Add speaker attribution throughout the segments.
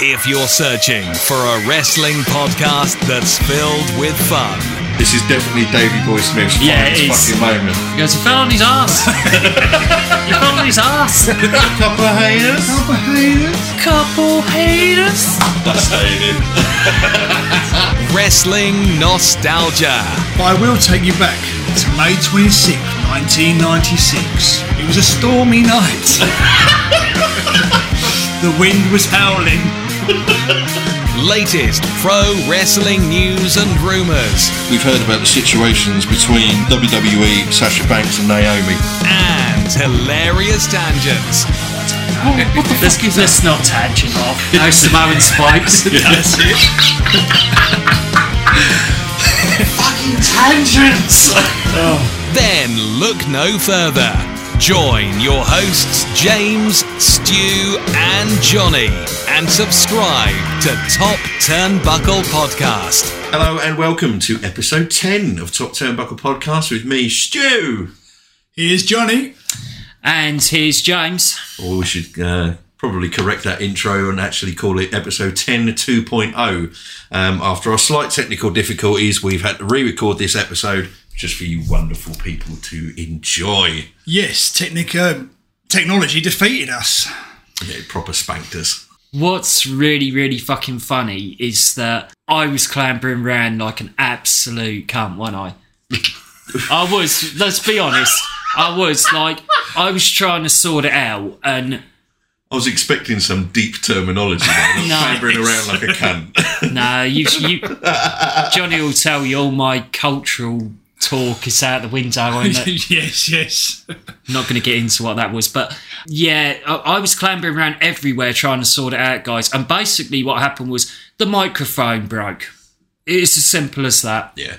Speaker 1: If you're searching for a wrestling podcast that's filled with fun,
Speaker 2: This is definitely Davey Boy Smith's
Speaker 3: Yeah, it
Speaker 2: finest
Speaker 3: is.
Speaker 2: fucking moment.
Speaker 3: He goes, he fell on his ass. he fell on his ass.
Speaker 2: Couple of haters. Couple of haters.
Speaker 3: Couple haters.
Speaker 2: That's hated.
Speaker 1: wrestling nostalgia.
Speaker 4: I will take you back to May 26, 1996. It was a stormy night. the wind was howling.
Speaker 1: Latest pro wrestling news and rumors.
Speaker 2: We've heard about the situations between WWE, Sasha Banks, and Naomi.
Speaker 1: And hilarious tangents.
Speaker 3: Let's give this not tangent off. No Samoan spikes.
Speaker 4: That's it.
Speaker 1: Then look no further. Join your hosts, James, Stu, and Johnny, and subscribe to Top Turnbuckle Podcast.
Speaker 2: Hello and welcome to episode 10 of Top Turnbuckle Podcast with me, Stu.
Speaker 4: Here's Johnny.
Speaker 3: and here's James.
Speaker 2: Or we should uh, probably correct that intro and actually call it episode 10 2.0. Um, after our slight technical difficulties, we've had to re record this episode just for you wonderful people to enjoy.
Speaker 4: Yes, technic- uh, technology defeated us.
Speaker 2: Yeah, it proper spanked us.
Speaker 3: What's really, really fucking funny is that I was clambering around like an absolute cunt, wasn't I? I was, let's be honest, I was like, I was trying to sort it out and
Speaker 2: I was expecting some deep terminology, man.
Speaker 3: No.
Speaker 2: clambering around like a cunt.
Speaker 3: no, you, you, Johnny will tell you all my cultural talk is out the window. And that,
Speaker 4: yes, yes.
Speaker 3: not going to get into what that was, but yeah, I, I was clambering around everywhere trying to sort it out, guys. And basically, what happened was the microphone broke. It's as simple as that.
Speaker 2: yeah.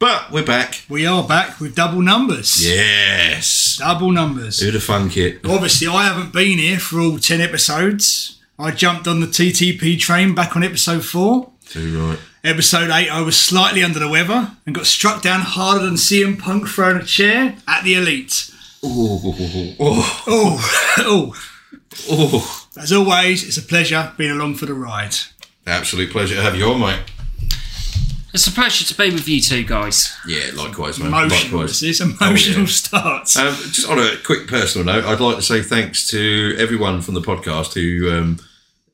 Speaker 2: But we're back.
Speaker 4: We are back with double numbers.
Speaker 2: Yes.
Speaker 4: Double numbers.
Speaker 2: Who'd have thunk it?
Speaker 4: Obviously, I haven't been here for all 10 episodes. I jumped on the TTP train back on episode 4.
Speaker 2: Too right.
Speaker 4: Episode 8, I was slightly under the weather and got struck down harder than CM Punk throwing a chair at the Elite.
Speaker 2: Oh, oh,
Speaker 4: Oh, oh.
Speaker 2: oh.
Speaker 4: As always, it's a pleasure being along for the ride.
Speaker 2: Absolute pleasure to have you on, mate.
Speaker 3: It's a pleasure to be with you two guys.
Speaker 2: Yeah, likewise, mate.
Speaker 4: Emotional.
Speaker 2: Uh, Likewise.
Speaker 4: This is emotional
Speaker 2: Oh, yeah.
Speaker 4: starts.
Speaker 2: Um, just on a quick personal note, I'd like to say thanks to everyone from the podcast who um,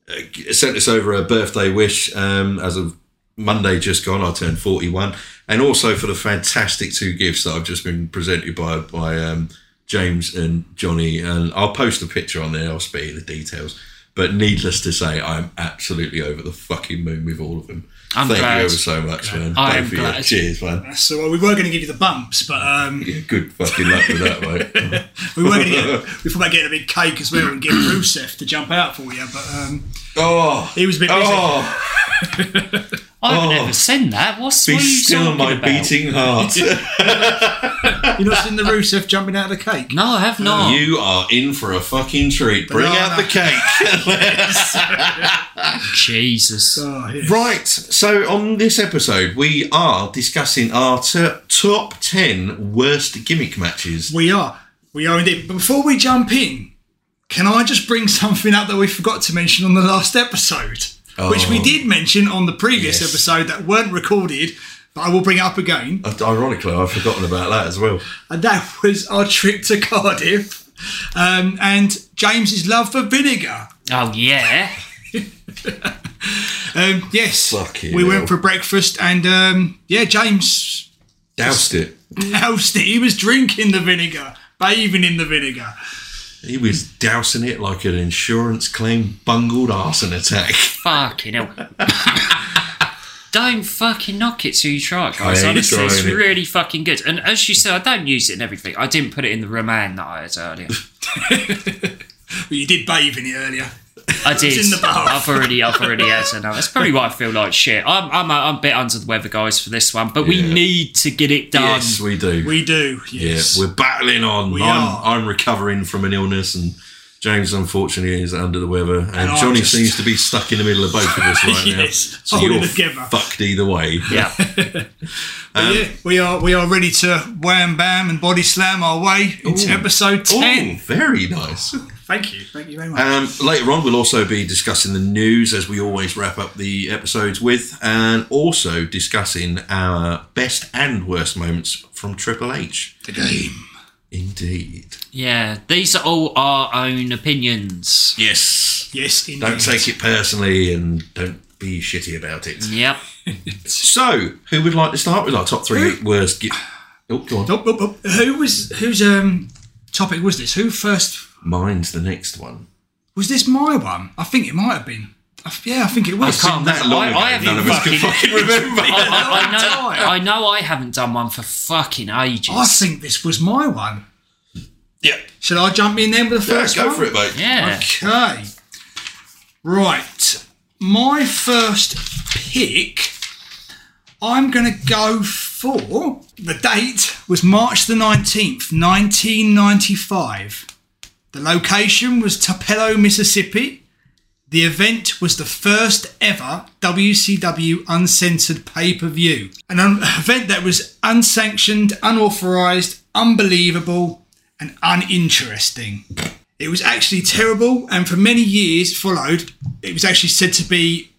Speaker 2: uh, sent us over a birthday wish um, as of Monday just gone. I turned 41. And also for the fantastic two gifts that I've just been presented by, by um, James and Johnny. And I'll post a picture on there, I'll spit you the details. But needless to say, I'm absolutely over the fucking moon with all of them.
Speaker 3: I'm
Speaker 2: Thank
Speaker 3: glad.
Speaker 2: you ever so much, man.
Speaker 3: I am
Speaker 2: Both of you.
Speaker 3: glad.
Speaker 2: Cheers, man.
Speaker 4: So well, we were going to give you the bumps, but um,
Speaker 2: Yeah, good fucking luck with that, mate.
Speaker 4: we were going to get, we thought about getting a big cake as well and get Rusev to jump out for you. But um,
Speaker 2: Oh,
Speaker 4: He was a bit busy.
Speaker 2: Oh,
Speaker 3: I've
Speaker 2: Oh.
Speaker 3: never seen that. What's
Speaker 2: be
Speaker 3: what are you
Speaker 2: still
Speaker 3: talking
Speaker 2: my
Speaker 3: about?
Speaker 2: beating heart.
Speaker 4: you not seen the Rusev jumping out of the cake?
Speaker 3: No, I have not.
Speaker 2: you are in for a fucking treat. Bring out the cake.
Speaker 3: Jesus.
Speaker 4: Oh, yeah.
Speaker 2: right. So on this episode, we are discussing our t- top ten worst gimmick matches.
Speaker 4: We are. We are indeed. But before we jump in, can I just bring something up that we forgot to mention on the last episode? Which we
Speaker 2: Oh.
Speaker 4: did mention on the previous
Speaker 2: Yes.
Speaker 4: episode that weren't recorded, but I will bring it up again.
Speaker 2: Uh, Ironically, I've forgotten about that as well.
Speaker 4: And that was our trip to Cardiff um, and James's love for vinegar.
Speaker 3: Oh yeah.
Speaker 4: Um, yes.
Speaker 2: Fucking
Speaker 4: we
Speaker 2: hell.
Speaker 4: went for breakfast and um, yeah, James
Speaker 2: Doused it.
Speaker 4: doused it. He was drinking the vinegar, bathing in the vinegar.
Speaker 2: He was dousing it like an insurance claim bungled arson attack.
Speaker 3: fucking hell. don't fucking knock it till you try it, guys.
Speaker 2: I ain't
Speaker 3: Honestly, it's
Speaker 2: trying it.
Speaker 3: really fucking good. And as you said, I don't use it in everything. I didn't put it in the roman that I had earlier.
Speaker 4: But you did bathe in it earlier.
Speaker 3: I did.
Speaker 4: in the bath.
Speaker 3: I've already, I've already had enough. That's probably why I feel like shit. I'm, I'm, I'm a bit under the weather, guys, for this one. But
Speaker 2: Yeah.
Speaker 3: we need to get it done.
Speaker 2: yes, we do.
Speaker 4: We do.
Speaker 2: Yeah,
Speaker 4: Yes.
Speaker 2: we're battling on.
Speaker 4: We
Speaker 2: I'm,
Speaker 4: are.
Speaker 2: I'm recovering from an illness, and James, unfortunately, is under the weather. And,
Speaker 4: I'm
Speaker 2: Johnny
Speaker 4: just-
Speaker 2: seems to be stuck in the middle of both of us right
Speaker 4: Yes,
Speaker 2: now. So
Speaker 4: holding
Speaker 2: you're
Speaker 4: together.
Speaker 2: fucked either way.
Speaker 3: Yeah.
Speaker 2: Um,
Speaker 4: But yeah, we are we are ready to wham bam and body slam our way into
Speaker 2: Ooh.
Speaker 4: episode
Speaker 2: Oh,
Speaker 4: ten.
Speaker 2: very nice.
Speaker 4: Thank you. Thank you very much.
Speaker 2: Um, later on, we'll also be discussing the news as we always wrap up the episodes with, and also discussing our best and worst moments from Triple H.
Speaker 4: the game.
Speaker 2: Indeed.
Speaker 3: Yeah, these are all our own opinions.
Speaker 2: Yes.
Speaker 4: Yes, indeed.
Speaker 2: Don't take it personally and don't be shitty about it.
Speaker 3: Yep.
Speaker 2: So, who would like to start with our top three worst? Gi- oh, go on.
Speaker 4: Nope, nope, nope. Who was whose um topic was this? Who first
Speaker 2: Mine's the next one.
Speaker 4: was this? My one. I think it might have been. I f- yeah, I think it was.
Speaker 3: can't-
Speaker 2: That long
Speaker 3: I-
Speaker 2: ago,
Speaker 3: I haven't
Speaker 2: none of us can
Speaker 3: fucking-
Speaker 2: fucking remember.
Speaker 3: I, I- I know, I know I haven't done one for fucking ages.
Speaker 4: I think this was my one.
Speaker 2: yeah.
Speaker 4: Should I jump in then with the
Speaker 2: Yeah,
Speaker 4: first
Speaker 2: go
Speaker 4: one?
Speaker 2: for it, mate.
Speaker 3: Yeah.
Speaker 4: Okay. Right. My first pick, I'm going to go for the date was March the 19th, 1995. The location was Tupelo, Mississippi. The event was the first ever WCW uncensored pay per view. An un- event that was unsanctioned, unauthorized, unbelievable, and uninteresting. It was actually terrible, and for many years followed, it was actually said to be,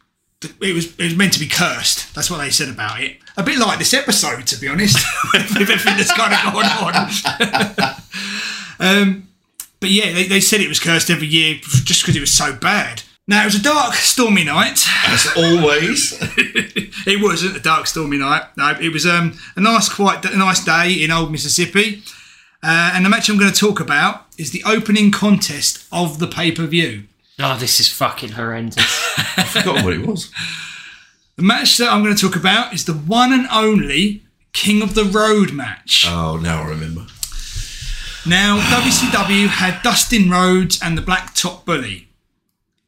Speaker 4: it was it was meant to be cursed. That's what they said about it. A bit like this episode, to be honest, with everything that's kind of gone on. um, but yeah, they, they said it was cursed every year just because it was so bad. Now it was a dark, stormy night.
Speaker 2: As always.
Speaker 4: It wasn't a dark, stormy night. No, it was um, a nice, quite a nice day in old Mississippi. Uh, and the match I'm going to talk about is the opening contest of the pay per view.
Speaker 3: Oh, this is fucking horrendous.
Speaker 2: forgotten what it was.
Speaker 4: The match that I'm going to talk about is the one and only King of the Road match.
Speaker 2: Oh, now I remember.
Speaker 4: Now, WCW had Dustin Rhodes and the Blacktop Bully.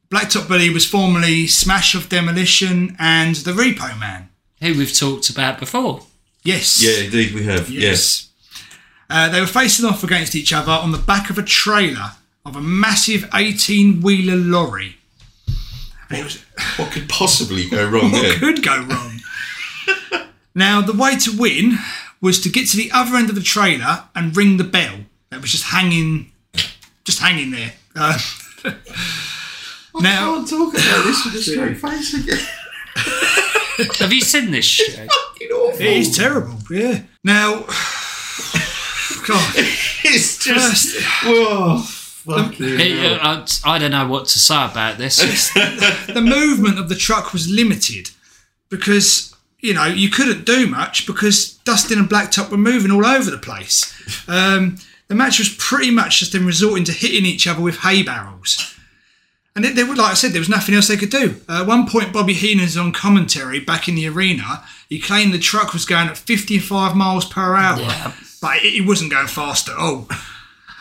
Speaker 4: Blacktop Bully was formerly Smash of Demolition and the Repo Man.
Speaker 3: Who we've talked about before.
Speaker 4: Yes.
Speaker 2: Yeah, indeed, we have. Yes.
Speaker 4: Yes. Uh, they were facing off against each other on the back of a trailer of a massive 18 wheeler lorry. And it was,
Speaker 2: What could possibly go wrong
Speaker 4: what
Speaker 2: there?
Speaker 4: could go wrong? now, the way to win was to get to the other end of the trailer and ring the bell that was just hanging, just hanging there. Uh, now,
Speaker 2: talk about this with a straight face again.
Speaker 3: Have you seen this shit?
Speaker 2: It's awful.
Speaker 4: it is terrible. Yeah. Now, God,
Speaker 2: It's just. Um, Whoa. Fucking
Speaker 3: It- uh, I, I don't know what to say about this.
Speaker 4: the movement of the truck was limited because you know you couldn't do much because Dustin and Blacktop were moving all over the place. Um, the match was pretty much just them resorting to hitting each other with hay barrels. And it, they were, like I said, there was nothing else they could do. Uh, at one point, Bobby Heenan's on commentary back in the arena. He claimed the truck was going at 55 miles per hour, but it, it wasn't going fast at all.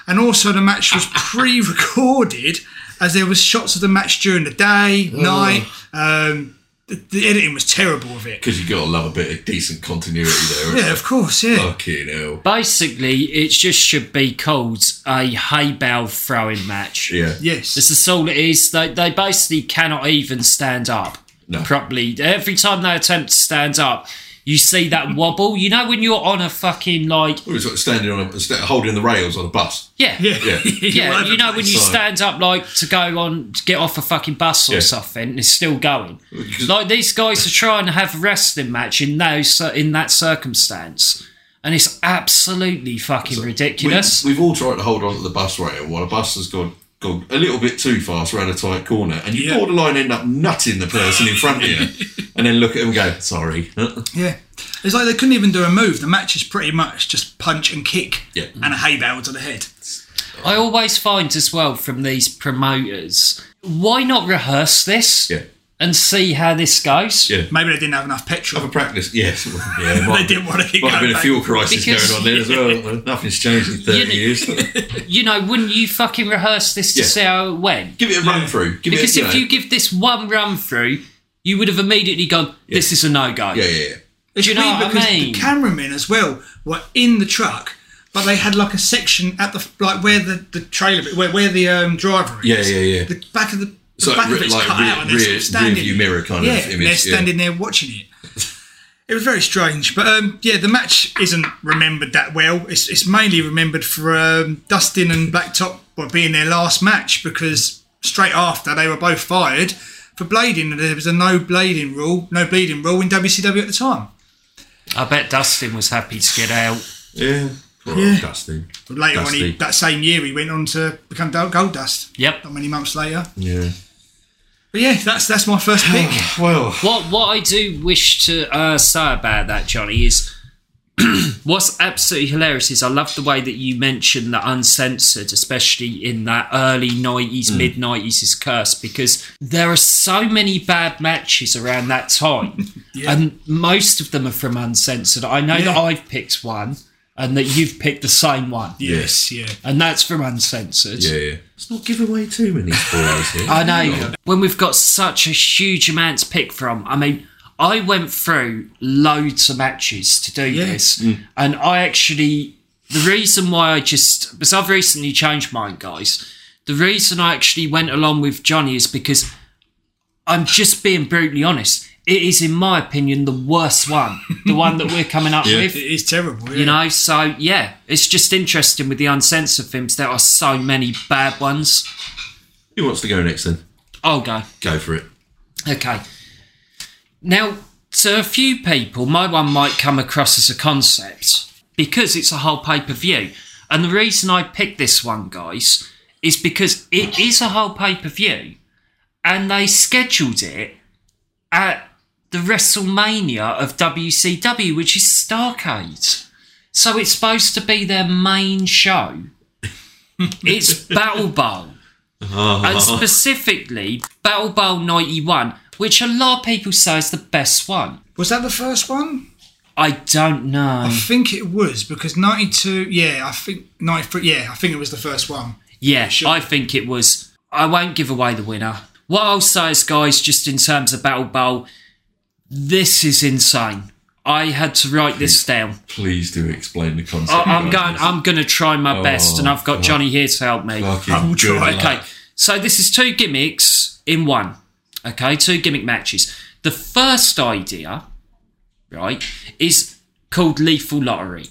Speaker 4: And also, the match was pre recorded as there was shots of the match during the day, night. Um, the, the editing was terrible of it.
Speaker 2: Because you got to love a bit of decent continuity there.
Speaker 4: Yeah, of course, yeah.
Speaker 2: Fucking hell.
Speaker 3: Basically, it just should be called a hay bale throwing match.
Speaker 2: Yeah.
Speaker 4: Yes.
Speaker 3: This is all it is. They, they basically cannot even stand up
Speaker 2: No.
Speaker 3: properly. Every time they attempt to stand up, you see that wobble. You know when you're on a fucking like
Speaker 2: We were sort of standing on a, sta- holding the rails on a bus.
Speaker 3: yeah
Speaker 4: yeah.
Speaker 2: Yeah.
Speaker 3: yeah.
Speaker 4: Whatever.
Speaker 3: You know when you
Speaker 2: Sorry.
Speaker 3: stand up like to go on to get off a fucking bus or
Speaker 2: Yeah.
Speaker 3: something, and it's still going. Like these guys are trying to have a wrestling match in those in that circumstance, and it's absolutely fucking ridiculous.
Speaker 2: We, have all tried to hold on to the bus rail while a bus has gone gone a little bit too fast around a tight corner, and you
Speaker 4: Yeah.
Speaker 2: borderline end up nutting the person in front of you, and then look at them and go, "Sorry."
Speaker 4: Yeah. It's like they couldn't even do a move. The match is pretty much just punch and kick
Speaker 2: Yeah.
Speaker 4: and a hay bale to the head.
Speaker 3: I always find as well from these promoters, why not rehearse this?
Speaker 2: yeah.
Speaker 3: and see how this goes.
Speaker 2: Yeah.
Speaker 4: Maybe they didn't have enough petrol.
Speaker 2: For practice, yes. Yeah,
Speaker 4: They didn't want to keep
Speaker 2: Might have been
Speaker 4: going
Speaker 2: a
Speaker 4: back.
Speaker 2: fuel crisis
Speaker 3: Because-
Speaker 2: going on there as well. Nothing's changed in 30
Speaker 3: You-
Speaker 2: years.
Speaker 3: You know, wouldn't you fucking rehearse this to
Speaker 2: Yeah.
Speaker 3: see how it went?
Speaker 2: give it a run through. Give
Speaker 3: Because
Speaker 2: it,
Speaker 3: if
Speaker 2: know-
Speaker 3: you give this one run through, you would have immediately gone, this is a no go.
Speaker 2: Yeah, yeah, yeah.
Speaker 4: It's
Speaker 3: Do you know
Speaker 4: weird
Speaker 3: what I
Speaker 4: because
Speaker 3: mean?
Speaker 4: the cameramen as well were in the truck, but they had like a section at the like where the, the trailer where where the um, driver is.
Speaker 2: Yeah, yeah, yeah.
Speaker 4: The back of the, the
Speaker 2: So,
Speaker 4: back
Speaker 2: re-
Speaker 4: of it's
Speaker 2: like
Speaker 4: cut
Speaker 2: rear-
Speaker 4: out and they're sort
Speaker 2: rear-
Speaker 4: of standing
Speaker 2: rearview mirror kind of
Speaker 4: yeah,
Speaker 2: image,
Speaker 4: and they're
Speaker 2: yeah.
Speaker 4: standing there watching it. It was very strange, but um, yeah, the match isn't remembered that well. It's, it's mainly remembered for um, Dustin and Blacktop well, being their last match because straight after they were both fired for blading. and There was a no blading rule, no bleeding rule in WCW at the time.
Speaker 3: I bet Dustin was happy to get out.
Speaker 2: Yeah. Poor old Dusty.
Speaker 4: But later on, he,
Speaker 2: Dusty.
Speaker 4: that same year, he went on to become Gold Gold Dust.
Speaker 3: Yep.
Speaker 4: Not many months later.
Speaker 2: Yeah.
Speaker 4: But yeah, that's that's my first pick.
Speaker 2: Oh, Well,
Speaker 3: What what I do wish to uh, say about that, Johnny, is what's absolutely hilarious is I love the way that you mentioned the uncensored, especially in that early nineties,
Speaker 4: Mm.
Speaker 3: mid nineties is cursed because there are so many bad matches around that time, and most of them are from uncensored. I know that
Speaker 4: Yeah.
Speaker 3: I've picked one, and that you've picked the same one,
Speaker 4: yes, yeah.
Speaker 3: and that's from uncensored.
Speaker 2: yeah, yeah. Let's not give away too many spoilers here.
Speaker 3: I know. When we've got such a huge amount to pick from, I mean, I went through loads of matches to do this, and I actually, the reason why I just, because I've recently changed mine, guys, the reason I actually went along with Johnny is because I'm just being brutally honest. It is, in my opinion, the worst one, the one that we're coming up with.
Speaker 4: It is terrible. Yeah.
Speaker 3: You know, so yeah, it's just interesting with the uncensored films. There are so many bad ones.
Speaker 2: Who wants to go next then?
Speaker 3: I'll go.
Speaker 2: Go for it.
Speaker 3: Okay. Now, to a few people, my one might come across as a concept because it's a whole pay per view. And the reason I picked this one, guys, is because it is a whole pay per view and they scheduled it at the WrestleMania of WCW, which is Starcade. So it's supposed to be their main show. it's Battle Bowl and specifically Battle Bowl 91, which a lot of people say is the best one.
Speaker 4: Was that the first one?
Speaker 3: I don't know.
Speaker 4: I think it was because '92. Yeah, I think '93. Yeah, I think it was the first one.
Speaker 3: Yeah, I think it was. I won't give away the winner. What I'll say is, guys, just in terms of Battle Bowl, this is insane. I had to write this down.
Speaker 2: Please do explain the concept.
Speaker 3: I, I'm
Speaker 2: behind
Speaker 3: going.
Speaker 2: this.
Speaker 3: I'm going to try my best, and I've got Johnny here to help me.
Speaker 2: Fucking
Speaker 4: will try.
Speaker 2: good
Speaker 3: Okay,
Speaker 2: luck.
Speaker 3: so this is two gimmicks in one. Okay, two gimmick matches. The first idea, right, is called Lethal Lottery.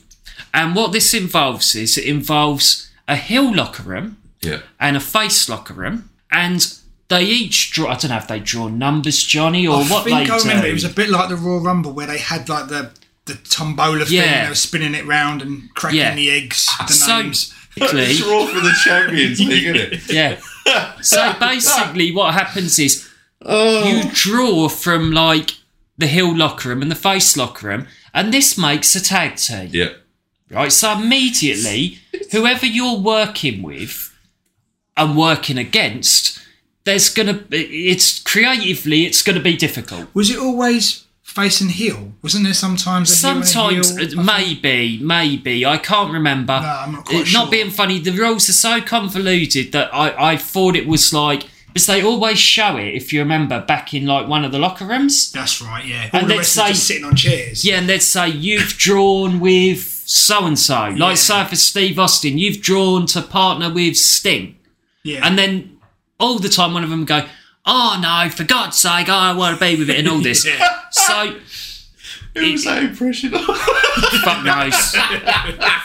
Speaker 3: And what this involves is it involves a heel locker room
Speaker 2: Yeah.
Speaker 3: and a face locker room, and they each draw. I don't know if they draw numbers, Johnny, or
Speaker 4: I
Speaker 3: what
Speaker 4: think
Speaker 3: they
Speaker 4: I remember
Speaker 3: do.
Speaker 4: it was a bit like the Raw Rumble where they had like the the tombola thing.
Speaker 3: Yeah.
Speaker 4: And they were spinning it round and cracking
Speaker 3: Yeah.
Speaker 4: the eggs. The
Speaker 3: So-
Speaker 4: names.
Speaker 3: Quickly.
Speaker 2: It's raw for the champions league, isn't it?
Speaker 3: Yeah. So basically, what happens is you draw from like the heel locker room and the face locker room, and this makes a tag team,
Speaker 2: Yeah.
Speaker 3: right? So immediately, whoever you're working with and working against, there's gonna be, it's creatively, it's gonna be difficult.
Speaker 4: Was it always face and heel? Wasn't there sometimes a heel and a
Speaker 3: Sometimes,
Speaker 4: heel?
Speaker 3: uh, maybe, maybe I can't remember.
Speaker 4: No, I'm not quite
Speaker 3: It- Not
Speaker 4: sure.
Speaker 3: being funny, the rules are so convoluted that I, I thought it was like because they always show it if you remember back in like one of the locker rooms.
Speaker 4: That's right. Yeah. All the
Speaker 3: they'd
Speaker 4: rest are
Speaker 3: say-
Speaker 4: just sitting on chairs.
Speaker 3: Yeah, and they'd say you've drawn with so and so, like
Speaker 4: Yeah.
Speaker 3: so for Steve Austin, you've drawn to partner with Sting,
Speaker 4: Yeah.
Speaker 3: and then all the time one of them would go, oh no, for God's sake, I want to be with it and all this. So
Speaker 2: It was that impression.
Speaker 3: fuck knows.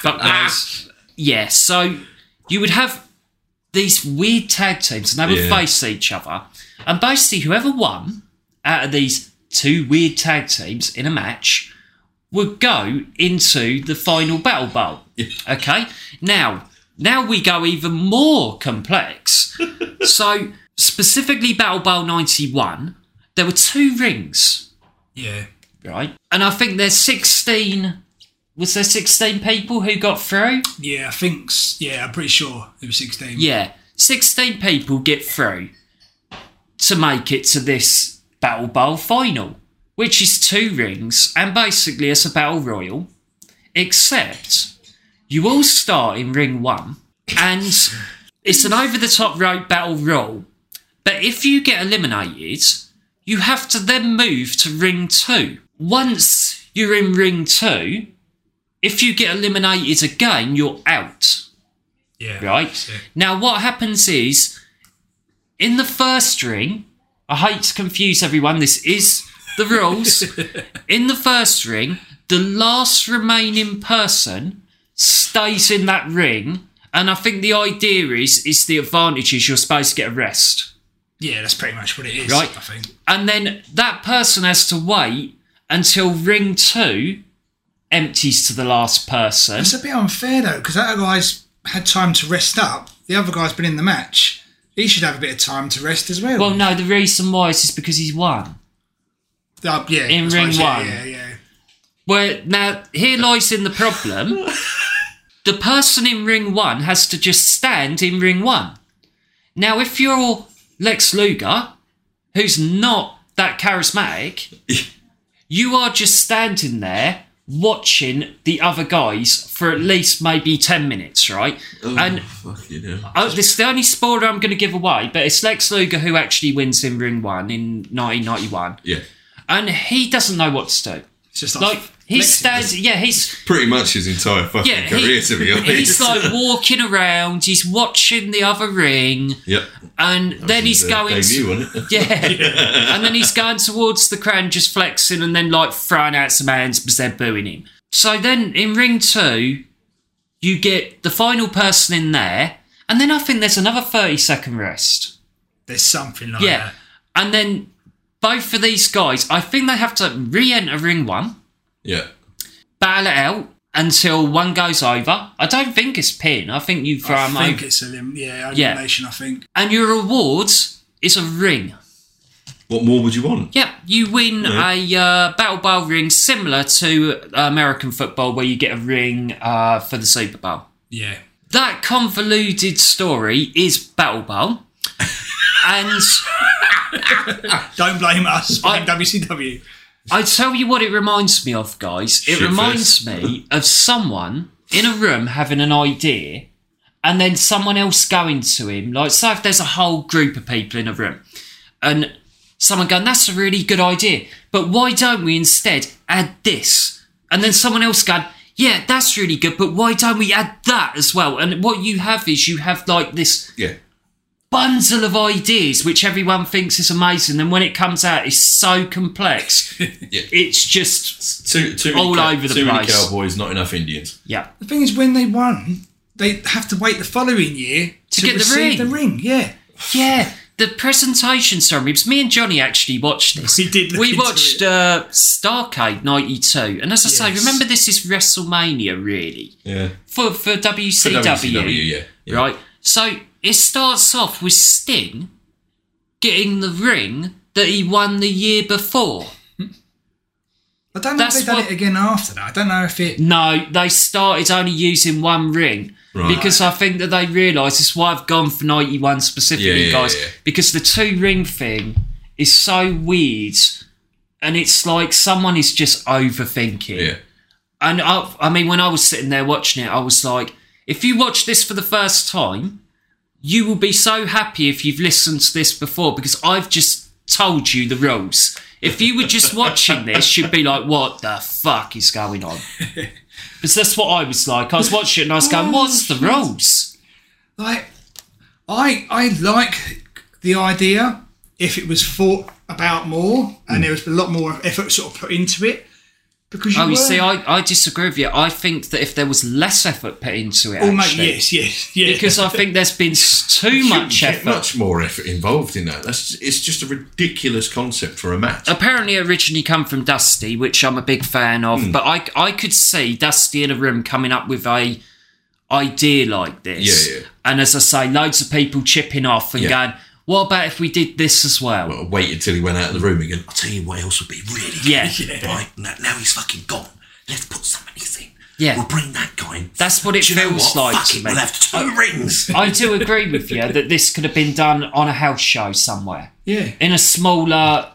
Speaker 3: fuck knows. Yeah, so you would have these weird tag teams and they would
Speaker 2: Yeah.
Speaker 3: face each other. And basically, whoever won out of these two weird tag teams in a match would go into the final battle bowl. Okay? Now, now we go even more complex. so, specifically, Battle Bowl 91, there were two rings
Speaker 4: yeah.
Speaker 3: right? And I think there's 16. Was there 16 people who got through?
Speaker 4: Yeah. I think. s- Yeah. I'm pretty sure it was 16.
Speaker 3: Yeah, 16 people get through to make it to this Battle Bowl final, which is two rings, and basically it's a Battle Royal, except you all start in ring one, and it's an over the top rope battle royal. But if you get eliminated, you have to then move to ring two. Once you're in ring two, if you get eliminated again, you're out
Speaker 4: Yeah.
Speaker 3: right? Now, what happens is in the first ring, I hate to confuse everyone, this is the rules. in the first ring, the last remaining person stays in that ring And I think the idea is is the advantage is you're supposed to get a rest.
Speaker 4: Yeah, that's pretty much what it is.
Speaker 3: Right.
Speaker 4: I think.
Speaker 3: And then that person has to wait until ring two empties to the last person.
Speaker 4: It's a bit unfair though, because that guy's had time to rest up. The other guy's been in the match. He should have a bit of time to rest as well.
Speaker 3: Well, no, the reason why is, is because he's won.
Speaker 4: Uh, yeah,
Speaker 3: in
Speaker 4: I suppose,
Speaker 3: ring
Speaker 4: yeah,
Speaker 3: one.
Speaker 4: Yeah, yeah.
Speaker 3: Well, now here lies in the problem. the person in ring one has to just stand in ring one. Now, if you're Lex Luger, who's not that charismatic, you are just standing there watching the other guys for at least maybe 10 minutes, right? And
Speaker 2: Fuck you know.
Speaker 3: Oh, this is the only spoiler I'm going to give away, but it's Lex Luger who actually wins in Ring 1 in 1991.
Speaker 2: Yeah.
Speaker 3: And he doesn't know what to do.
Speaker 4: It's just like,
Speaker 3: Like, he
Speaker 4: Oh, Lex-
Speaker 3: stands, yeah, he's
Speaker 2: Pretty much his entire fucking
Speaker 3: yeah,
Speaker 2: career,
Speaker 3: he-
Speaker 2: to be honest.
Speaker 3: he's like walking around, he's watching the other ring,
Speaker 2: yep.
Speaker 3: and then he's
Speaker 2: His, uh,
Speaker 3: going.
Speaker 2: debut,
Speaker 3: To,
Speaker 2: wasn't it?
Speaker 3: yeah. and then he's going towards the crowd, just flexing, and then like throwing out some hands because they're booing him. So then in ring two, you get the final person in there, and then I think there's another 30 second rest.
Speaker 4: There's something like
Speaker 3: Oh, Yeah.
Speaker 4: that.
Speaker 3: And then both of these guys, I think they have to re enter ring one,
Speaker 2: Yeah.
Speaker 3: battle it out until one goes over. I don't think it's pin. I think you throw
Speaker 4: I
Speaker 3: them
Speaker 4: think
Speaker 3: over.
Speaker 4: it's a lim- yeah,
Speaker 3: Yeah.
Speaker 4: elimination. I think.
Speaker 3: And your reward is a ring.
Speaker 2: What more would you want?
Speaker 3: Yep, you win a uh, battle bowl ring similar to uh, American football, where you get a ring uh, for the Super Bowl.
Speaker 4: Yeah.
Speaker 3: That convoluted story is battle bowl, and
Speaker 4: Don't blame us. Blame
Speaker 3: I-
Speaker 4: WCW.
Speaker 3: I tell you what it reminds me of, guys. It
Speaker 2: Shivers.
Speaker 3: reminds me of someone in a room having an idea and then someone else going to him. Like, say if there's a whole group of people in a room and someone going, that's a really good idea, but why don't we instead add this? And then someone else going, yeah, that's really good, but why don't we add that as well? And what you have is you have like this
Speaker 2: Yeah.
Speaker 3: bundle of ideas which everyone thinks is amazing, and when it comes out, it's so complex. It's just
Speaker 2: Too, too
Speaker 3: All
Speaker 2: cow-
Speaker 3: over the
Speaker 2: too many
Speaker 3: place.
Speaker 2: cowboys, not enough Indians.
Speaker 3: yeah.
Speaker 4: The thing is, when they won, they have to wait the following year to,
Speaker 3: get the
Speaker 4: receive
Speaker 3: ring.
Speaker 4: the ring. Yeah.
Speaker 3: Yeah, the presentation ceremony. Because me and Johnny actually watched this.
Speaker 4: He did look
Speaker 3: We
Speaker 4: into
Speaker 3: watched
Speaker 4: it.
Speaker 3: uh, Starcade '92, and as I say,
Speaker 4: Yes.
Speaker 3: remember this is WrestleMania really
Speaker 2: Yeah.
Speaker 3: for for WCW,
Speaker 2: WCW, yeah. yeah.
Speaker 3: right? So it starts off with Sting getting the ring that he won the year before.
Speaker 4: I don't know if
Speaker 3: That's
Speaker 4: they done
Speaker 3: what-
Speaker 4: it again after that. I don't know if it.
Speaker 3: No, they started only using one ring
Speaker 2: Right.
Speaker 3: because I think that they realised it's why I've gone for 91 specifically,
Speaker 2: Yeah, yeah,
Speaker 3: guys,
Speaker 2: yeah, yeah.
Speaker 3: because the two ring thing is so weird and it's like someone is just overthinking.
Speaker 2: Yeah.
Speaker 3: And I, I mean, when I was sitting there watching it, I was like, if you watch this for the first time, you will be so happy if you've listened to this before because I've just told you the rules. If you were just watching this, you'd be like, what the fuck is going on? Because that's what I was like. I was watching it and I was going, what's the rules?
Speaker 4: Like, I I like the idea if it was thought about more
Speaker 3: Hmm.
Speaker 4: and there was a lot more effort sort of put into it. Because you
Speaker 3: Oh,
Speaker 4: were,
Speaker 3: you see, I, I disagree with you. I think that if there was less effort put into it,
Speaker 4: oh mate,
Speaker 3: actually,
Speaker 4: yes, yes, yeah.
Speaker 3: because I think there's been s- too much
Speaker 2: Get
Speaker 3: effort.
Speaker 2: much more effort involved in that. That's it's just a ridiculous concept for a match.
Speaker 3: apparently originally come from Dusty, which I'm a big fan of.
Speaker 2: Hmm.
Speaker 3: But I I could see Dusty in a room coming up with a idea like this.
Speaker 2: Yeah, yeah.
Speaker 3: And as I say, loads of people chipping off and
Speaker 2: Yeah.
Speaker 3: going, "What about if we did this as well?"
Speaker 2: I waited until he went out of the room again. I'll tell you what else would be really
Speaker 3: Yeah.
Speaker 2: good. Right? Now, now he's fucking gone. Let's put somebody in.
Speaker 3: Yeah.
Speaker 2: We'll bring that guy in.
Speaker 3: That's what it
Speaker 2: Do you know
Speaker 3: feels
Speaker 2: what?
Speaker 3: like
Speaker 2: Fuck
Speaker 3: to
Speaker 2: it,
Speaker 3: me.
Speaker 2: We'll have two rings.
Speaker 3: I do agree with you that this could have been done on a house show somewhere
Speaker 4: yeah.
Speaker 3: in a smaller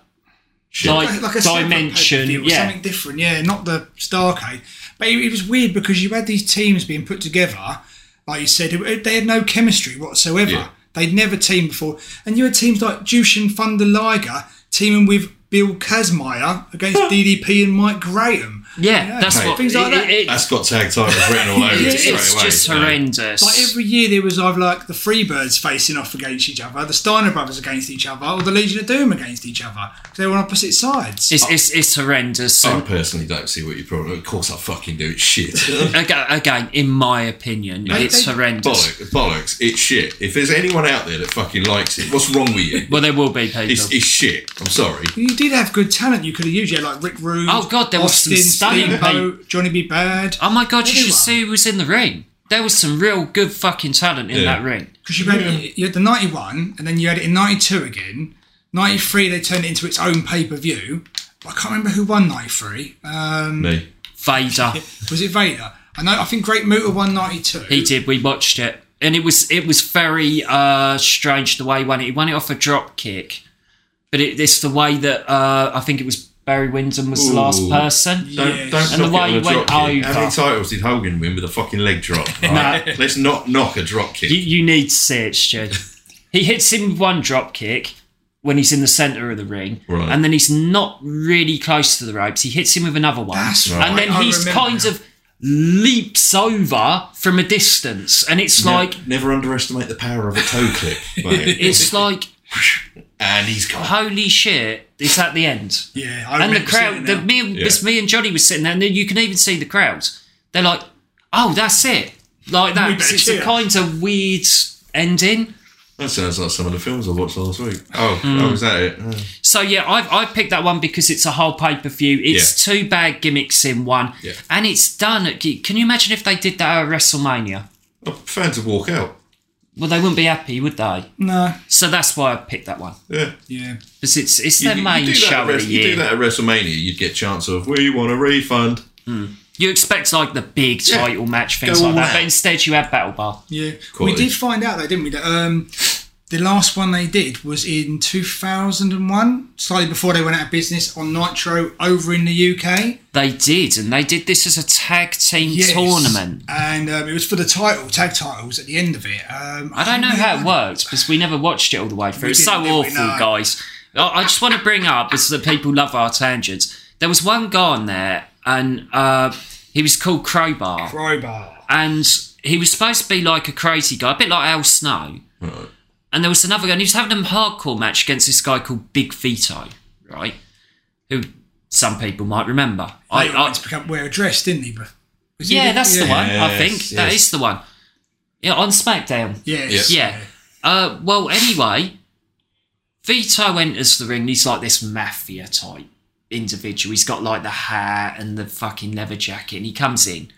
Speaker 3: like,
Speaker 4: like a separate
Speaker 3: dimension.
Speaker 4: pay-per-view or
Speaker 3: Yeah,
Speaker 4: something different. Yeah, not the Starcade. But it, it was weird because you had these teams being put together, like you said, it- they had no chemistry whatsoever.
Speaker 2: Yeah.
Speaker 4: They'd never teamed before, and you had teams like Jushin Thunder Liger teaming with Bill Kazmaier against DDP and Mike Graham.
Speaker 3: Yeah, that's
Speaker 2: okay.
Speaker 3: what
Speaker 4: Things like
Speaker 3: it-
Speaker 4: that.
Speaker 3: it-
Speaker 2: That's got tag titles written all over it
Speaker 3: it's,
Speaker 2: straight
Speaker 3: it's
Speaker 2: away.
Speaker 3: just
Speaker 2: you know.
Speaker 3: horrendous.
Speaker 4: Like every year, there was either like the Freebirds facing off against each other, the Steiner Brothers against each other, or the Legion of Doom against each other. They were on opposite sides.
Speaker 3: it's, it's, it's horrendous.
Speaker 2: I
Speaker 3: And
Speaker 2: personally don't see what your problem. Of course, I fucking do. It's shit.
Speaker 3: aga- again, in my opinion,
Speaker 4: They-
Speaker 3: it's
Speaker 4: they-
Speaker 3: horrendous.
Speaker 2: bollocks, bollocks. It's shit. If there's anyone out there that fucking likes it, what's wrong with you?
Speaker 3: Well, there will be people.
Speaker 2: It's, it's shit. I'm sorry.
Speaker 4: you did have good talent. You could have used, yeah, like Rick Rude.
Speaker 3: Oh, God, there was some
Speaker 4: Austin,
Speaker 3: stunning
Speaker 4: Steamboat, Johnny B. Bad.
Speaker 3: oh my god, you should
Speaker 4: Anyone.
Speaker 3: see who was in the ring. There was some real good fucking talent in
Speaker 2: Yeah.
Speaker 3: that ring.
Speaker 4: Because you, had you had the 91, and then you had it in 92 again. 93, they turned it into its own pay per view. I can't remember who won 93. Um,
Speaker 2: Me.
Speaker 3: Vader,
Speaker 4: was it Vader? I know, I think Great Muta won 92.
Speaker 3: he did. We watched it, and it was it was very uh, strange the way he won it. He won it off a drop kick, but it, it's the way that uh, I think it was Barry Windham was the last
Speaker 2: Ooh.
Speaker 3: person.
Speaker 2: Don't,
Speaker 4: Yes.
Speaker 2: don't
Speaker 3: And the
Speaker 2: knock it on
Speaker 3: way he
Speaker 2: a drop
Speaker 3: went
Speaker 2: kick. How
Speaker 3: over.
Speaker 2: many titles did Hogan win with a fucking leg drop? Right? Let's not knock a drop kick.
Speaker 3: You, you need to see it, Stu. he hits him with one drop kick when he's in the centre of the ring,
Speaker 2: Right.
Speaker 3: and then he's not really close to the ropes. He hits him with another one,
Speaker 4: That's
Speaker 3: and
Speaker 4: right,
Speaker 3: then
Speaker 4: I
Speaker 3: he's
Speaker 4: remember
Speaker 3: kind
Speaker 4: now.
Speaker 3: of leaps over from a distance, and it's like
Speaker 2: Never underestimate the power of a toe clip. mate.
Speaker 3: it's like
Speaker 2: and he's gone.
Speaker 3: holy shit! It's at the end,
Speaker 4: Yeah, I
Speaker 3: and the
Speaker 4: remember seeing
Speaker 3: crowd.
Speaker 4: it
Speaker 3: The,
Speaker 4: now.
Speaker 3: me, and- it's me and Johnny was sitting there, and you can even see the crowds. They're like, "Oh, that's it!" Like that.
Speaker 4: We
Speaker 3: 'cause
Speaker 4: better
Speaker 3: It's a
Speaker 4: cheer.
Speaker 3: kind of weird ending.
Speaker 2: That sounds like some of the films I watched last week. Oh, oh, is that it? Oh.
Speaker 3: So yeah, I've, I've picked that one because it's a whole pay per view. It's two bad gimmicks in one,
Speaker 2: Yeah.
Speaker 3: and it's done. at- Can you imagine if they did that at WrestleMania?
Speaker 2: Oh, fans would walk out.
Speaker 3: Well, they wouldn't be happy, would they?
Speaker 4: No,
Speaker 3: So that's why I picked that one
Speaker 2: Yeah.
Speaker 4: yeah.
Speaker 3: because it's it's their main
Speaker 2: do that
Speaker 3: show
Speaker 2: at
Speaker 3: of
Speaker 2: Wres-
Speaker 3: the
Speaker 2: you do
Speaker 3: year.
Speaker 2: that at WrestleMania, you'd get chance of we want a refund.
Speaker 3: You expect like the big title match things
Speaker 2: Go
Speaker 3: like that,
Speaker 2: all
Speaker 3: but
Speaker 2: out.
Speaker 3: instead you have Battle Bar.
Speaker 4: Yeah,
Speaker 2: Quality.
Speaker 4: we did find out though, didn't we? That um, the last one they did was in 2001, slightly before they went out of business on Nitro over in the UK.
Speaker 3: They did, and they did this as a tag team
Speaker 4: Yes.
Speaker 3: tournament.
Speaker 4: and um, it was for the title, tag titles at the end of it. Um,
Speaker 3: I don't know
Speaker 4: can't
Speaker 3: how it
Speaker 4: remember.
Speaker 3: worked because we never watched it all the way through.
Speaker 4: We
Speaker 3: It's so
Speaker 4: didn't, did we?
Speaker 3: awful,
Speaker 4: No.
Speaker 3: guys. I I just want to bring up is that people love our tangents. There was one guy on there, and uh, he was called Crowbar,
Speaker 4: Crowbar.
Speaker 3: and he was supposed to be like a crazy guy, a bit like Al Snow.
Speaker 2: Right.
Speaker 3: And there was another guy, and he was having a hardcore match against this guy called Big Vito, right? Who some people might remember. I,
Speaker 4: Later on,
Speaker 3: I,
Speaker 4: it's become wear a dress, didn't he? But was he
Speaker 3: yeah, that's the one. I
Speaker 2: Yes,
Speaker 3: think that
Speaker 2: yes.
Speaker 3: is the one. Yeah, on SmackDown.
Speaker 4: Yes.
Speaker 3: Yeah. Uh, well, anyway, Vito enters the ring. and He's like this mafia type individual. He's got like the hat and the fucking leather jacket, and he comes in.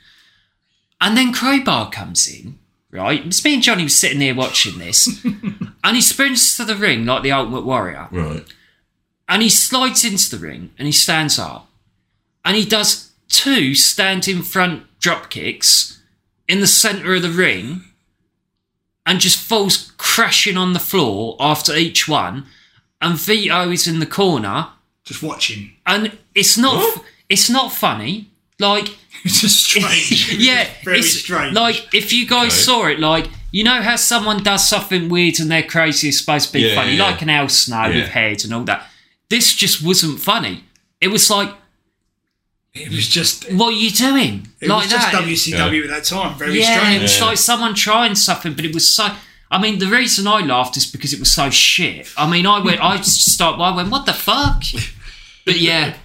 Speaker 3: And then Crowbar comes in, right? It's me and Johnny was sitting here watching this. and he sprints to the ring like the Ultimate Warrior.
Speaker 2: Right.
Speaker 3: And he slides into the ring and he stands up. And he does two stand in front drop kicks in the center of the ring and just falls crashing on the floor after each one. And Vito is in the corner
Speaker 4: Just watching.
Speaker 3: and it's not
Speaker 2: What?
Speaker 3: it's not funny. Like
Speaker 4: It's just strange.
Speaker 3: yeah,
Speaker 4: Very
Speaker 3: it's
Speaker 4: strange.
Speaker 3: Like if you guys
Speaker 2: Okay.
Speaker 3: saw it, like you know how someone does something weird and they're crazy, it's supposed to be
Speaker 2: Yeah,
Speaker 3: funny,
Speaker 2: yeah, yeah.
Speaker 3: like an Al Snow
Speaker 2: Yeah.
Speaker 3: with head and all that. This just wasn't funny. It was like,
Speaker 4: it was just. It
Speaker 3: what are you doing? like
Speaker 4: was
Speaker 3: that.
Speaker 4: just WCW at that time. Very
Speaker 3: yeah, it
Speaker 4: strange.
Speaker 3: was like someone trying something, but it was so. I mean, the reason I laughed is because it was so shit. I mean, I went, I just start, I went, what the fuck? But yeah,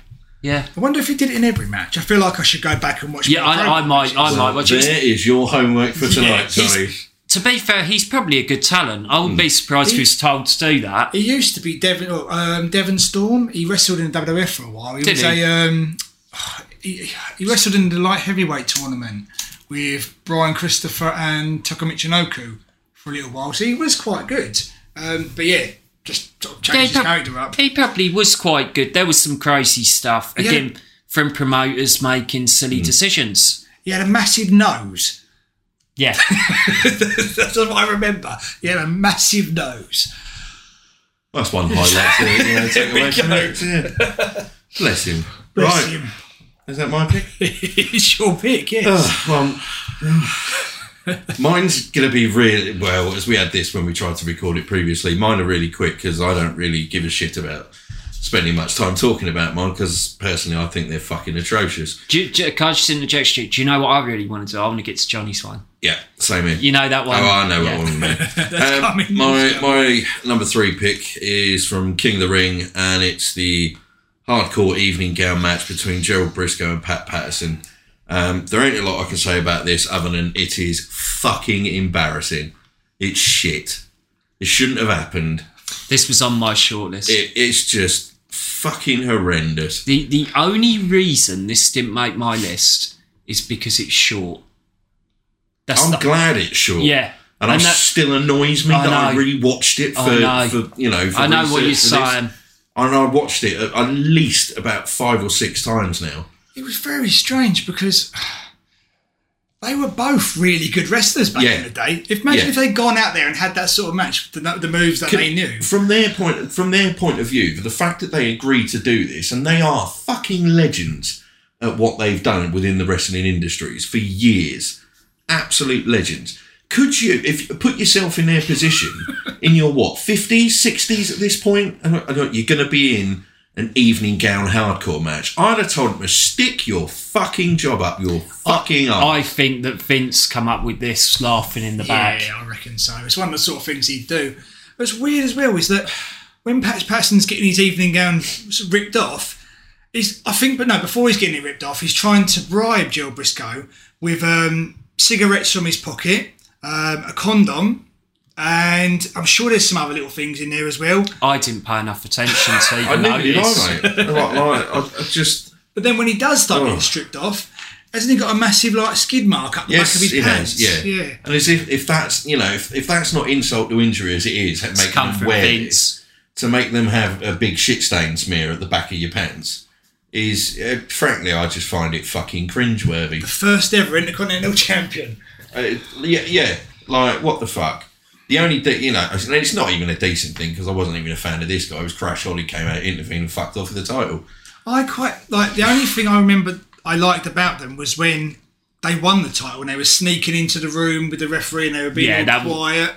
Speaker 3: yeah,
Speaker 4: I wonder if he did it in every match. I feel like I should go back and watch.
Speaker 3: yeah.
Speaker 4: more
Speaker 3: I, I might, I might watch it.
Speaker 2: There is your homework for tonight,
Speaker 3: Yeah.
Speaker 2: Johnny.
Speaker 3: to be fair, he's probably a good talent. I wouldn't be surprised if he was told to do that.
Speaker 4: He used to be Devon, oh, um, Devon Storm. He wrestled in WWF for a while. He
Speaker 3: Did
Speaker 4: was
Speaker 3: he?
Speaker 4: a um, he, he wrestled in the light heavyweight tournament with Brian Christopher and Taka Michinoku for a little while. So he was quite good. Um, but yeah, just sort of
Speaker 3: Yeah,
Speaker 4: changed
Speaker 3: prob-
Speaker 4: his character up.
Speaker 3: he probably was quite good. There was some crazy stuff
Speaker 4: Yeah.
Speaker 3: again from promoters making silly decisions.
Speaker 4: He had a massive nose.
Speaker 3: Yeah,
Speaker 4: That's what I remember. He had a massive nose.
Speaker 2: That's one highlight to you know, take away from it. Yeah. Bless him.
Speaker 4: Bless
Speaker 2: right.
Speaker 4: him.
Speaker 2: Is that my pick?
Speaker 4: it's your pick, yes.
Speaker 2: Ugh, well, mine's going to be really well. As we had this when we tried to record it previously, mine are really quick because I don't really give a shit about spending much time talking about mine because personally, I think they're fucking atrocious.
Speaker 3: Do, you- do, can I just interject you? Do you know what I really want to do? I want to get to Johnny's one.
Speaker 2: Yeah, same here.
Speaker 3: You know that
Speaker 2: Oh,
Speaker 3: one?
Speaker 2: I know
Speaker 3: Yeah.
Speaker 2: what one you mean.
Speaker 4: I mean,
Speaker 2: Um, my my number three pick is from King of the Ring, and it's the hardcore evening gown match between Gerald Briscoe and Pat Patterson. Um, there ain't a lot I can say about this other than it is fucking embarrassing. It's shit. It shouldn't have happened.
Speaker 3: This was on my shortlist.
Speaker 2: It, it's just fucking horrendous.
Speaker 3: the the only reason this didn't make my list is because it's short. That's
Speaker 2: I'm
Speaker 3: the,
Speaker 2: glad it's short.
Speaker 3: Yeah.
Speaker 2: And,
Speaker 3: And
Speaker 2: it
Speaker 3: that-
Speaker 2: still annoys me
Speaker 3: I
Speaker 2: that I
Speaker 3: know.
Speaker 2: rewatched it for,
Speaker 3: I know.
Speaker 2: for you know. For
Speaker 3: I know what
Speaker 2: research
Speaker 3: you're
Speaker 2: for this.
Speaker 3: saying.
Speaker 2: and I watched it at, at least about five or six times now.
Speaker 4: It was very strange because they were both really good wrestlers back
Speaker 2: Yeah.
Speaker 4: in the day. If imagine
Speaker 2: Yeah.
Speaker 4: if they'd gone out there and had that sort of match, the, the moves that they knew.
Speaker 2: From their point, from their point of view, the fact that they agreed to do this, and they are fucking legends at what they've done within the wrestling industries for years, absolute legends. Could you, if you put yourself in their position, in your what fifties, sixties at this point, and I- I know you're going to be in an evening gown hardcore match? I'd have told them to stick your fucking job up your fucking arse.
Speaker 3: I think that Vince come up with this laughing in the back.
Speaker 4: Yeah, I reckon so. It's one of the sort of things he'd do. What's weird as well is that when Pat Patterson's getting his evening gown ripped off, he's I think, but no, before he's getting it ripped off, he's trying to bribe Jill Briscoe with um, cigarettes from his pocket, um, a condom, and I'm sure there's some other little things in there as well.
Speaker 3: I didn't pay enough attention to
Speaker 2: I
Speaker 3: even
Speaker 2: never did,
Speaker 3: notice.
Speaker 2: I, mate. Like, like, I, I just
Speaker 4: But then when he does start
Speaker 2: Oh.
Speaker 4: getting stripped off, hasn't he got a massive like skid mark up the back
Speaker 2: yes,
Speaker 4: of his
Speaker 2: it
Speaker 4: pants?
Speaker 2: has, yeah.
Speaker 4: yeah.
Speaker 2: And as if, if that's you know if, if that's not insult to injury as it is,
Speaker 3: It's
Speaker 2: making
Speaker 3: come
Speaker 2: them
Speaker 3: from
Speaker 2: wear
Speaker 3: Vince.
Speaker 2: it, to make them have a big shit stain smear at the back of your pants is uh, frankly I just find it fucking cringeworthy.
Speaker 4: First ever Intercontinental Champion.
Speaker 2: Uh, yeah, yeah. Like what the fuck? The only thing you know, it's- and it's not even a decent thing because I wasn't even a fan of this guy. It was Crash Holly came out, intervened, and fucked off with the title.
Speaker 4: I quite like the only thing I remember I liked about them was when they won the title and they were sneaking into the room with the referee and they were being
Speaker 3: Yeah,
Speaker 4: all
Speaker 3: that w-
Speaker 4: quiet.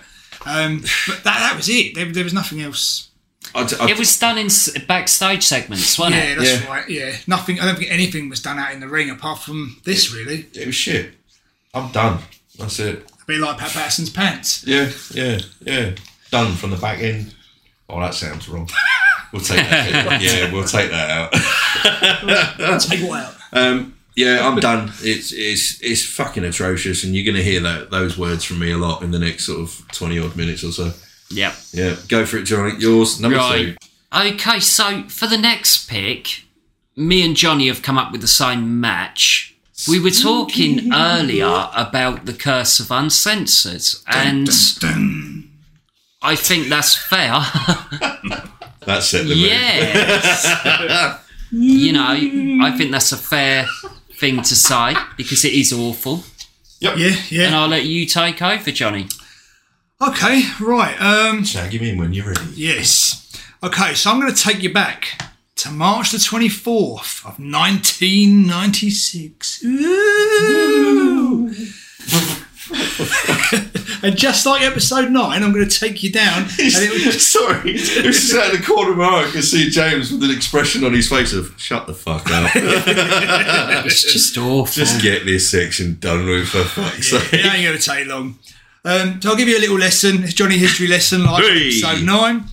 Speaker 4: Um, but that, that was it. There, there was nothing else.
Speaker 2: I, I-
Speaker 3: It was done in s- backstage segments, wasn't
Speaker 4: Yeah,
Speaker 3: it?
Speaker 4: that's
Speaker 2: Yeah.
Speaker 4: right. Yeah, nothing. I don't think anything was done out in the ring apart from this. Really,
Speaker 2: it was shit. I'm done. That's it.
Speaker 4: a bit like Pat Patterson's pants.
Speaker 2: Yeah, yeah, yeah. Done from the back end. Oh, that sounds wrong. We'll take that. out. yeah, we'll take that out.
Speaker 4: Take what out?
Speaker 2: Um, yeah, I'm done. It's it's it's fucking atrocious, and you're gonna hear that those words from me a lot in the next sort of twenty odd minutes or so.
Speaker 3: Yep.
Speaker 2: Yeah, go for it, Johnny. Yours number
Speaker 3: Right. Okay, so for the next pick, me and Johnny have come up with the same match. We were talking earlier about the curse of uncensored, and I think that's fair.
Speaker 2: two. That's it. The
Speaker 3: yes. you know, I think that's a fair thing to say because it is awful.
Speaker 4: Yeah,
Speaker 3: And
Speaker 4: yeah.
Speaker 3: I'll let you take over, Johnny.
Speaker 4: Okay, right. Um,
Speaker 2: Tag him in when you're ready.
Speaker 4: yes. Okay, so I'm going to take you back to March the 24th of 1996. Ooh. and just like episode nine, I'm going to take you down. And it was,
Speaker 2: Sorry, it was just out of the corner of my eye. I could see James with an expression on his face of "Shut the fuck up."
Speaker 3: It's just awful.
Speaker 2: just get this section done with for fuck's sake.
Speaker 4: it ain't going to take long. Um, so I'll give you a little lesson. It's Johnny History lesson, like
Speaker 2: Hey.
Speaker 4: episode nine.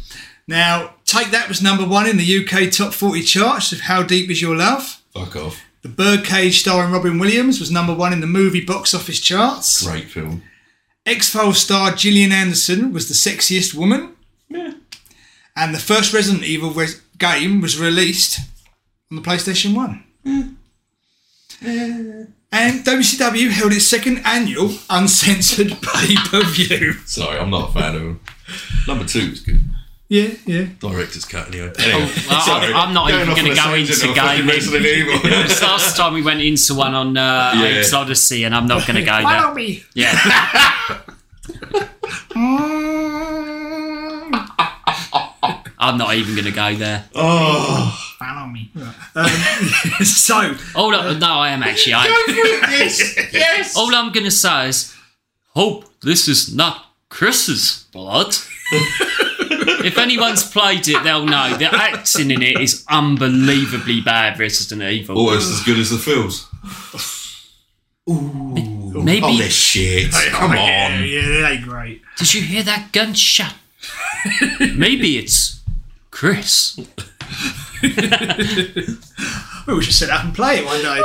Speaker 4: Now, Take That was number one in the UK top 40 charts of How Deep Is Your Love?
Speaker 2: Fuck off.
Speaker 4: The Birdcage starring Robin Williams was number one in the movie box office charts.
Speaker 2: Great film.
Speaker 4: X Files star Gillian Anderson was the sexiest woman. And the first Resident Evil res- game was released on the PlayStation 1. And WCW held its second annual uncensored pay per view.
Speaker 2: Sorry, I'm not a fan of him. Number two was good.
Speaker 4: Yeah, yeah.
Speaker 2: Director's cut, anyway. anyway
Speaker 3: well, I'm- Oh, I'm not even
Speaker 2: off
Speaker 3: gonna
Speaker 2: on a
Speaker 3: go
Speaker 2: tangent
Speaker 3: into
Speaker 2: of fucking
Speaker 3: gaming.
Speaker 2: Resident Evil.
Speaker 3: It's the last time we went into one on uh,
Speaker 2: Yeah.
Speaker 3: Apes Odyssey, and I'm not going to go
Speaker 4: Why
Speaker 3: there.
Speaker 4: don't we?
Speaker 3: Yeah. I'm not even going to go there.
Speaker 2: oh,
Speaker 4: Follow me. Um, so,
Speaker 3: All I, Oh, no, I am actually. I,
Speaker 2: yes, yes.
Speaker 4: Oh,
Speaker 3: all I'm going to say is, hope this is not Chris's blood. If anyone's played it, they'll know the acting in it is unbelievably bad. for Resident Evil.
Speaker 2: Almost as good as the films.
Speaker 3: Maybe
Speaker 2: Oh, this shit. Come
Speaker 4: Yeah,
Speaker 2: on.
Speaker 4: yeah, they ain't great.
Speaker 3: did you hear that gunshot? Maybe it's Chris.
Speaker 4: Well, we should sit up and play it one day.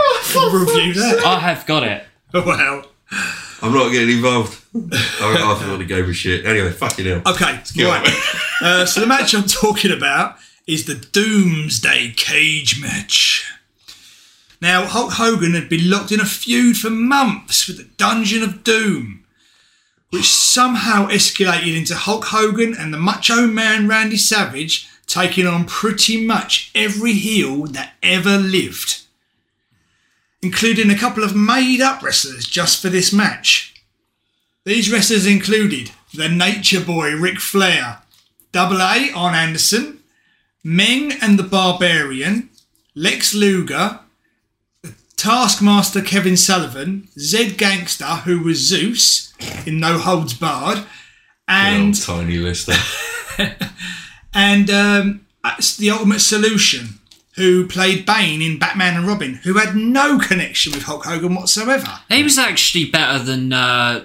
Speaker 4: review that.
Speaker 3: I have got it.
Speaker 4: well,
Speaker 2: I'm not getting involved. I, I thought it gave a shit. Anyway, fucking hell.
Speaker 4: okay,
Speaker 2: Go on.
Speaker 4: right. Uh, so the match I'm talking about is the Doomsday Cage match. Now, Hulk Hogan had been locked in a feud for months with the Dungeon of Doom, which somehow escalated into Hulk Hogan and the Macho Man Randy Savage taking on pretty much every heel that ever lived, including a couple of made up wrestlers just for this match. These wrestlers included the Nature Boy Ric Flair, Double A on Anderson, Meng and the Barbarian, Lex Luger, Taskmaster Kevin Sullivan, Zed Gangster, who was Zeus in No Holds Barred, and
Speaker 2: Little tiny lister.
Speaker 4: and um, that's the Ultimate Solution, who played Bane in Batman and Robin, who had no connection with Hulk Hogan whatsoever.
Speaker 3: He was actually better than uh,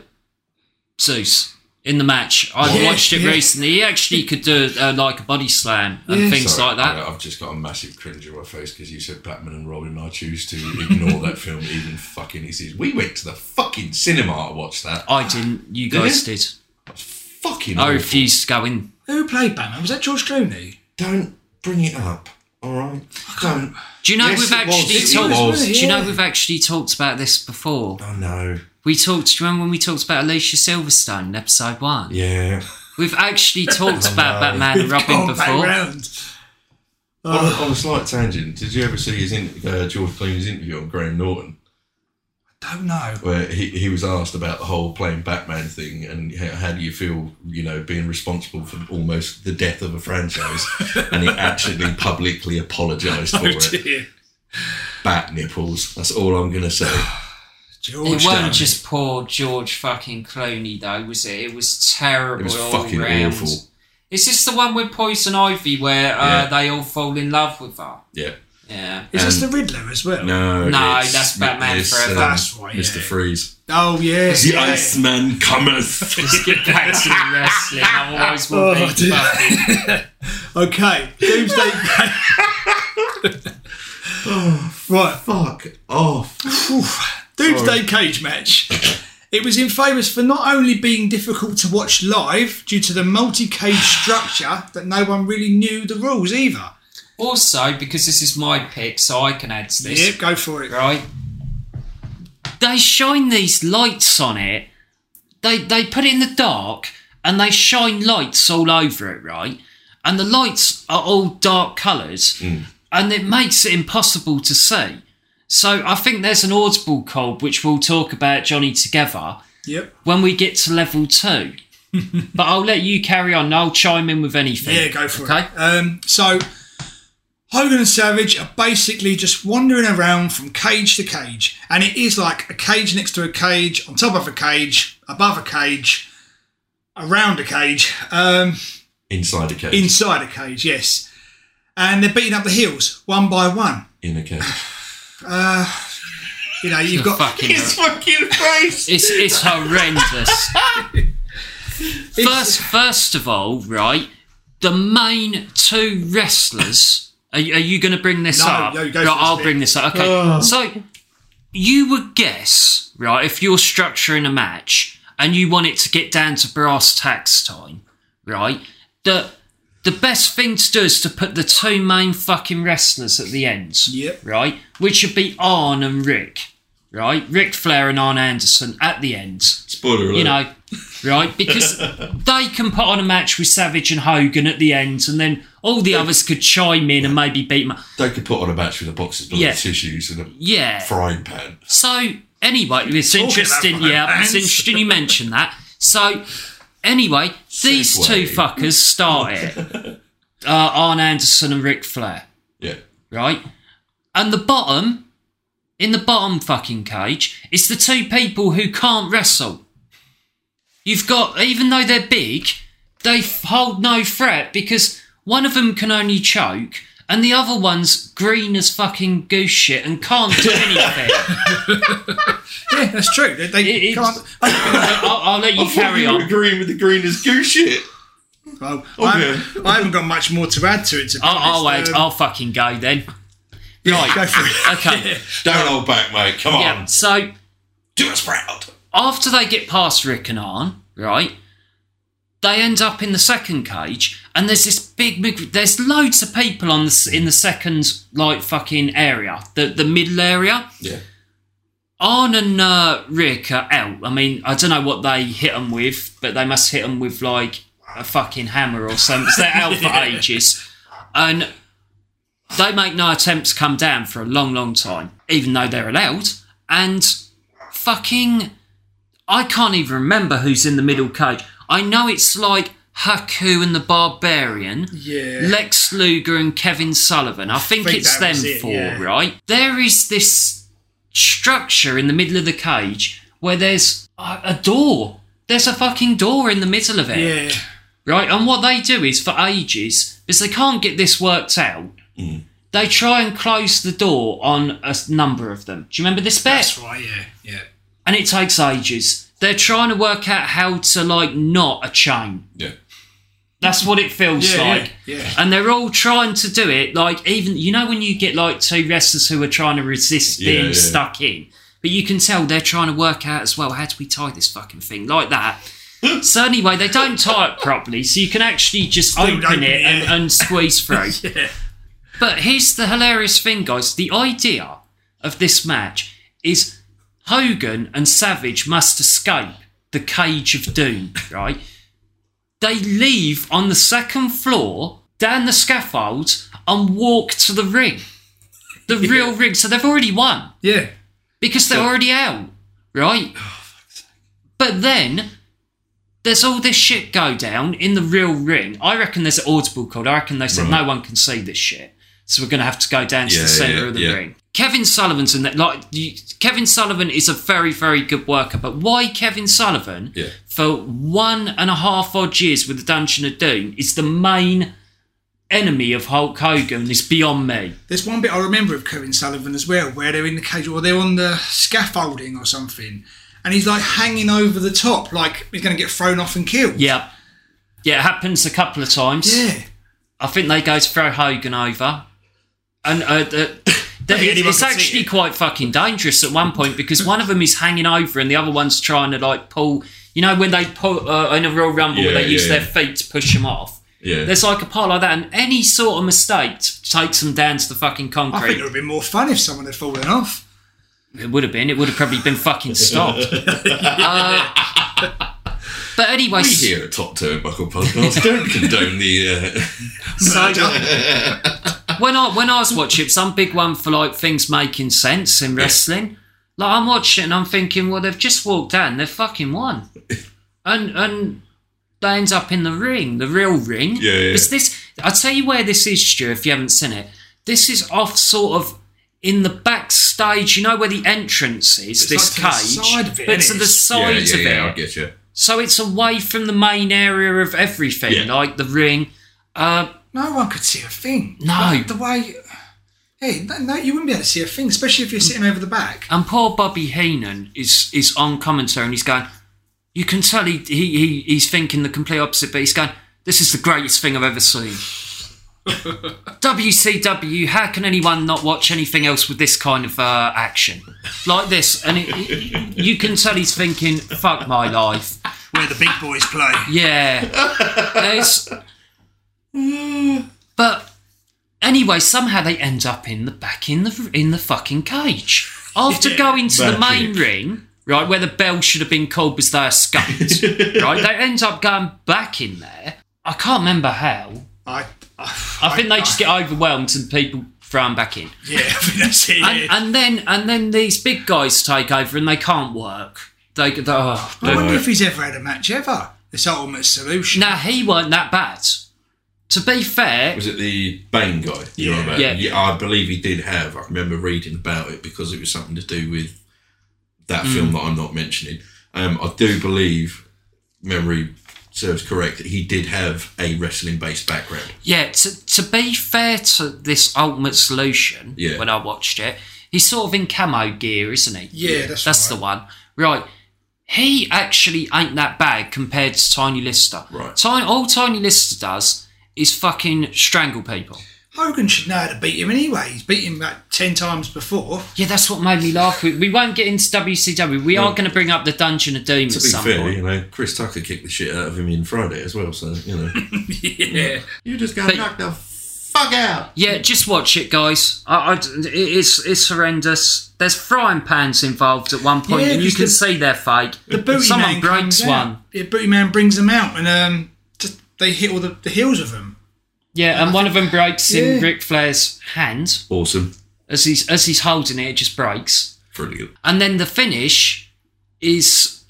Speaker 3: Zeus in the match. I
Speaker 4: Yeah,
Speaker 3: watched it
Speaker 4: yeah.
Speaker 3: recently. He actually could do uh, like a body slam and
Speaker 4: Yeah.
Speaker 3: things
Speaker 2: Sorry,
Speaker 3: like that.
Speaker 2: I- I've just got a massive cringe on my face because you said Batman and Robin, and I choose to ignore that film even fucking exists. We went to the fucking cinema to watch that.
Speaker 3: I didn't. You guys
Speaker 2: you?
Speaker 3: did.
Speaker 2: Fucking
Speaker 3: I
Speaker 2: awful.
Speaker 3: refused to go in.
Speaker 4: Who played Batman? Was that George Clooney?
Speaker 2: Don't bring it up. All right. Don't.
Speaker 3: Do you know
Speaker 2: Yes,
Speaker 3: we've
Speaker 2: it
Speaker 3: actually
Speaker 2: was, it
Speaker 3: talked?
Speaker 2: was,
Speaker 3: Do you know
Speaker 4: yeah.
Speaker 3: we've actually talked about this before?
Speaker 2: Oh no.
Speaker 3: We talked. Do you remember when we talked about Alicia Silverstone in episode one?
Speaker 2: Yeah.
Speaker 3: We've actually talked about Batman and Robin
Speaker 4: Gone back
Speaker 3: before.
Speaker 4: round.
Speaker 2: On, a- on a slight tangent, did you ever see his in, uh, George Clooney's interview on Graham Norton,
Speaker 4: Don't know.
Speaker 2: where he, he was asked about the whole playing Batman thing and how, how do you feel, you know, being responsible for almost the death of a franchise, and he actually publicly apologised for it.
Speaker 4: Dear.
Speaker 2: Bat nipples. That's all I'm gonna say.
Speaker 4: George
Speaker 3: It
Speaker 4: Clooney.
Speaker 3: wasn't just poor George fucking Clooney though, was it? It was terrible.
Speaker 2: It was
Speaker 3: all
Speaker 2: fucking
Speaker 3: round.
Speaker 2: awful.
Speaker 3: Is this the one with Poison Ivy where uh,
Speaker 2: Yeah.
Speaker 3: they all fall in love with her?
Speaker 2: Yeah.
Speaker 3: Yeah.
Speaker 4: Is this the
Speaker 2: and-
Speaker 4: Riddler as well?
Speaker 2: No.
Speaker 3: No,
Speaker 2: it's-
Speaker 3: that's Batman
Speaker 2: it's, um,
Speaker 3: Forever.
Speaker 4: That's right,
Speaker 2: Mr.
Speaker 4: yeah.
Speaker 2: Freeze.
Speaker 4: Oh, yes.
Speaker 2: The
Speaker 4: yeah.
Speaker 2: Iceman cometh.
Speaker 3: Let's get back to the wrestling. I always will
Speaker 4: Oh,
Speaker 3: be
Speaker 4: dear.
Speaker 3: fucking.
Speaker 4: Okay. Doomsday. right.
Speaker 2: Fuck off.
Speaker 4: Doomsday Cage match. It was infamous for not only being difficult to watch live due to the multi cage structure that no one really knew the rules either.
Speaker 3: Also, because this is my pick, so I can add to this.
Speaker 4: Yep, go for it.
Speaker 3: right? They shine these lights on it. They they put it in the dark and they shine lights all over it, right? And the lights are all dark colours,
Speaker 4: Hmm.
Speaker 3: and it makes it impossible to see. So I think there's an audible call which we'll talk about Johnny together
Speaker 4: Yep.
Speaker 3: when we get to level two. but I'll let you carry on. and I'll chime in with anything.
Speaker 4: Yeah, go for
Speaker 3: Okay.
Speaker 4: it. Um, so, Hogan and Savage are basically just wandering around from cage to cage, and it is like a cage next to a cage, on top of a cage, above a cage, around a cage. Um,
Speaker 2: Inside a cage.
Speaker 4: inside a cage, yes. And they're beating up the heels one by one.
Speaker 2: In a cage.
Speaker 4: You know, you've got
Speaker 3: Fucking hell.
Speaker 2: fucking face.
Speaker 3: It's it's horrendous. first, first of all, right, the main two wrestlers. Are, are you going to bring this
Speaker 4: No,
Speaker 3: up?
Speaker 4: no, go
Speaker 3: Right,
Speaker 4: for it,
Speaker 3: I'll
Speaker 4: Steve.
Speaker 3: bring this up. Okay, so you would guess, right, if you're structuring a match and you want it to get down to brass tacks time, right, that the best thing to do is to put the two main fucking wrestlers at the end.
Speaker 4: Yep.
Speaker 3: Right? Which would be Arn and Rick. Right? Rick Flair and Arn Anderson at the end
Speaker 2: Spoiler alert.
Speaker 3: you know, right? Because they can put on a match with Savage and Hogan at the end, and then all the others could chime in and maybe beat them. up.
Speaker 2: They could put on a match with a box of bloody
Speaker 3: Yeah.
Speaker 2: tissues and a
Speaker 3: Yeah.
Speaker 2: frying pan.
Speaker 3: So anyway, it's interesting.
Speaker 4: my
Speaker 3: Yeah, it's
Speaker 4: pants.
Speaker 3: interesting you mentioned that. So anyway, these
Speaker 2: Segway.
Speaker 3: two fuckers start it. Uh, Arn Anderson and Ric Flair.
Speaker 2: Yeah.
Speaker 3: right? And the bottom, in the bottom fucking cage, it's the two people who can't wrestle. You've got, even though they're big, they f- hold no threat because one of them can only choke and the other one's green as fucking goose shit and can't do anything.
Speaker 4: Yeah, that's true. They, they
Speaker 3: It- it's-
Speaker 4: can't.
Speaker 3: I'll, I'll let you
Speaker 2: I thought
Speaker 3: carry
Speaker 2: you were
Speaker 3: on.
Speaker 2: agreeing with the green as goose shit.
Speaker 4: Well, I,
Speaker 2: yeah.
Speaker 4: haven't, I haven't got much more to add to it. To be
Speaker 3: Oh, I'll, I'll wait.
Speaker 4: honest. Um,
Speaker 3: I'll fucking go then.
Speaker 4: yeah, go for it.
Speaker 3: Okay.
Speaker 2: Don't hold back, mate. Come on.
Speaker 3: Yeah. So
Speaker 2: Do us proud.
Speaker 3: after they get past Rick and Arn, right, they end up in the second cage, and there's this big, big there's loads of people on the, s- in the second like fucking area, the the middle area.
Speaker 2: Yeah.
Speaker 3: Arn and uh, Rick are out. I mean, I don't know what they hit them with, but they must hit them with like a fucking hammer or something. So they're out for ages, and they make no attempt to come down for a long, long time, even though they're allowed. And fucking I can't even remember who's in the middle cage. I know it's like Haku and the Barbarian,
Speaker 4: Yeah.
Speaker 3: Lex Luger and Kevin Sullivan. I think,
Speaker 4: think
Speaker 3: it's
Speaker 4: that
Speaker 3: them
Speaker 4: was it,
Speaker 3: four,
Speaker 4: yeah.
Speaker 3: right? There is this structure in the middle of the cage where there's a, a door. There's a fucking door in the middle of it,
Speaker 4: yeah.
Speaker 3: right? And what they do is for ages, because they can't get this worked out,
Speaker 2: Mm.
Speaker 3: they try and close the door on a s- number of them. Do you remember this bit?
Speaker 4: That's right. Yeah. Yeah.
Speaker 3: and it takes ages. They're trying to work out how to like knot a chain.
Speaker 2: Yeah.
Speaker 3: That's what it feels
Speaker 4: Yeah, yeah,
Speaker 3: like.
Speaker 4: yeah.
Speaker 3: And they're all trying to do it. Like even you know when you get like two wrestlers who are trying to resist
Speaker 2: Yeah,
Speaker 3: being
Speaker 2: yeah.
Speaker 3: stuck in, but you can tell they're trying to work out as well how do we tie this fucking thing like that. so anyway, they don't tie it properly, so you can actually just open,
Speaker 4: open
Speaker 3: it
Speaker 4: it,
Speaker 3: and,
Speaker 4: yeah.
Speaker 3: and squeeze through. But here's the hilarious thing, guys. The idea of this match is Hogan and Savage must escape the cage of doom, right? They leave on the second floor, down the scaffold, and walk to the ring. The real ring. So they've already won
Speaker 4: Yeah.
Speaker 3: because they're already out, right?
Speaker 2: Oh,
Speaker 3: But then there's all this shit go down in the real ring. I reckon there's an audible call. I reckon they said
Speaker 2: Right.
Speaker 3: no one can see this shit, so we're gonna have to go down to
Speaker 2: Yeah,
Speaker 3: the center
Speaker 2: yeah,
Speaker 3: of the
Speaker 2: yeah.
Speaker 3: ring. Kevin Sullivan's in that. Like you, Kevin Sullivan is a very very good worker, but why Kevin Sullivan?
Speaker 2: Yeah.
Speaker 3: For one and a half odd years with the Dungeon of Doom is the main enemy of Hulk Hogan. Is beyond me.
Speaker 4: There's one bit I remember of Kevin Sullivan as well, where they're in the cage or they're on the scaffolding or something, and he's like hanging over the top, like he's going to get thrown off and killed.
Speaker 3: Yeah. Yeah, it happens a couple of times.
Speaker 4: Yeah.
Speaker 3: I think they go to throw Hogan over, and uh, the, the-
Speaker 4: anyone
Speaker 3: it's, it's
Speaker 4: can see
Speaker 3: actually
Speaker 4: it.
Speaker 3: quite fucking dangerous at one point because one of them is hanging over and the other one's trying to like pull. You know when they pull uh, in a Royal Rumble where
Speaker 2: Yeah,
Speaker 3: they use
Speaker 2: yeah,
Speaker 3: their
Speaker 2: yeah.
Speaker 3: feet to push them off.
Speaker 2: Yeah.
Speaker 3: There's like a part like that, and any sort of mistake t- takes them down to the fucking
Speaker 4: I think
Speaker 3: concrete.
Speaker 4: it would have been more fun if someone had fallen off.
Speaker 3: It would have been. It would have probably been fucking stopped. Uh, but anyway,
Speaker 2: we
Speaker 3: s-
Speaker 2: here at Top Turnbuckle Podcast don't condone the. Uh,
Speaker 3: So when I when I was watching, it's some big one for like things making sense in wrestling. Like I'm watching, and I'm thinking, well, they've just walked down, they've fucking won, and and they end up in the ring, the real ring.
Speaker 2: Yeah, yeah.
Speaker 3: It's this. I'll tell you where this is, Stu, if you haven't seen it. This is off sort of in the backstage. You know where the entrance is. this
Speaker 4: like to
Speaker 3: cage,
Speaker 4: the side of it,
Speaker 3: but to
Speaker 4: isn't it?
Speaker 3: the
Speaker 2: yeah,
Speaker 3: side
Speaker 2: yeah,
Speaker 3: of
Speaker 2: yeah,
Speaker 3: it.
Speaker 2: I get you.
Speaker 3: so it's away from the main area of everything,
Speaker 2: Yeah.
Speaker 3: like the ring. Uh,
Speaker 4: No one could see a thing.
Speaker 3: No.
Speaker 4: Like, the way. Hey, no, no, you wouldn't be able to see a thing, especially if you're sitting over the back.
Speaker 3: And poor Bobby Heenan is is on commentary and he's going, you can tell he, he, he he's thinking the complete opposite, but he's going, this is the greatest thing I've ever seen. WCW, how can anyone not watch anything else with this kind of uh, action like this? And it, it- you can tell he's thinking, fuck my life.
Speaker 4: Where the big boys play.
Speaker 3: Yeah. It's- but anyway, somehow they end up in the back in the in the fucking cage after going to the main
Speaker 2: magic.
Speaker 3: ring, right where the bell should have been called because they escaped. right, they end up going back in there. I can't remember how.
Speaker 4: I, I,
Speaker 3: I think they just get overwhelmed and people throw 'em back in.
Speaker 4: Yeah, I think that's it.
Speaker 3: And,
Speaker 4: yeah.
Speaker 3: and then and then these big guys take over and they can't work. They, they oh,
Speaker 4: I wonder if he's ever had a match ever. This ultimate solution.
Speaker 3: Now he weren't that bad. To be fair,
Speaker 2: Was it the Bane guy? You know
Speaker 4: Yeah.
Speaker 2: about?
Speaker 3: Yeah.
Speaker 2: I believe he did have. I remember reading about it because it was something to do with
Speaker 3: Hmm.
Speaker 2: that film that I'm not mentioning. Um, I do believe memory serves correct, he did have a wrestling based background.
Speaker 3: Yeah, to, to be fair to this Ultimate Solution,
Speaker 2: Yeah.
Speaker 3: when I watched it, he's sort of in camo gear, isn't he?
Speaker 4: Yeah, that's
Speaker 3: That's
Speaker 4: right.
Speaker 3: the one. Right. He actually ain't that bad compared to Tiny Lister.
Speaker 2: Right.
Speaker 3: Tiny, all Tiny Lister does is fucking strangle people.
Speaker 4: Hogan should know how to beat him anyway. He's beat him like 10 times before.
Speaker 3: Yeah, that's what made me laugh. We, we won't get into WCW. We are going to bring up the Dungeon of Doom
Speaker 2: To
Speaker 3: at
Speaker 2: be
Speaker 3: some
Speaker 2: fair,
Speaker 3: point.
Speaker 2: you know, Chris Tucker kicked the shit out of him in Friday as well, so, you know.
Speaker 4: yeah.
Speaker 2: you just got to
Speaker 3: But-
Speaker 2: knock the fuck out.
Speaker 3: Yeah, just watch it, guys. I, I- it- it's it's horrendous. There's frying pans involved at one point,
Speaker 4: Yeah,
Speaker 3: and you
Speaker 4: 'cause
Speaker 3: can
Speaker 4: the-
Speaker 3: see they're fake.
Speaker 4: The booty
Speaker 3: Someone
Speaker 4: man
Speaker 3: breaks
Speaker 4: comes out.
Speaker 3: one.
Speaker 4: Yeah, booty man brings them out and um, just, they hit all the, the heels of them.
Speaker 3: Yeah, and one of them breaks in
Speaker 4: Yeah.
Speaker 3: Ric Flair's hand
Speaker 2: Awesome.
Speaker 3: as he's as he's holding it. It just breaks,
Speaker 2: Brilliant.
Speaker 3: and then the finish is,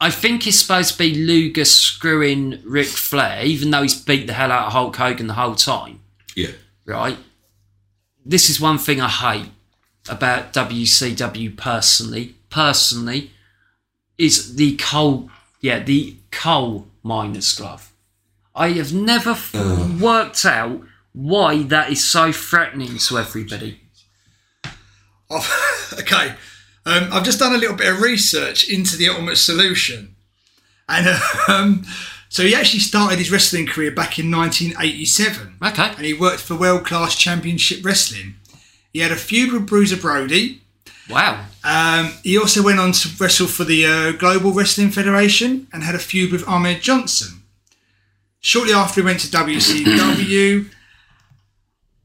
Speaker 3: I think, is supposed to be Luger screwing Ric Flair, even though he's beat the hell out of Hulk Hogan the whole time.
Speaker 2: Yeah.
Speaker 3: right? This is one thing I hate about WCW personally. Personally, is the coal, yeah, the coal miner's glove. I have never f- worked out why that is so threatening to everybody.
Speaker 4: I've- okay, um, I've just done a little bit of research into the Ultimate Solution, and um, so he actually started his wrestling career back in 1987,
Speaker 3: Okay.
Speaker 4: and he worked for World Class Championship Wrestling. He had a feud with Bruiser Brody.
Speaker 3: Wow.
Speaker 4: Um, he also went on to wrestle for the uh, Global Wrestling Federation and had a feud with Ahmed Johnson. Shortly after, he went to WCW.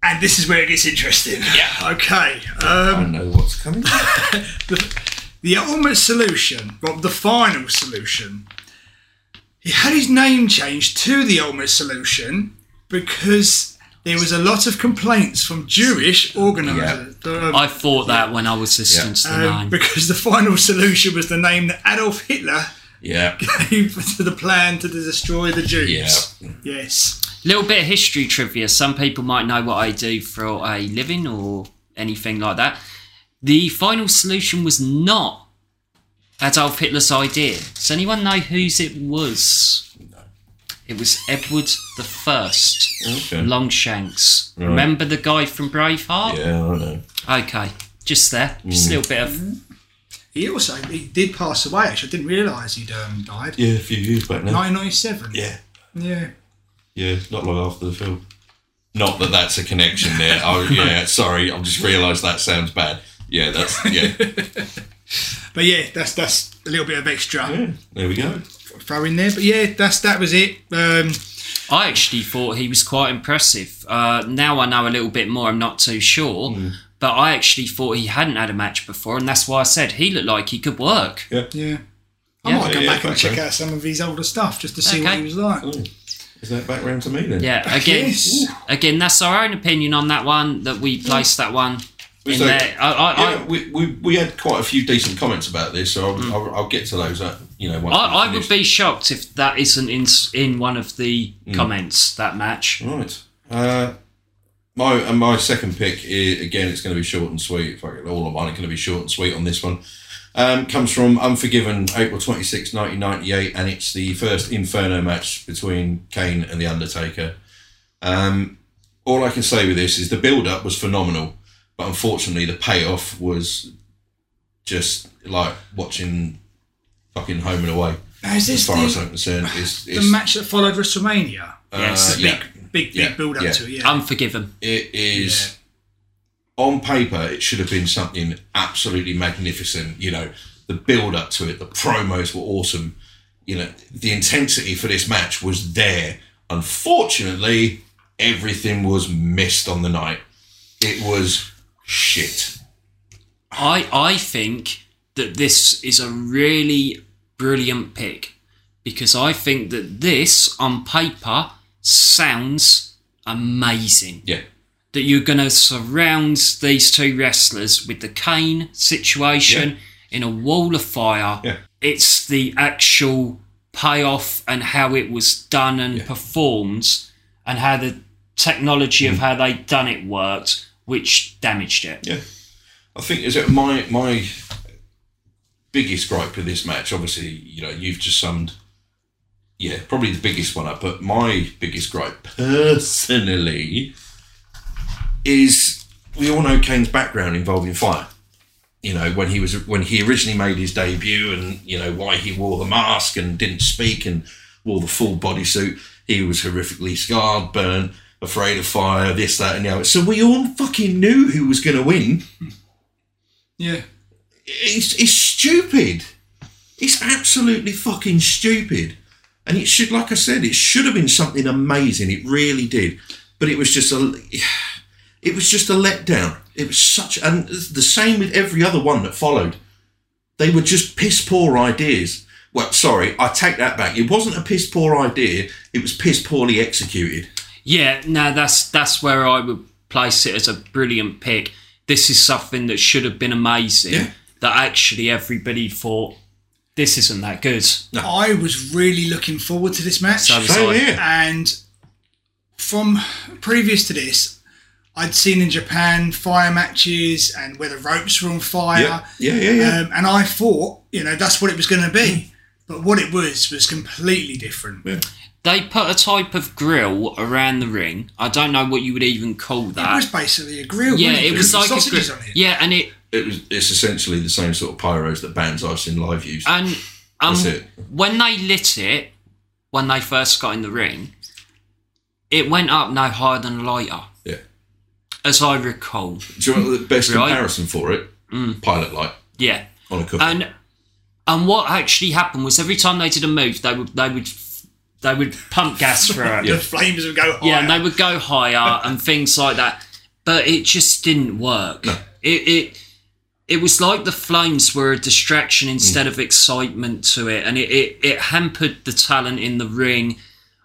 Speaker 4: And this is where it gets interesting. Yeah. Okay. Um,
Speaker 2: I know what's coming.
Speaker 4: the ultimate solution, well, the final solution, he had his name changed to the ultimate solution because there was a lot of complaints from Jewish organisers. um,
Speaker 3: I thought that when I was listening to the
Speaker 4: um,
Speaker 3: name.
Speaker 4: because the final solution was the name that Adolf Hitler
Speaker 2: yeah.
Speaker 4: gave to the plan to destroy the Jews. Yes.
Speaker 3: Little bit of history trivia. Some people might know what I do for a living or anything like that. The final solution was not Adolf Hitler's idea. Does anyone know whose it was? It was Edward the First,
Speaker 2: Okay.
Speaker 3: Longshanks. Remember the guy from Braveheart?
Speaker 2: Yeah, Mm. I know.
Speaker 3: Okay, just there. Just a little bit of.
Speaker 4: He also he did pass away. Actually, I didn't realise he'd um, died.
Speaker 2: Yeah, a few years back now.
Speaker 4: 1997.
Speaker 2: Yeah.
Speaker 4: Yeah.
Speaker 2: Yeah, not long after the film. Not that that's a connection there. Oh, yeah, sorry. I've just realised that sounds bad. Yeah, that's, yeah.
Speaker 4: But yeah, that's that's a little bit of extra.
Speaker 2: yeah there we go.
Speaker 4: throw in there. But yeah, that's that was it. Um,
Speaker 3: I actually thought he was quite impressive. Uh, now I know a little bit more. I'm not too sure.
Speaker 2: Hmm.
Speaker 3: But I actually thought he hadn't had a match before, and that's why I said he looked like he could work.
Speaker 4: yeah. I
Speaker 3: Yeah.
Speaker 4: might go
Speaker 2: Yeah,
Speaker 4: back and
Speaker 2: okay.
Speaker 4: check out some of his older stuff just to see what
Speaker 3: Okay.
Speaker 4: he was like.
Speaker 2: Is that back round to me then?
Speaker 3: Yeah, again,
Speaker 4: Yes.
Speaker 3: again, that's our own opinion on that one. That we placed that one in
Speaker 2: So-
Speaker 3: there. I, I,
Speaker 2: Hmm. Yeah, we, we, we had quite a few decent comments about this, so I'll, I'll, I'll get to those. Uh, you know, once
Speaker 3: Mm. I, I
Speaker 2: we
Speaker 3: would be shocked if that isn't in s- in one of the
Speaker 2: Hmm.
Speaker 3: comments that match.
Speaker 2: right. Uh, my and my second pick is, again. It's going to be short and sweet. Fuck it, all of mine are going to be short and sweet on this one. Um, comes from Unforgiven, April 26, 1998, and it's the first Inferno match between Kane and The Undertaker. Um, all I can say with this is the build up was phenomenal, but unfortunately, the payoff was just like watching fucking Home and Away.
Speaker 4: Now, is
Speaker 2: As
Speaker 4: this
Speaker 2: far as I'm
Speaker 4: the,
Speaker 2: concerned, it's,
Speaker 4: the
Speaker 2: it's
Speaker 4: match that followed WrestleMania?
Speaker 3: yes,
Speaker 2: uh, yeah.
Speaker 4: Big, big,
Speaker 2: Yeah,
Speaker 4: big build up
Speaker 2: yeah.
Speaker 4: to it. Yeah.
Speaker 3: Um, Unforgiven.
Speaker 2: It is on paper. It should have been something absolutely magnificent. You know, the build up to it, the promos were awesome. You know, the intensity for this match was there. Unfortunately, everything was missed on the night. It was shit.
Speaker 3: I I think that this is a really brilliant pick because I think that this on paper sounds amazing.
Speaker 2: Yeah,
Speaker 3: that you're going to surround these two wrestlers with the Kane situation in a wall of fire.
Speaker 2: Yeah.
Speaker 3: It's the actual payoff and how it was done and performed, and how the technology of how they done it worked, which damaged it.
Speaker 2: Yeah, I think is it my my biggest gripe with this match. Obviously, you know, you've just summed yeah, probably the biggest one I put. My biggest gripe, personally, is we all know Kane's background involving fire. You know, when he was when he originally made his debut, and you know why he wore the mask and didn't speak and wore the full bodysuit. He was horrifically scarred, burned, afraid of fire, this, that, and the other. So we all fucking knew who was going to win.
Speaker 4: Yeah.
Speaker 2: It's, it's stupid. It's absolutely fucking stupid. And it should, like I said, it should have been something amazing. It really did, but it was just a, it was just a letdown. It was such, and the same with every other one that followed. They were just piss poor ideas. Well, sorry, I take that back. It wasn't a piss poor idea. It was piss poorly executed.
Speaker 3: Yeah, no, that's that's where I would place it as a brilliant pick. This is something that should have been amazing.
Speaker 2: Yeah.
Speaker 3: That actually everybody thought this isn't that good.
Speaker 4: I was really looking forward to this match.
Speaker 3: So was
Speaker 2: Same
Speaker 3: I.
Speaker 2: here.
Speaker 4: And from previous to this, I'd seen in Japan fire matches and where the ropes were on fire.
Speaker 2: Yeah, yeah, yeah, yeah. Mm.
Speaker 4: Um, and I thought, you know, that's what it was going to be. But what it was was completely different.
Speaker 2: Yeah.
Speaker 3: They put a type of grill around the ring. I don't know what you would even call
Speaker 4: It was
Speaker 3: that.
Speaker 4: basically a grill.
Speaker 3: yeah,
Speaker 4: wasn't
Speaker 3: it was
Speaker 4: With
Speaker 3: like a
Speaker 4: sausages
Speaker 3: grill.
Speaker 4: on it.
Speaker 3: Yeah, and it
Speaker 2: It was. It's essentially the same sort of pyros that bands I've seen live use.
Speaker 3: and um,
Speaker 2: That's it.
Speaker 3: when they lit it, when they first got in the ring, it went up no higher than a lighter,
Speaker 2: yeah.
Speaker 3: as I recall.
Speaker 2: Do you want the best
Speaker 3: Right.
Speaker 2: comparison for it? Pilot light
Speaker 3: Yeah.
Speaker 2: on a cooker.
Speaker 3: and and what actually happened was every time they did a move, they would they would they would pump gas through it.
Speaker 4: The flames would go higher.
Speaker 3: Yeah, and they would go higher and things like that. But it just didn't work. It it it was like the flames were a distraction instead of excitement to it, and it, it it hampered the talent in the ring.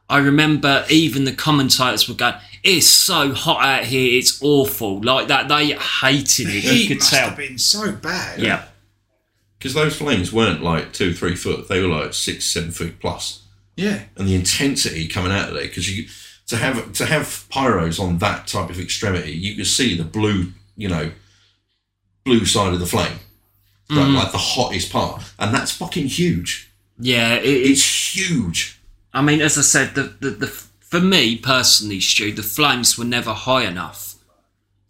Speaker 3: I remember even the commentators were going, "It's so hot out here, it's awful." Like that, they hated
Speaker 4: the
Speaker 3: it.
Speaker 4: heat
Speaker 3: You could
Speaker 4: must
Speaker 3: tell.
Speaker 4: have been so bad.
Speaker 3: Yeah,
Speaker 2: because those flames weren't like two, three foot; they were like six, seven foot plus.
Speaker 4: Yeah.
Speaker 2: And the intensity coming out of there, because you to have to have pyros on that type of extremity, you could see the blue, you know, blue side of the flame, like, like the hottest part, and that's fucking huge.
Speaker 3: yeah. It, it,
Speaker 2: It's huge.
Speaker 3: I mean, as I said, the, the, the for me personally, Stu, the flames were never high enough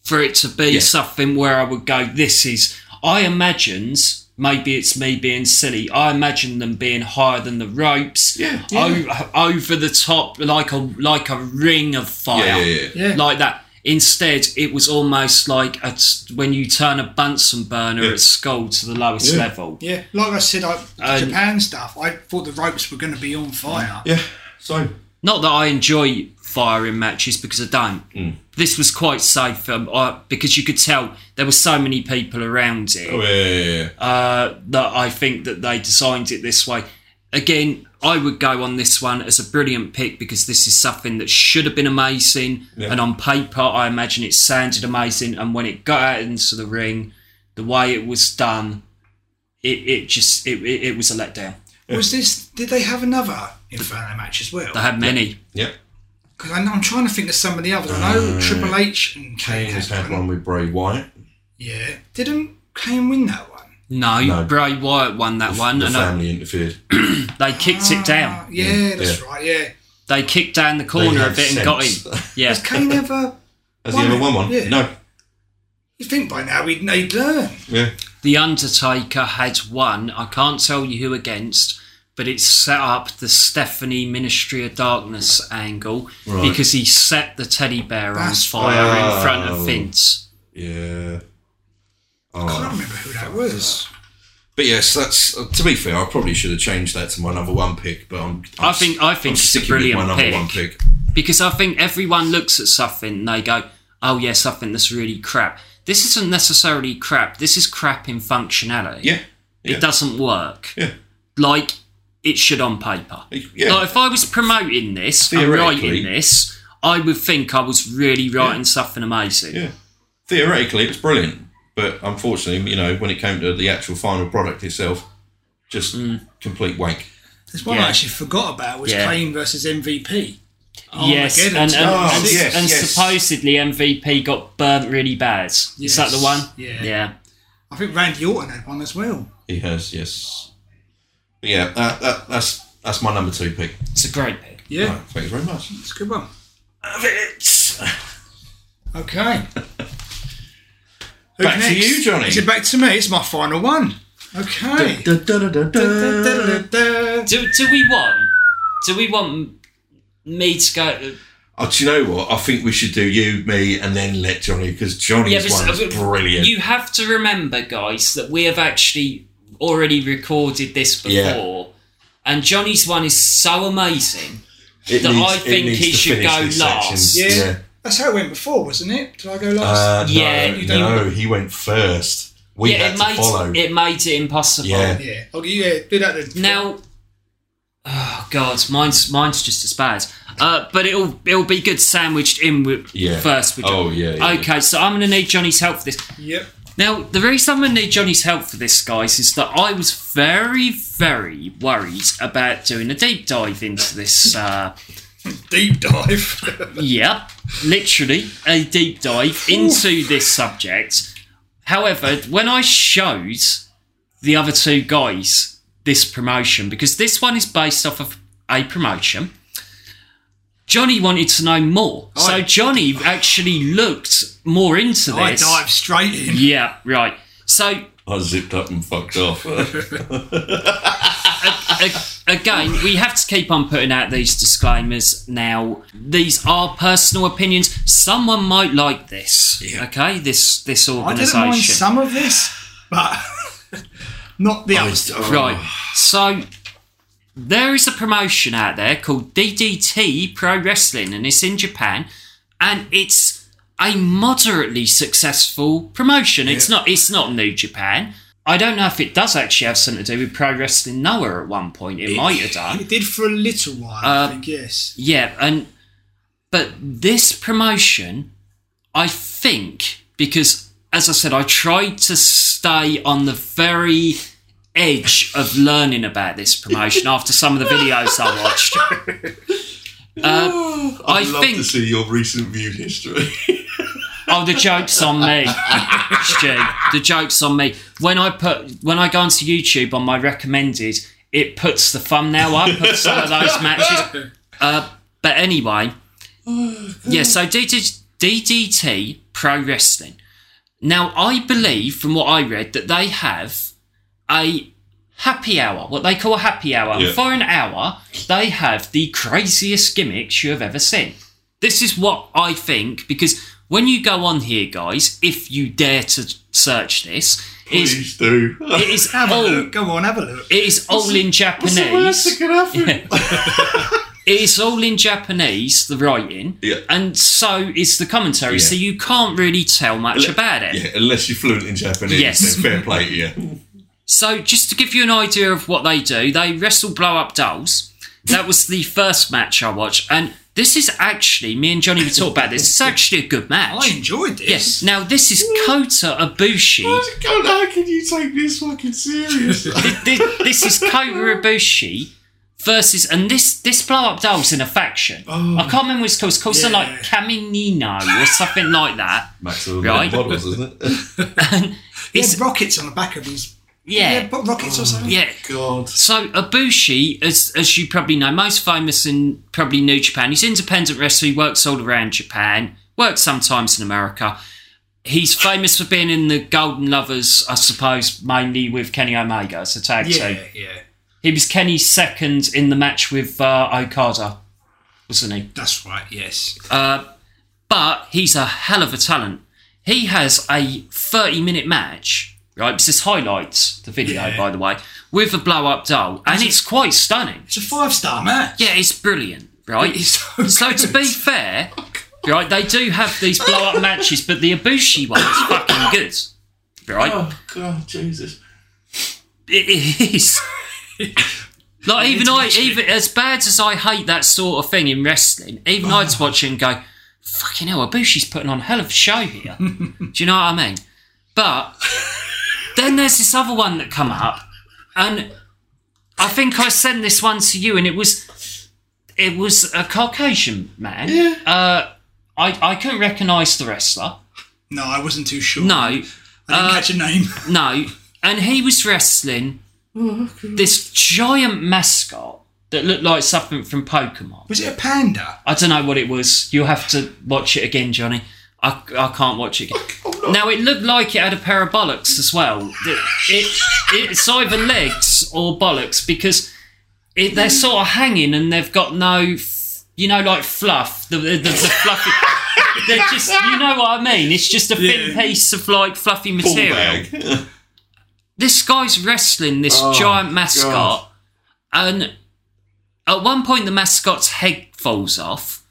Speaker 3: for it to be
Speaker 2: Yeah.
Speaker 3: something where I would go, this is. I imagined, maybe it's me being silly, I imagine them being higher than the ropes,
Speaker 2: Yeah, yeah.
Speaker 3: o- over the top, like a like a ring of fire,
Speaker 2: Yeah, yeah, yeah.
Speaker 4: Yeah.
Speaker 3: like that. Instead, it was almost like a t- when you turn a Bunsen burner
Speaker 2: Yeah.
Speaker 3: at school to the lowest level.
Speaker 4: Yeah. Like I said, I, the
Speaker 3: And-
Speaker 4: Japan stuff, I thought the ropes were going to be on fire.
Speaker 2: Yeah. So
Speaker 3: Not that I enjoy firing matches because I don't.
Speaker 2: Mm.
Speaker 3: This was quite safe um, I, because you could tell there were so many people around it
Speaker 2: oh, yeah, yeah, yeah, yeah.
Speaker 3: uh, that I think that they designed it this way. Again, I would go on this one as a brilliant pick because this is something that should have been amazing.
Speaker 2: Yeah.
Speaker 3: And on paper, I imagine it sounded amazing. And when it got out into the ring, the way it was done, it, it just it, it, it was a letdown.
Speaker 4: Was this? Did they have another Inferno match as well?
Speaker 3: They had many.
Speaker 2: yeah.
Speaker 4: Because I'm trying to think of some of the others. I know Triple H and
Speaker 2: Uh, Kane
Speaker 4: Kane
Speaker 2: has
Speaker 4: had
Speaker 2: had
Speaker 4: one.
Speaker 2: one with Bray Wyatt.
Speaker 4: Yeah. Didn't Kane win that one?
Speaker 3: No,
Speaker 2: No.
Speaker 3: Bray Wyatt won that one,
Speaker 2: the
Speaker 3: and uh,
Speaker 2: family interfered.
Speaker 3: they kicked it
Speaker 4: Ah,
Speaker 3: down.
Speaker 4: yeah, that's
Speaker 2: Yeah.
Speaker 4: right. Yeah.
Speaker 3: They kicked down the
Speaker 2: They
Speaker 3: corner
Speaker 2: had
Speaker 3: of it and got
Speaker 2: sense.
Speaker 3: him. Yeah,
Speaker 4: Has Kane ever?
Speaker 2: Has he ever won one?
Speaker 4: Yeah.
Speaker 2: No.
Speaker 4: You think by now he'd, he'd learn?
Speaker 2: Yeah.
Speaker 3: the Undertaker had one. I can't tell you who against, but it set up the Stephanie Ministry of Darkness angle
Speaker 2: Right.
Speaker 3: because he set the teddy bear on
Speaker 4: That's-
Speaker 3: fire in front
Speaker 2: Oh.
Speaker 3: of Vince.
Speaker 2: Yeah.
Speaker 4: I
Speaker 2: Oh.
Speaker 4: can't remember who that was.
Speaker 2: But yes, that's uh, to be fair. I probably should have changed that to my number one pick, but I'm. I'm
Speaker 3: I think- I
Speaker 2: I'm
Speaker 3: think it's a
Speaker 2: sticking with
Speaker 3: brilliant
Speaker 2: my number
Speaker 3: pick.
Speaker 2: one pick.
Speaker 3: because I think everyone looks at something and they go, "Oh yeah, something that's really crap." This isn't necessarily crap. This is crap in functionality.
Speaker 2: Yeah. Yeah.
Speaker 3: It doesn't work.
Speaker 2: Yeah.
Speaker 3: Like it should on paper.
Speaker 2: Yeah.
Speaker 3: Like if I was promoting this and
Speaker 2: Theoretically.
Speaker 3: writing this, I would think I was really writing something amazing.
Speaker 2: Yeah. Theoretically, it was brilliant, but unfortunately, you know, when it came to the actual final product itself, just
Speaker 3: Hmm.
Speaker 2: complete wank.
Speaker 4: There's one
Speaker 3: Yeah.
Speaker 4: I actually forgot about was
Speaker 3: Yeah.
Speaker 4: Kane versus MVP.
Speaker 3: yes, and,
Speaker 4: Armageddon.
Speaker 3: and, and,
Speaker 2: Oh, yes,
Speaker 3: and
Speaker 2: yes.
Speaker 3: supposedly MVP got burnt really bad. Is that the
Speaker 4: Yes,
Speaker 3: one?
Speaker 4: yeah.
Speaker 3: Yeah.
Speaker 4: I think Randy Orton had one as well.
Speaker 2: He has, yes. But yeah, that, that, that's That's my number two pick.
Speaker 3: It's a great pick.
Speaker 4: Yeah,
Speaker 2: Right, thanks very much.
Speaker 4: it's a good one. Okay.
Speaker 2: Back to you, Johnny.
Speaker 4: Is it back to me? It's my final one. Okay.
Speaker 2: Da, da, da, da, da.
Speaker 3: Do, do we want? Do we want me to go?
Speaker 2: Oh, do you know what? I think we should do you, me, and then let Johnny because Johnny's one
Speaker 3: but- uh,
Speaker 2: is brilliant.
Speaker 3: You have to remember, guys, that we have actually already recorded this before,
Speaker 2: Yeah.
Speaker 3: and Johnny's one is so amazing.
Speaker 2: It
Speaker 3: that I
Speaker 2: it
Speaker 3: think
Speaker 2: needs
Speaker 3: he
Speaker 2: to
Speaker 3: should
Speaker 2: finish
Speaker 3: go
Speaker 2: this
Speaker 3: last.
Speaker 4: Yeah.
Speaker 2: section. Yeah.
Speaker 4: That's how it went before, wasn't it? Did I go last?
Speaker 2: Uh,
Speaker 3: Yeah,
Speaker 2: no,
Speaker 3: you
Speaker 4: don't-
Speaker 2: no, he went first. We
Speaker 3: yeah,
Speaker 2: had
Speaker 3: it
Speaker 2: to follow.
Speaker 3: made it made it impossible.
Speaker 2: Yeah.
Speaker 4: yeah. Okay, yeah, do that then.
Speaker 3: Now, oh god, mine's mine's just as bad. Uh, but it'll it'll be good sandwiched in with
Speaker 2: Yeah.
Speaker 3: first. With
Speaker 2: Oh,
Speaker 3: John.
Speaker 2: yeah, yeah,
Speaker 3: okay, so I'm gonna need Johnny's help for this.
Speaker 4: Yep.
Speaker 3: Now, the reason I'm gonna need Johnny's help for this, guys, is that I was very very worried about doing a deep dive into this. Uh,
Speaker 4: Deep dive.
Speaker 3: yeah, literally a deep dive into this subject. However, when I showed the other two guys this promotion, because this one is based off of a promotion, Johnny wanted to know more. so
Speaker 4: I-
Speaker 3: Johnny actually looked more into
Speaker 4: I
Speaker 3: this.
Speaker 4: dive straight in.
Speaker 3: Yeah, right. So
Speaker 2: I zipped up and fucked off.
Speaker 3: a- again, we have to keep on putting out these disclaimers now. These are personal opinions. Someone might like this. Okay, this this
Speaker 4: I didn't mind
Speaker 3: organisation.
Speaker 4: some of this, but not
Speaker 3: Oh,
Speaker 4: the others.
Speaker 3: Right. So there is a promotion out there called DDT Pro Wrestling, and it's in Japan, and it's a moderately successful promotion. It's not it's not New Japan. I don't know if it does actually have something to do with Pro Wrestling Noah at one point. It, might have done.
Speaker 4: It did for a little while,
Speaker 3: Uh,
Speaker 4: I think, yes.
Speaker 3: Yeah, and but this promotion, I think, because as I said, I tried to stay on the very edge of learning about this promotion after some of the videos I watched. Uh,
Speaker 2: I'd
Speaker 3: I
Speaker 2: love
Speaker 3: think-
Speaker 2: to see your recent view history.
Speaker 3: Oh, the joke's on me, Stu. The joke's on me. When I put when I go onto YouTube on my recommended, it puts the thumbnail up of some of those matches. Uh, but anyway, Oh, yeah. So DD, DDT Pro Wrestling. Now I believe, from what I read, that they have a happy hour, what they call a happy hour. And
Speaker 2: Yeah.
Speaker 3: For an hour, they have the craziest gimmicks you have ever seen. This is what I think because when you go on here, guys, if you dare to search this, is
Speaker 2: Please do.
Speaker 3: it is
Speaker 4: Have a
Speaker 3: all
Speaker 4: look.
Speaker 3: it
Speaker 4: Go on, have a look.
Speaker 3: is all in
Speaker 2: What's the worst that
Speaker 3: Japanese.
Speaker 2: could happen?
Speaker 3: It is all in Japanese, the writing,
Speaker 2: Yeah.
Speaker 3: and so is the commentary.
Speaker 2: Yeah.
Speaker 3: So you can't really tell much about it.
Speaker 2: Yeah, unless you're fluent in Japanese,
Speaker 3: Yes.
Speaker 2: then fair play to you.
Speaker 3: So, just to give you an idea of what they do, they wrestle blow up dolls. That was the first match I watched, and this is actually me and Johnny were talking about this. It's actually a good
Speaker 4: I
Speaker 3: match.
Speaker 4: enjoyed
Speaker 3: Yes.
Speaker 4: this.
Speaker 3: Now this is Kota Ibushi.
Speaker 2: God, how can you take this fucking serious?
Speaker 3: Thi- thi- this is Kota Ibushi versus, and this this blow up doll's in a faction. I can't remember what it's called. It's called something
Speaker 4: Oh. Yeah.
Speaker 3: like Kaminino or something like that.
Speaker 2: Max of
Speaker 3: Right.
Speaker 2: models, isn't it?
Speaker 4: He
Speaker 3: It's-
Speaker 4: had rockets on the back of his. Yeah,
Speaker 3: Yeah, Oh,
Speaker 4: but rockets or something.
Speaker 3: yeah.
Speaker 2: God.
Speaker 3: So Ibushi, as as you probably know, most famous in probably New Japan. He's independent wrestler. He works all around Japan. Works sometimes in America. He's famous for being in the Golden Lovers, I suppose, mainly with Kenny Omega as a tag team.
Speaker 4: Yeah, yeah.
Speaker 3: He was Kenny's second in the match with uh, Okada, wasn't he?
Speaker 4: That's right, yes.
Speaker 3: But he's a hell of a talent. He has a 30 minute match, right? This is highlights, the video,
Speaker 4: Yeah.
Speaker 3: by the way, with a blow up doll. And it's quite stunning.
Speaker 4: It's a five star match.
Speaker 3: Yeah, it's brilliant, right?
Speaker 4: It's so,
Speaker 3: so to
Speaker 4: good.
Speaker 3: be fair, right, they do have these blow up matches, but the Ibushi one is fucking good, right?
Speaker 2: Oh, God, Jesus.
Speaker 3: It is. like even I, even as bad as I hate that sort of thing in wrestling, even
Speaker 2: Oh.
Speaker 3: I'd watch it and go, "Fucking hell, Ibushi's putting on a hell of a show here." Do you know what I mean? But then there's this other one that come up, and I think I sent this one to you, and it was it was a Caucasian man. Yeah. Uh, I I couldn't recognise the wrestler.
Speaker 4: No, I wasn't too sure.
Speaker 3: No,
Speaker 4: I didn't catch a name.
Speaker 3: no, and he was wrestling this giant mascot that looked like something from Pokemon.
Speaker 4: Was it a panda?
Speaker 3: I don't know what it was. You'll have to watch it again, Johnny. I, I can't watch it again.
Speaker 2: Oh,
Speaker 3: Now, it looked like it had a pair of bollocks as well. It, it, it's either legs or bollocks because it, they're sort of hanging and they've got no, f- you know, like fluff. The, the, the, the fluffy. They're just, you know what I mean? It's just a thin
Speaker 4: Yeah.
Speaker 3: piece of like fluffy
Speaker 2: Ball
Speaker 3: material
Speaker 2: bag.
Speaker 3: this guy's wrestling this
Speaker 2: Oh,
Speaker 3: giant mascot,
Speaker 2: God.
Speaker 3: and at one point the mascot's head falls off,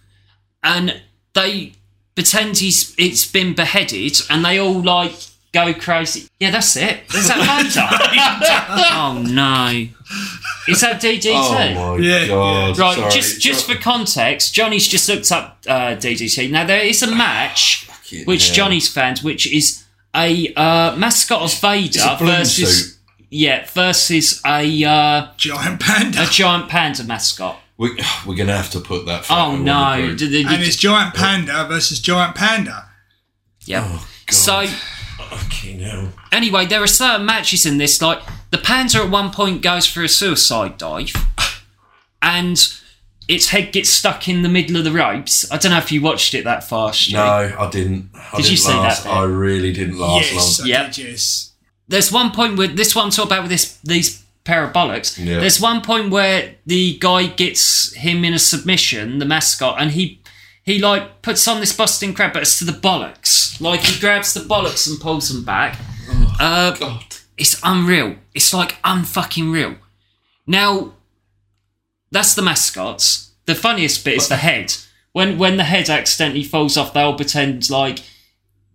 Speaker 3: and they pretend he's it's been beheaded, and they all like go crazy. Yeah, that's it. There's that panda. oh no, is that DDT?
Speaker 2: Oh my
Speaker 4: Yeah.
Speaker 2: god!
Speaker 3: Right,
Speaker 2: Sorry.
Speaker 3: just just for context, Johnny's just looked up uh, DDT. Now there is a match
Speaker 2: Fucking
Speaker 3: which
Speaker 2: hell.
Speaker 3: Johnny's fans, which is a uh, mascot of Vader
Speaker 2: It's a balloon
Speaker 3: versus
Speaker 2: suit.
Speaker 3: yeah versus a uh,
Speaker 4: Giant panda.
Speaker 3: a giant panda mascot.
Speaker 2: we, we're gonna have to put that. photo
Speaker 3: Oh
Speaker 2: on the
Speaker 3: no!
Speaker 2: group.
Speaker 3: Did- did-
Speaker 4: and it's giant panda versus giant panda.
Speaker 3: yeah.
Speaker 2: Oh, God.
Speaker 3: so
Speaker 2: Fucking hell.
Speaker 3: anyway, there are certain matches in this. Like the panda at one point goes for a suicide dive, and its head gets stuck in the middle of the ropes. I don't know if you watched it that far. Stu.
Speaker 2: No, I didn't. I
Speaker 3: Did
Speaker 2: didn't
Speaker 3: you see that
Speaker 2: last.
Speaker 3: bit?
Speaker 2: I really didn't last
Speaker 4: yes,
Speaker 2: long.
Speaker 4: I
Speaker 3: Yep.
Speaker 4: did, yes.
Speaker 3: there's one point where this one talk about with this these parabolics.
Speaker 2: Yeah.
Speaker 3: There's one point where the guy gets him in a submission, the mascot, and he he like puts on this busting crab, but it's to the bollocks. Like he grabs the bollocks and pulls them back. uh,
Speaker 2: Oh, God.
Speaker 3: it's unreal. It's like unfucking real. Now, that's the mascots. The funniest bit is the head. When when the head accidentally falls off, they'll pretend like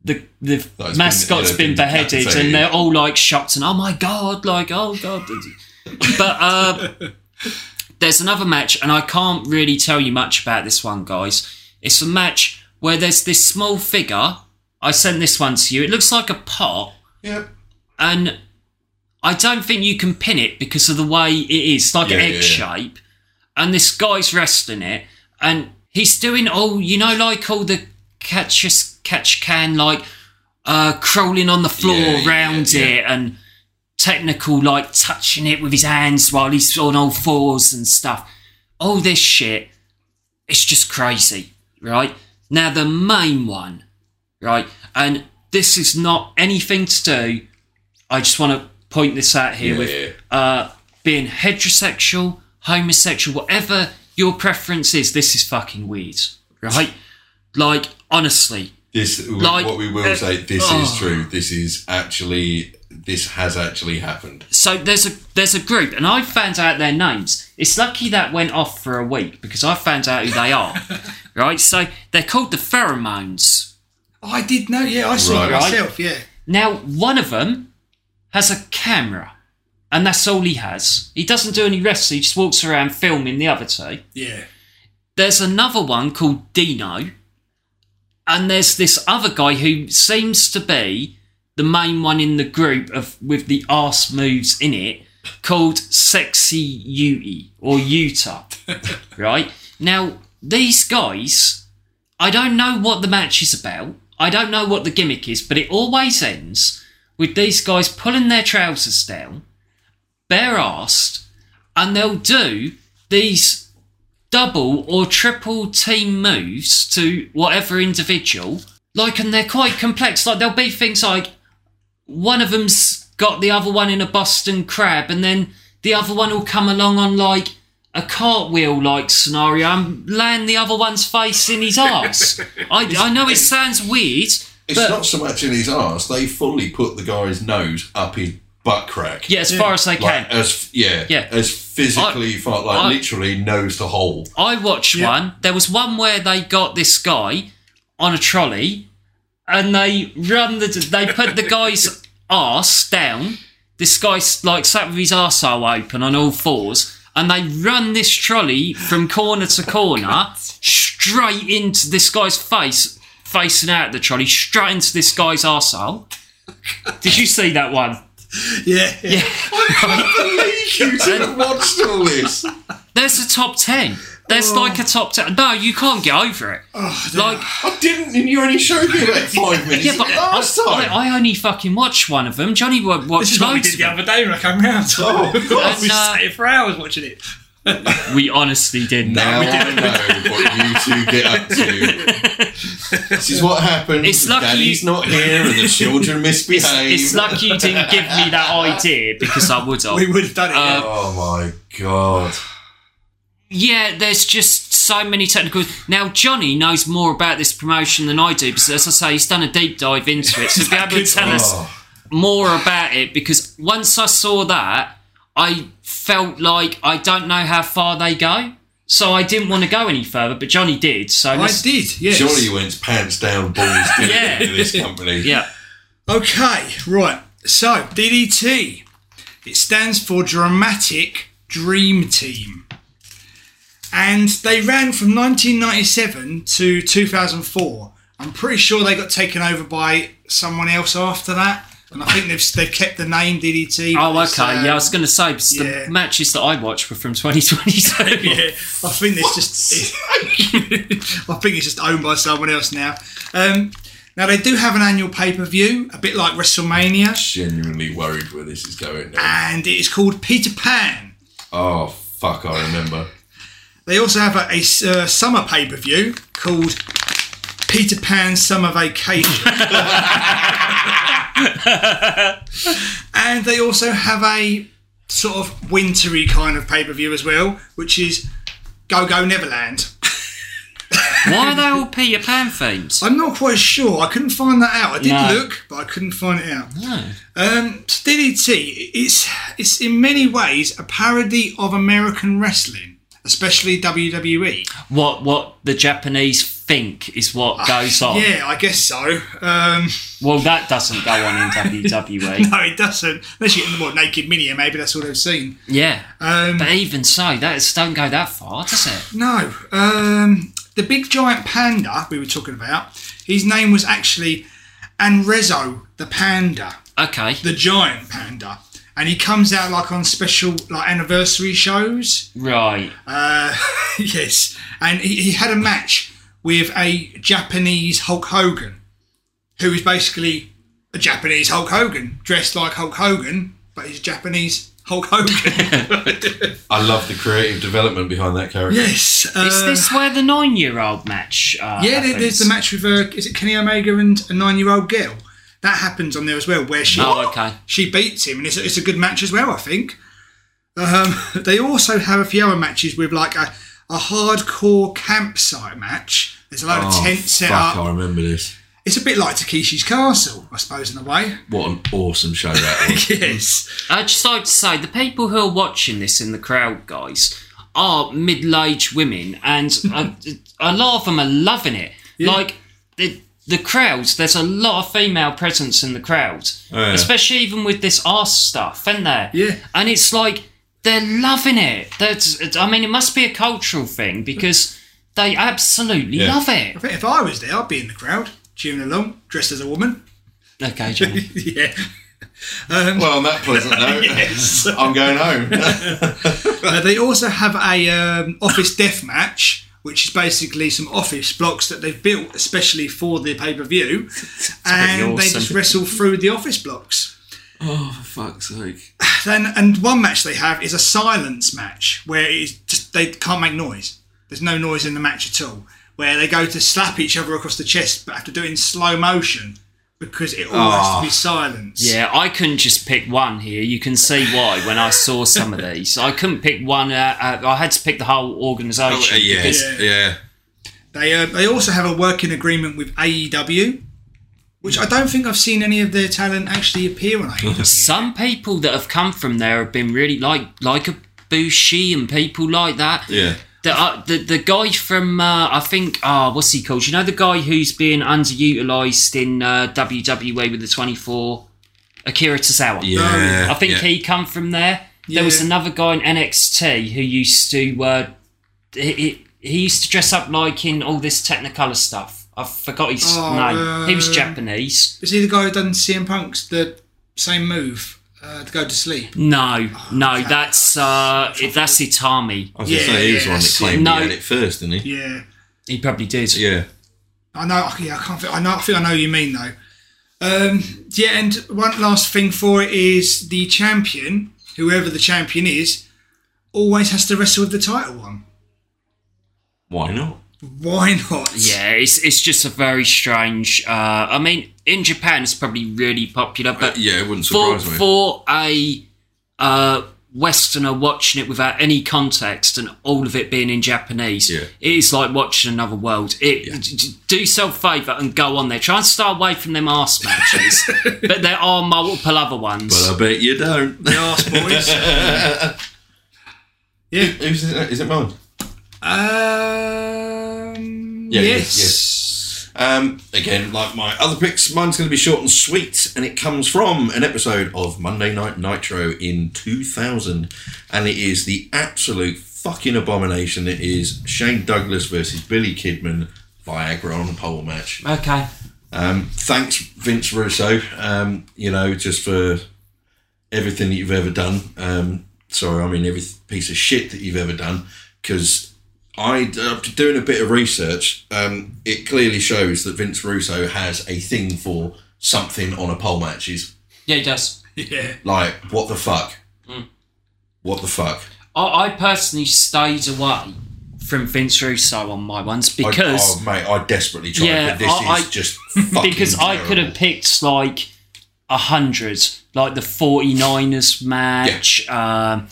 Speaker 3: the the
Speaker 2: That it's
Speaker 3: mascot's
Speaker 2: been-
Speaker 3: been,
Speaker 2: been
Speaker 3: beheaded,
Speaker 2: decapitated.
Speaker 3: and they're all like shocked and oh my god, like oh god. but uh, there's another match, and I can't really tell you much about this one, guys. It's a match where there's this small figure. I sent this one to you. It looks like a pot,
Speaker 2: Yep.
Speaker 3: and I don't think you can pin it because of the way it is, like
Speaker 2: Yeah,
Speaker 3: an
Speaker 2: yeah,
Speaker 3: egg
Speaker 2: yeah.
Speaker 3: shape. And this guy's wrestling it, and he's doing all you know, like all the catch catch can, like uh, crawling on the floor
Speaker 2: Yeah, yeah,
Speaker 3: round
Speaker 2: yeah.
Speaker 3: it and technical, like touching it with his hands while he's on all fours and stuff. All this shit, it's just crazy, right? Now the main one, right, and this is not anything to do. I just want to point this out here
Speaker 2: Yeah,
Speaker 3: with
Speaker 2: yeah.
Speaker 3: uh, being heterosexual, homosexual, whatever your preference is. This is fucking weird, right? Like honestly,
Speaker 2: This
Speaker 3: Like,
Speaker 2: what we will
Speaker 3: uh,
Speaker 2: say. This
Speaker 3: oh.
Speaker 2: is true. This is actually. This has actually happened.
Speaker 3: so there's a there's a group, and I found out their names. It's lucky that went off for a week because I found out who they are, right? So they're called the Pheromones.
Speaker 4: I did know, yeah, I saw
Speaker 2: Right.
Speaker 4: it myself, yeah.
Speaker 3: Now, one of them has a camera, and that's all he has. He doesn't do any wrestling, he just walks around filming the other two.
Speaker 4: Yeah.
Speaker 3: There's another one called Dino, and there's this other guy who seems to be the main one in the group of with the arse moves in it, called Sexy Uti or Utah. right? Now, these guys, I don't know what the match is about. I don't know what the gimmick is, but it always ends with these guys pulling their trousers down, bare assed, and they'll do these double or triple team moves to whatever individual. Like, and they're quite complex. Like, there'll be things like one of them's got the other one in a Boston crab, and then the other one will come along on like a cartwheel like scenario and land the other one's face in his arse. I, I know it sounds weird.
Speaker 2: It's
Speaker 3: but
Speaker 2: not so much in his arse. They fully put the guy's nose up his butt crack.
Speaker 3: Yeah, as far as they
Speaker 2: Like,
Speaker 3: can.
Speaker 2: as yeah,
Speaker 3: Yeah.
Speaker 2: as physically, far, like
Speaker 3: I-
Speaker 2: literally nose to hole.
Speaker 3: I watched
Speaker 4: Yeah.
Speaker 3: one. There was one where they got this guy on a trolley, and they run the. They put the guy's arse down. This guy's like sat with his arsehole open on all fours, and they run this trolley from corner to corner, straight into this guy's face, facing out the trolley, straight into this guy's arsehole. Did you see that one?
Speaker 4: Yeah. yeah.
Speaker 2: you didn't watch all this.
Speaker 3: There's a top ten. There's like a top ten. No, you can't get over it. like
Speaker 2: I didn't, and you only showed me about five minutes
Speaker 3: Yeah, but
Speaker 2: last
Speaker 3: I,
Speaker 2: time.
Speaker 3: I, I only fucking watched one of them. Johnny wa- watched
Speaker 4: This is what we
Speaker 3: loads of
Speaker 4: did the
Speaker 3: them.
Speaker 4: other day when I came round.
Speaker 2: Oh, God.
Speaker 4: we
Speaker 3: And, uh,
Speaker 4: sat here for hours watching it.
Speaker 3: We honestly didn't.
Speaker 2: Now I know what you two get up to. this is what happens.
Speaker 3: It's lucky
Speaker 2: Daddy's
Speaker 3: you-
Speaker 2: not here and the children
Speaker 3: It's,
Speaker 2: misbehave.
Speaker 3: it's lucky you didn't give me that idea because I would have.
Speaker 4: We would have done it.
Speaker 3: Uh,
Speaker 4: yeah.
Speaker 2: Oh my god.
Speaker 3: Yeah, there's just so many technical. Now Johnny knows more about this promotion than I do because, as I say, he's done a deep dive into it, so he'll be able to tell us
Speaker 2: Oh.
Speaker 3: more about it. Because once I saw that, I felt like I don't know how far they go, so I didn't want to go any further. But Johnny did, so
Speaker 4: I
Speaker 3: let's-
Speaker 4: did. Yes.
Speaker 2: Surely you went pants down, balls down
Speaker 3: Yeah.
Speaker 2: to this company.
Speaker 3: yeah,
Speaker 4: Okay, right. So DDT. It stands for Dramatic Dream Team. And they ran from 1997 to 2004. I'm pretty sure they got taken over by someone else after that. And I think they've, they've kept the name DDT.
Speaker 3: Oh, okay.
Speaker 4: It's, uh,
Speaker 3: yeah, I was going to say because
Speaker 4: yeah.
Speaker 3: the matches that I watched were from 2022.
Speaker 4: yeah, I think it's just. I think it's just owned by someone else now. Um, now they do have an annual pay per view, a bit like WrestleMania,
Speaker 2: Genuinely worried where this is going now.
Speaker 4: and it is called Peter Pan.
Speaker 2: Oh fuck, I remember.
Speaker 4: They also have a, a, uh, summer pay per view called Peter Pan Summer Vacation. and they also have a sort of wintry kind of pay per view as well, which is Go Go Neverland.
Speaker 3: Why are they all Peter Pan themes?
Speaker 4: I'm not quite sure. I couldn't find that out. I did
Speaker 3: No.
Speaker 4: look, but I couldn't find it out. Um, DDT, it's it's in many ways a parody of American wrestling, especially E. WWE.
Speaker 3: What what the Japanese think is what goes on.
Speaker 4: Ah, Yeah, I guess so. Um,
Speaker 3: Well, that doesn't go on in E. WWE.
Speaker 4: no, it doesn't. Unless you get in the more naked mania, maybe that's all they've seen.
Speaker 3: Yeah,
Speaker 4: Um,
Speaker 3: but even so, that is, don't go that far, does it?
Speaker 4: no, um, the big giant panda we were talking about. His name was actually Anrezo the panda.
Speaker 3: Okay,
Speaker 4: the giant panda and he comes out like on special like anniversary shows
Speaker 3: right.
Speaker 4: uh yes and he, he had a match with a japanese hulk hogan who is basically a japanese hulk hogan dressed like hulk hogan but he's japanese hulk hogan
Speaker 2: I love the creative development behind that character.
Speaker 4: yes uh,
Speaker 3: is this where the nine-year-old match? Uh,
Speaker 4: yeah there, there's the
Speaker 3: happens?
Speaker 4: match with uh, is it kenny omega and a nine-year-old girl that happens on there as well where she
Speaker 3: Oh, okay.
Speaker 4: she beats him, and it's, it's a good match as well, I think. Um, they also have a few other matches with like a, a hardcore campsite match. There's a load
Speaker 2: Oh,
Speaker 4: of tents set up.
Speaker 2: I remember this.
Speaker 4: It's a bit like Takeshi's Castle, I suppose, in a way.
Speaker 2: What an awesome show that was.
Speaker 4: yes.
Speaker 3: I'd just like to say the people who are watching this in the crowd, guys, are middle-aged women, and a, a lot of them are loving it. Like the the crowds, there's a lot of female presence in the crowd,
Speaker 2: Oh, yeah.
Speaker 3: especially even with this arse stuff, isn't there?
Speaker 4: Yeah.
Speaker 3: and it's like they're loving it. That's, I mean, it must be a cultural thing because they absolutely
Speaker 2: Yeah.
Speaker 3: love
Speaker 4: I
Speaker 3: it.
Speaker 4: think if I was there, I'd be in the crowd, cheering along, dressed as a woman.
Speaker 3: Okay, Johnny.
Speaker 4: yeah.
Speaker 2: well, on that pleasant note,
Speaker 4: Yes.
Speaker 2: I'm going home.
Speaker 4: Uh, they also have a um, office death match, which is basically some office blocks that they've built especially for the pay per view, and they
Speaker 3: awesome.
Speaker 4: just wrestle through the office blocks.
Speaker 2: oh, for fuck's sake.
Speaker 4: Then, and one match they have is a silence match where it's just they can't make noise. There's no noise in the match at all. Where they go to slap each other across the chest, but have to do it in slow motion because it all has
Speaker 2: Ah,
Speaker 4: to be silence.
Speaker 3: Yeah, I couldn't just pick one here. You can see why when I saw some of these. I couldn't pick one. Uh, uh, I had to pick the whole
Speaker 2: Oh,
Speaker 3: organisation.
Speaker 2: yes,
Speaker 4: Yeah.
Speaker 2: yeah.
Speaker 4: They uh, they also have a working agreement with AEW, which I don't think I've seen any of their talent actually appear on E AEW.
Speaker 3: Some people that have come from there have been really like like a Bushi and people like that.
Speaker 2: Yeah.
Speaker 3: The, uh, the the guy from uh, I think ah what's he called? You know the guy who's being underutilized in uh, WWE with the twenty four, Akira Tozawa.
Speaker 2: Yeah.
Speaker 4: yeah.
Speaker 3: I think
Speaker 2: yeah.
Speaker 3: he come from there. There was
Speaker 4: Yeah.
Speaker 3: another guy in NXT who used to uh, he, he, he used to dress up like in all this Technicolor stuff. I forgot his
Speaker 4: Oh,
Speaker 3: name. he was
Speaker 4: um,
Speaker 3: Japanese.
Speaker 4: Is he the guy who done CM Punk's the same move uh, to go to sleep?
Speaker 3: No,
Speaker 4: Oh,
Speaker 3: no, that's uh, that's Itami.
Speaker 2: I was going to
Speaker 4: Yeah,
Speaker 2: say, he was the one
Speaker 4: yeah,
Speaker 2: that
Speaker 4: that's-
Speaker 2: claimed
Speaker 3: No.
Speaker 2: he had it first, didn't he?
Speaker 4: Yeah,
Speaker 3: He probably did.
Speaker 2: Yeah.
Speaker 4: I know. Yeah, I can't. Think, I know. I think I know what you mean though. Um, yeah, and one last thing for it is the champion, whoever the champion is, always has to wrestle with the title one.
Speaker 2: Why not?
Speaker 4: Why not?
Speaker 3: Yeah, it's it's just a very strange. Uh, I mean, in Japan, it's probably really popular,
Speaker 2: Uh,
Speaker 3: but
Speaker 2: yeah, it wouldn't
Speaker 3: for
Speaker 2: surprise me.
Speaker 3: for a uh, Westerner watching it without any context and all of it being in Japanese,
Speaker 2: Yeah.
Speaker 3: it is like watching another world. It d- d- do yourself a favour and go on there. Try and stay away from them arse matches, but there are multiple other ones.
Speaker 2: Well, I bet you don't.
Speaker 4: The arse boys. yeah.
Speaker 2: Who's is it? Is it mine?
Speaker 4: Um,
Speaker 2: Yeah,
Speaker 4: yes.
Speaker 2: yes, Um, again, like my other picks, mine's going to be short and sweet, and it comes from an episode of Monday Night Nitro in 2000, and it is the absolute fucking abomination. It is Shane Douglas versus Billy Kidman Viagra on a pole match.
Speaker 3: okay,
Speaker 2: Um, thanks, Vince Russo. Um, you know, just for everything that you've ever done. Um, sorry, I mean every piece of shit that you've ever done. Because I, after doing a bit of research, um, it clearly shows that Vince Russo has a thing for something on a pole matches.
Speaker 3: yeah, it does.
Speaker 4: Yeah.
Speaker 2: Like, what the fuck?
Speaker 3: Hmm.
Speaker 2: What the fuck?
Speaker 3: I, I personally stayed away from Vince Russo on my ones
Speaker 2: I-
Speaker 3: because
Speaker 2: oh, mate, I desperately tried,
Speaker 3: Yeah,
Speaker 2: but this
Speaker 3: I-
Speaker 2: is
Speaker 3: I-
Speaker 2: just fucking
Speaker 3: because I could have
Speaker 2: terrible.
Speaker 3: picked like a hundred, like the 49ers match, um,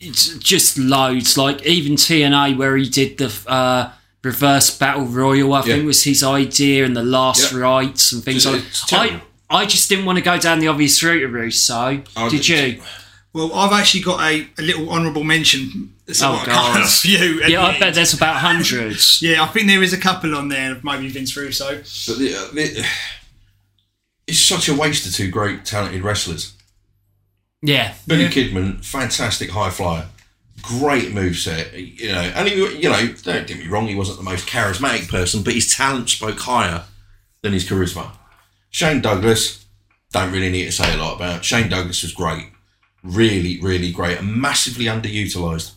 Speaker 3: it's just loads. Like even TNA where he did the uh, reverse battle royal, I think
Speaker 2: Yeah.
Speaker 3: was his idea, and the last
Speaker 2: Yeah.
Speaker 3: rights and things
Speaker 2: It's-
Speaker 3: like.
Speaker 2: it's
Speaker 3: I
Speaker 2: terrible.
Speaker 3: I just didn't want to go down the obvious route of Russo.
Speaker 2: I-
Speaker 3: did you?
Speaker 4: Well, I've actually got a, a little honourable mention. So
Speaker 3: Oh,
Speaker 4: I've got
Speaker 3: God.
Speaker 4: A few.
Speaker 3: Yeah, I bet there's about hundreds.
Speaker 4: Yeah, I think there is a couple on there. Maybe Vince Russo.
Speaker 2: But the, uh, the, it's such a waste of two great talented wrestlers.
Speaker 3: yeah.
Speaker 2: Billy
Speaker 4: Yeah.
Speaker 2: Kidman, fantastic high flyer, great moveset. You know, and he, you know, don't get me wrong, he wasn't the most charismatic person, but his talent spoke higher than his charisma. Shane Douglas, don't really need to say a lot about. Shane Douglas was great, really, really great, and massively underutilized.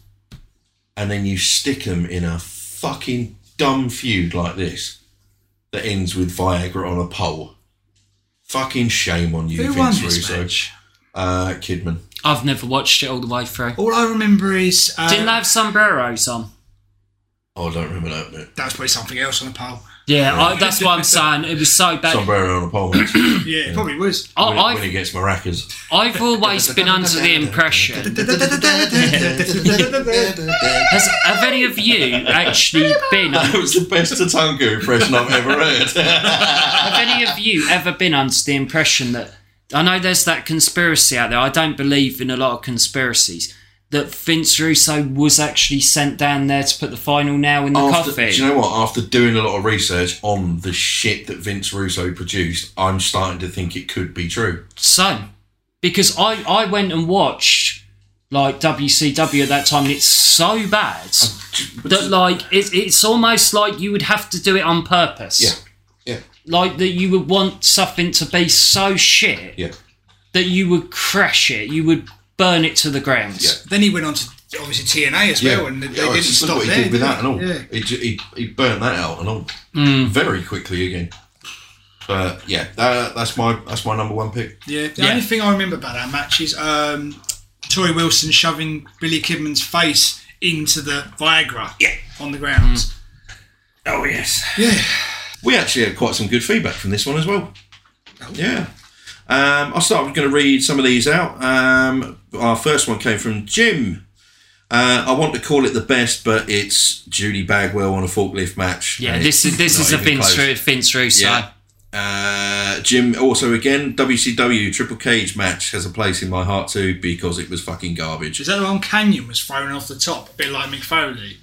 Speaker 2: And then you stick him in a fucking dumb feud like this that ends with Viagra on a pole. Fucking shame on you,
Speaker 4: Who won
Speaker 2: Vince
Speaker 4: this
Speaker 2: Russo.
Speaker 4: match?
Speaker 2: Uh, Kidman.
Speaker 3: I've never watched it all the way through.
Speaker 4: All I remember is uh,
Speaker 3: Didn't they have sombreros on?
Speaker 2: Oh, I don't remember that bit.
Speaker 4: that was probably something else on the poll.
Speaker 3: Yeah, I, that's what I'm saying. It was so bad.
Speaker 2: Sombrero on a pole match. when,
Speaker 4: Yeah, it probably was.
Speaker 3: I,
Speaker 2: when
Speaker 3: I've,
Speaker 2: he gets maracas.
Speaker 3: I've always been under the impression.
Speaker 2: that
Speaker 3: Has, have any of you actually been? Have
Speaker 2: was the best Tatango impression I've ever heard.
Speaker 3: any of you ever been under the impression that? I know there's that conspiracy out there. I don't believe in a lot of conspiracies. That Vince Russo was actually sent down there to put the final nail in the
Speaker 2: After, do
Speaker 3: coffin.
Speaker 2: you know what? After doing a lot of research on the shit that Vince Russo produced, I'm starting to think it could be true.
Speaker 3: so, because I I went and watched like WCW at that time, and it's so bad that like it's it's almost like you would have to do it on purpose.
Speaker 2: Yeah. Yeah.
Speaker 3: like that you would want something to be so shit
Speaker 2: Yeah.
Speaker 3: that you would crash it, you would burn it to the ground.
Speaker 2: Yeah.
Speaker 4: Then he went on to obviously TNA as well, and they, they
Speaker 2: Yeah,
Speaker 4: didn't
Speaker 2: just look
Speaker 4: stop
Speaker 2: what he
Speaker 4: there.
Speaker 2: did with
Speaker 4: did
Speaker 2: that and all.
Speaker 4: they? Yeah.
Speaker 2: He, ju- he, he burnt that out and all
Speaker 3: Mm.
Speaker 2: very quickly again. But yeah, that, that's my that's my number one pick.
Speaker 4: Yeah. The
Speaker 3: Yeah.
Speaker 4: only thing I remember about that match is um, Tori Wilson shoving Billy Kidman's face into the Viagra on the ground.
Speaker 2: Mm. Oh yes.
Speaker 4: Yeah.
Speaker 2: We actually had quite some good feedback from this one as well. Yeah. Um, I'll start. I'm going to read some of these out. Um, our first one came from Jim. Uh, I want to call it the best, but it's Judy Bagwell on a forklift match.
Speaker 3: Yeah,
Speaker 2: And
Speaker 3: this
Speaker 2: it's
Speaker 3: is this
Speaker 2: not
Speaker 3: is a
Speaker 2: even
Speaker 3: Vince,
Speaker 2: close.
Speaker 3: Ru- Vince Russo.
Speaker 2: Yeah. Uh, Jim also again WCW Triple Cage match has a place in my heart too because it was fucking garbage.
Speaker 4: Is that the one Canyon was thrown off the top, a bit like McFoley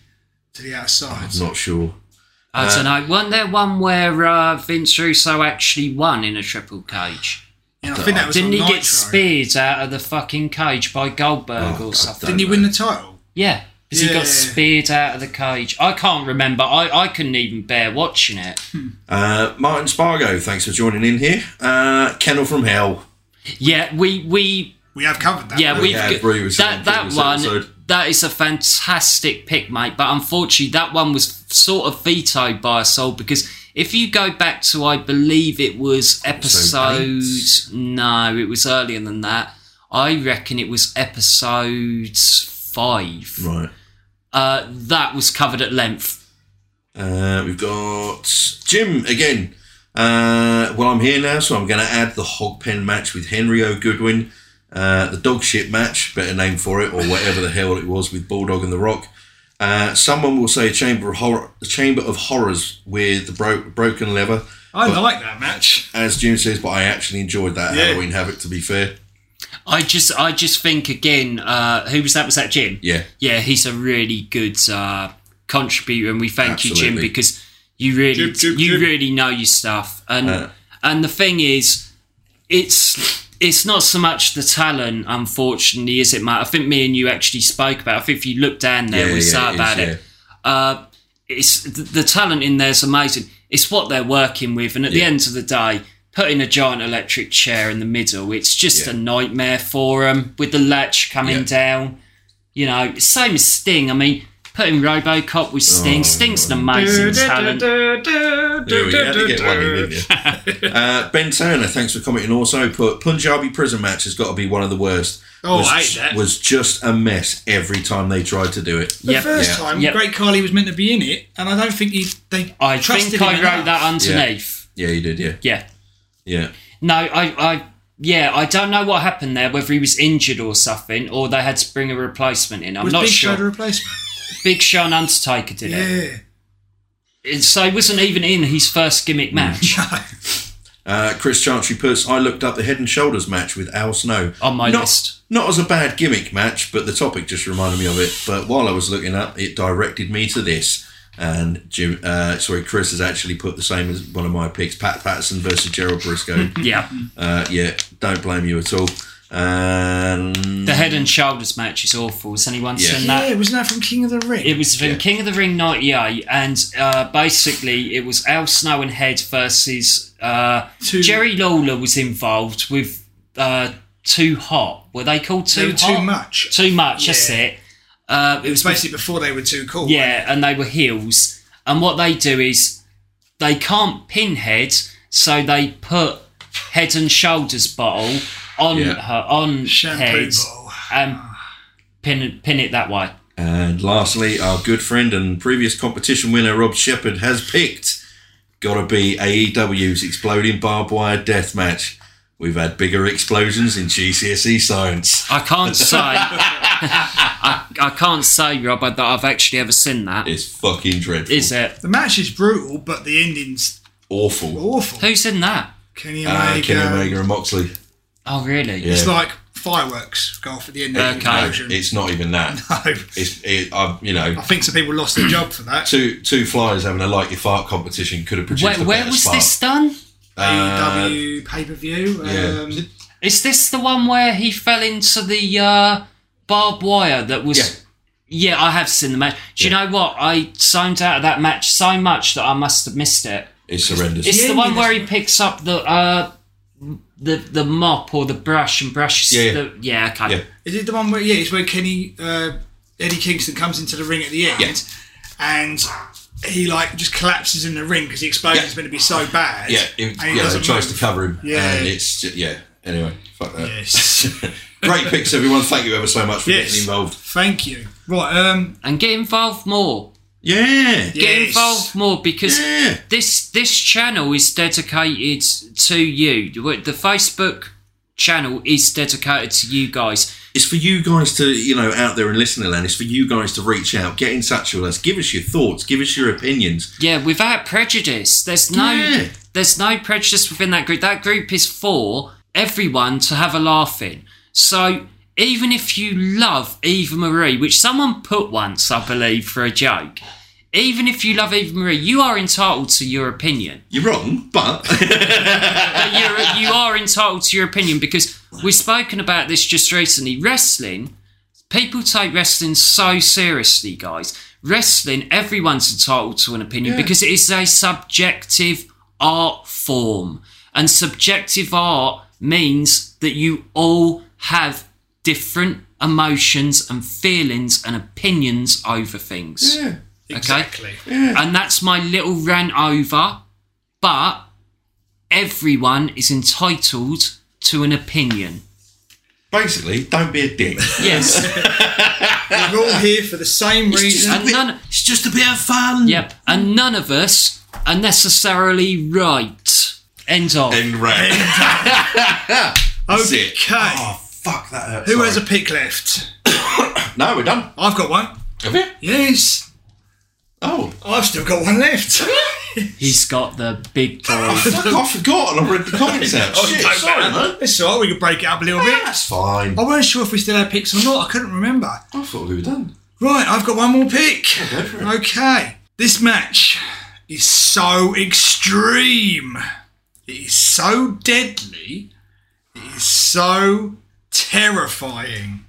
Speaker 4: to the outside?
Speaker 2: Not sure.
Speaker 3: I don't
Speaker 2: Uh,
Speaker 3: know. Wasn't there one where uh, Vince Russo actually won in a triple cage?
Speaker 4: And I think that was
Speaker 3: Didn't
Speaker 4: on
Speaker 3: he
Speaker 4: Nitro.
Speaker 3: get speared out of the fucking cage by Goldberg
Speaker 2: Oh,
Speaker 3: or
Speaker 2: God,
Speaker 3: something?
Speaker 4: Didn't he win the title?
Speaker 3: Yeah, because he
Speaker 4: Yeah.
Speaker 3: got speared out of the cage. I can't remember. I, I couldn't even bear watching it.
Speaker 2: Uh, Martin Spargo, thanks for joining in here. Uh, Kennel from Hell.
Speaker 3: Yeah, we we
Speaker 4: We have covered that.
Speaker 3: yeah
Speaker 4: haven't
Speaker 3: we've
Speaker 2: yeah,
Speaker 3: g-
Speaker 2: agree with you on
Speaker 3: that that
Speaker 2: previous
Speaker 3: one
Speaker 2: episode.
Speaker 3: that is a fantastic pick, mate. But unfortunately, that one was sort of vetoed by us all because if you go back to I believe it was episode no, it was earlier than that. I reckon it was episode five.
Speaker 2: Right.
Speaker 3: Uh, that was covered at length.
Speaker 2: Uh, we've got Jim again. Uh, well, I'm here now, so I'm going to add the hog pen match with Henry O. Goodwin, uh, the dog shit match, better name for it, or whatever the hell it was with Bulldog and The Rock. Uh, someone will say Chamber of Horror, Chamber of Horrors with the bro- broken lever,
Speaker 4: I like that match.
Speaker 2: as Jim says. But I actually enjoyed that
Speaker 4: Yeah.
Speaker 2: Halloween Havoc. To be fair,
Speaker 3: I just, I just think again. Uh, who was that? Was that Jim?
Speaker 2: yeah,
Speaker 3: yeah, he's a really good uh, contributor, and we thank you, Jim,
Speaker 2: Absolutely.
Speaker 3: because you really,
Speaker 4: Jim, Jim,
Speaker 3: you
Speaker 4: Jim.
Speaker 3: really know your stuff. And
Speaker 2: Uh.
Speaker 3: and the thing is, it's it's not so much the talent, unfortunately, is it, Matt? I think me and you actually spoke about. It. I think if you look down there,
Speaker 2: yeah,
Speaker 3: we
Speaker 2: yeah,
Speaker 3: saw
Speaker 2: is,
Speaker 3: about it.
Speaker 2: yeah.
Speaker 3: Uh, it's the, the talent in there's amazing. It's what they're working with, and at the
Speaker 2: Yeah.
Speaker 3: end of the day. Putting a giant electric chair in the middle, it's just a nightmare for them with the latch coming
Speaker 2: Yeah.
Speaker 3: down. You know, same as Sting. I mean, putting RoboCop with Sting.
Speaker 2: Oh,
Speaker 3: Sting's an amazing talent.
Speaker 2: There we had to get one in, didn't you? uh, ben Turner, thanks for commenting. Also, put Punjabi prison match has got to be one of the worst.
Speaker 4: Oh,
Speaker 2: was,
Speaker 4: I hate that.
Speaker 2: Was just a mess every time they tried to do it.
Speaker 4: The
Speaker 3: Yep.
Speaker 4: first
Speaker 2: Yeah.
Speaker 4: time,
Speaker 3: Yep.
Speaker 4: Great Carly was meant to be in it, and I don't think he they
Speaker 3: I
Speaker 4: trusted
Speaker 3: think I
Speaker 4: him
Speaker 3: wrote
Speaker 4: enough.
Speaker 3: that underneath.
Speaker 2: Yeah, you did. Yeah,
Speaker 3: Yeah.
Speaker 2: yeah.
Speaker 3: No, I, I, yeah, I don't know what happened there. Whether he was injured or something, or they had to bring a replacement in. I'm
Speaker 4: was
Speaker 3: not
Speaker 4: Big
Speaker 3: sure.
Speaker 4: Show the replacement.
Speaker 3: Big Show and Undertaker did it.
Speaker 4: Yeah.
Speaker 3: it. So he wasn't even in his first
Speaker 4: Mm.
Speaker 3: gimmick match.
Speaker 2: Uh, Chris Chantry puts. I looked up the Head and Shoulders match with Al Snow
Speaker 3: On my
Speaker 2: not,
Speaker 3: list.
Speaker 2: Not as a bad gimmick match, but the topic just reminded me of it. But while I was looking up, it directed me to this. And Jim, uh, sorry, Chris has actually put the same as one of my picks: Pat Patterson versus Gerald Briscoe.
Speaker 3: yeah.
Speaker 2: Uh, yeah, don't blame you at all. Um,
Speaker 3: The head and shoulders match is awful. Has anyone
Speaker 2: Yeah.
Speaker 3: seen that?
Speaker 4: Yeah, wasn't that from King of the Ring?
Speaker 3: It was from King of the Ring 98, and uh, basically it was Al Snow and Head versus uh,
Speaker 4: Too-
Speaker 3: Jerry Lawler was involved with uh, Too Hot. Were they called Too
Speaker 4: they were
Speaker 3: Hot?
Speaker 4: too much.
Speaker 3: Too Much, that's
Speaker 4: Yeah.
Speaker 3: it. Uh, it was
Speaker 4: It's basically before they were too cool.
Speaker 3: yeah, and they were heels. And what they do is they can't pin Head, so they put Head and Shoulders bottle on
Speaker 2: Yeah.
Speaker 3: her on
Speaker 4: Shampoo
Speaker 3: Head
Speaker 4: bottle.
Speaker 3: and pin pin it that way.
Speaker 2: and lastly, our good friend and previous competition winner Rob Shepherd has picked. Gotta be AEW's exploding barbed wire death match. We've had bigger explosions in GCSE E science.
Speaker 3: I can't say. I, I can't say, Rob, that I've actually ever seen that. Is
Speaker 2: It's fucking dreadful.
Speaker 3: it?
Speaker 4: The match is brutal, but the ending's
Speaker 3: Oh
Speaker 2: awful.
Speaker 4: awful.
Speaker 3: Who's in that?
Speaker 4: Kenny Omega.
Speaker 2: Uh, Kenny Omega and Moxley.
Speaker 3: Oh, really?
Speaker 2: Yeah.
Speaker 4: It's like fireworks go off at the end of the
Speaker 3: Okay.
Speaker 4: explosion.
Speaker 2: It's not even that.
Speaker 4: No.
Speaker 2: It's it, I, you know
Speaker 4: I think some people lost their job for that.
Speaker 2: two two flies having a light your fart competition could have produced
Speaker 3: Where,
Speaker 2: a
Speaker 3: where
Speaker 2: better
Speaker 3: was
Speaker 2: spark.
Speaker 3: this done?
Speaker 4: AEW pay per view.
Speaker 2: Uh, yeah.
Speaker 4: E Um,
Speaker 3: Is this the one where he fell into the uh, barbed wire that was?
Speaker 2: Yeah.
Speaker 3: Yeah, I have seen the match. Do you know what? I zoned out of that match so much that I must have missed it.
Speaker 2: It's horrendous.
Speaker 3: It's
Speaker 4: Yeah,
Speaker 3: the
Speaker 4: you
Speaker 3: one
Speaker 4: did.
Speaker 3: where he picks up the uh, the the mop or the brush and brushes.
Speaker 2: Yeah, yeah.
Speaker 3: The, yeah okay.
Speaker 2: Yeah.
Speaker 4: Is it the one where yeah? It's where Kenny uh, Eddie Kingston comes into the ring at the end,
Speaker 2: Yeah.
Speaker 4: and he like just collapses in the ring because the explosion's
Speaker 2: Yeah.
Speaker 4: going to be so bad.
Speaker 2: Yeah, it,
Speaker 4: and he
Speaker 2: yeah, they
Speaker 4: doesn't
Speaker 2: tries
Speaker 4: move.
Speaker 2: to cover him.
Speaker 4: Yeah.
Speaker 2: and it's ju- yeah. Anyway, fuck that.
Speaker 4: Yes.
Speaker 2: Great picks, everyone. Thank you ever so much for
Speaker 4: Yes.
Speaker 2: getting involved.
Speaker 4: Thank you. Right. Um.
Speaker 3: And get involved more.
Speaker 2: Yeah,
Speaker 3: get
Speaker 4: yes.
Speaker 3: involved more because
Speaker 2: Yeah.
Speaker 3: this this channel is dedicated to you. The Facebook channel is dedicated to you guys.
Speaker 2: It's for you guys to you know out there in listening land. It's for you guys to reach out, get in touch with us, give us your thoughts, give us your opinions.
Speaker 3: Yeah, without prejudice. There's no
Speaker 2: Yeah.
Speaker 3: there's no prejudice within that group. That group is for everyone to have a laugh in. So even if you love Eva Marie, which someone put once, I believe, for a joke, even if you love Eva Marie, you are entitled to your opinion.
Speaker 2: You're wrong, but
Speaker 3: you're, you are entitled to your opinion because we've spoken about this just recently. Wrestling, people take wrestling so seriously, guys. Wrestling, everyone's entitled to an opinion because it is a subjective art form. And subjective art means that you all have different emotions and feelings and opinions over things.
Speaker 4: Exactly.
Speaker 3: And that's my little rant over. But everyone is entitled to an opinion.
Speaker 2: basically, don't be a dick.
Speaker 3: Yes.
Speaker 4: We're all here for the same reason.
Speaker 3: And none,
Speaker 2: It's just a bit of fun.
Speaker 3: yep, and none of us are necessarily right. End of.
Speaker 2: And rain.
Speaker 4: Okay.
Speaker 2: it. Oh, fuck that hurts.
Speaker 4: Who has a pick left?
Speaker 2: No, we're done.
Speaker 4: I've got one.
Speaker 2: Have you?
Speaker 4: Yes.
Speaker 2: Oh,
Speaker 4: I've still got one left.
Speaker 3: He's got the big boy.
Speaker 2: fuck, I forgot and I read the comments out.
Speaker 4: Oh,
Speaker 2: Shit,
Speaker 4: don't
Speaker 2: sorry,
Speaker 4: matter.
Speaker 2: man.
Speaker 4: It's all right, we could break it up a little bit.
Speaker 2: That's fine.
Speaker 4: I weren't sure if we still had picks or not. I couldn't remember.
Speaker 2: I thought we were done.
Speaker 4: Right, I've got one more pick.
Speaker 2: go for it.
Speaker 4: Okay. This match is so extreme. It is so deadly. It is so terrifying.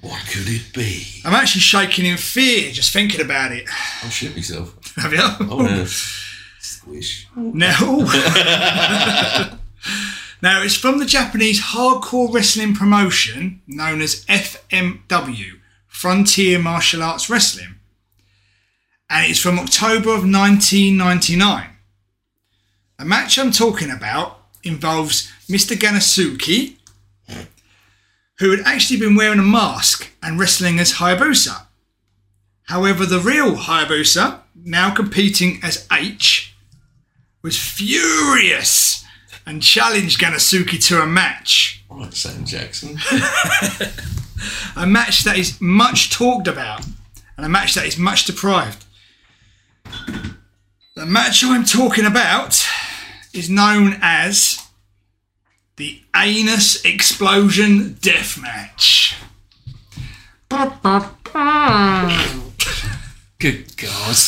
Speaker 2: What could it be?
Speaker 4: I'm actually shaking in fear just thinking about it.
Speaker 2: I'll shit myself.
Speaker 4: Have you?
Speaker 2: Oh, no. Squish.
Speaker 4: No. now, it's from the Japanese hardcore wrestling promotion known as FMW, Frontier Martial Arts Wrestling. And it's from October of 1999. The match I'm talking about involves Mr. Ganasuki, who had actually been wearing a mask and wrestling as Hayabusa. However, the real Hayabusa, now competing as H, was furious and challenged Ganasuki to a match.
Speaker 2: Right, Sam Jackson.
Speaker 4: A match that is much talked about and a match that is much deprived. The match I'm talking about is known as the Anus Explosion Death Match.
Speaker 3: Good God.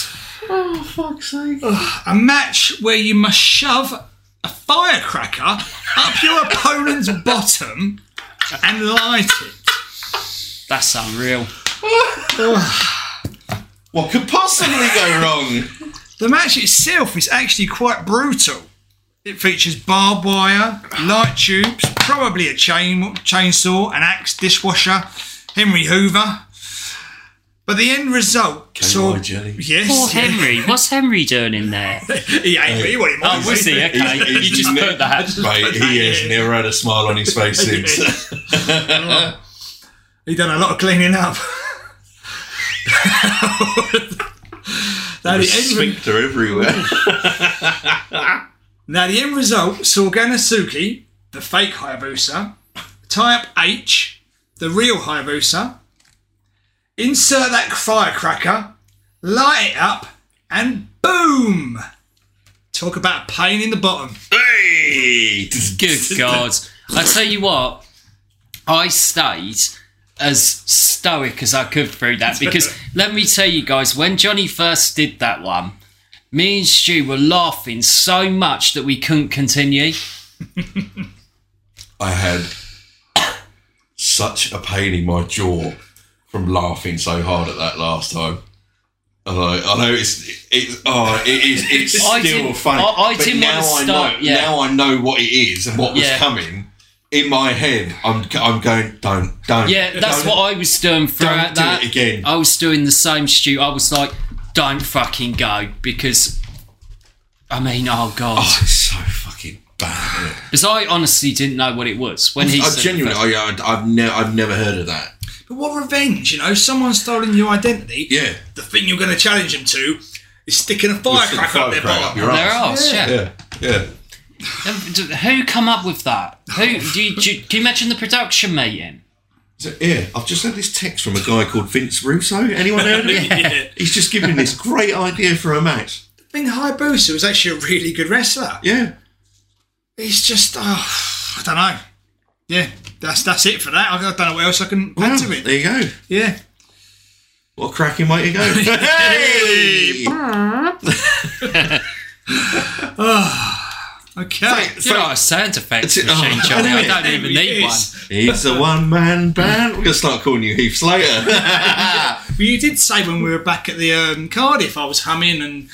Speaker 4: A match where you must shove a firecracker up your opponent's bottom and light it.
Speaker 3: That's unreal.
Speaker 2: What could possibly go wrong?
Speaker 4: The match itself is actually quite brutal. It features barbed wire, light tubes, probably a chain chainsaw, an axe, dishwasher, Henry Hoover. But the end result saw
Speaker 2: jelly.
Speaker 4: yes,
Speaker 3: Poor
Speaker 4: yeah.
Speaker 3: Henry. What's Henry doing in there?
Speaker 4: he ain't he wanted
Speaker 3: Oh, was he? Okay.
Speaker 2: He's- he's
Speaker 3: You just
Speaker 2: ne-
Speaker 3: put that.
Speaker 2: Mate, he has never had a smile on his face since.
Speaker 4: He done a lot of cleaning up. now, the end, re-
Speaker 2: Sphincter everywhere.
Speaker 4: now the end result saw Ganasuki, the fake Hayabusa, tie up H, the real Hayabusa, insert that firecracker, light it up, and boom! Talk about pain in the bottom.
Speaker 2: hey!
Speaker 3: Good God. I tell you what, I stayed as stoic as I could through that because let me tell you guys, when Johnny first did that one, me and Stu were laughing so much that we couldn't continue.
Speaker 2: I had such a pain in my jaw from laughing so hard at that last time. I know, I know it's it's oh it is it's
Speaker 3: I
Speaker 2: still
Speaker 3: didn't-
Speaker 2: funny.
Speaker 3: I- I
Speaker 2: but
Speaker 3: didn't
Speaker 2: now
Speaker 3: wanna
Speaker 2: I
Speaker 3: start,
Speaker 2: know
Speaker 3: yeah.
Speaker 2: now I know what it is and what was
Speaker 3: Yeah.
Speaker 2: coming. In my head, I'm I'm going don't don't
Speaker 3: Yeah, that's
Speaker 2: don't,
Speaker 3: what I was doing throughout
Speaker 2: Don't do
Speaker 3: that.
Speaker 2: it again.
Speaker 3: I was doing the same Stu. I was like, don't fucking go because I mean, oh god.
Speaker 2: Oh, it's so fucking bad. isn't it?
Speaker 3: Because I honestly didn't know what it was when he
Speaker 2: I
Speaker 3: said
Speaker 2: genuinely, I, I, I've never, I've never heard of that.
Speaker 4: But what revenge, you know? Someone's stolen your identity.
Speaker 2: Yeah,
Speaker 4: The thing you're going to challenge them to is sticking a firecracker up their bottom.
Speaker 2: You're
Speaker 3: their arse, yeah.
Speaker 2: Yeah, yeah.
Speaker 3: Who come up with that? Who do you, do you, can you imagine the production meeting?
Speaker 2: So, yeah, I've just had this text from a guy called Vince Russo. Anyone heard of him? He's just given this great idea for a match.
Speaker 4: I think Hayabusa was actually a really good wrestler.
Speaker 2: Yeah.
Speaker 4: He's just, oh, I don't know. Yeah, that's that's it for that. I don't know what else I can add to
Speaker 2: Wow,
Speaker 4: it.
Speaker 3: Mm.
Speaker 2: There you go.
Speaker 4: Yeah.
Speaker 2: What a cracking way to go. hey!
Speaker 4: Okay.
Speaker 3: You're not a sound effects
Speaker 2: It's- oh,
Speaker 3: machine, Johnny. I
Speaker 2: I
Speaker 3: don't even need one.
Speaker 4: Yes.
Speaker 2: He's a one man band. We're going to start calling you Heath Slater.
Speaker 4: Well, you did say when we were back at the um, Cardiff, I was humming and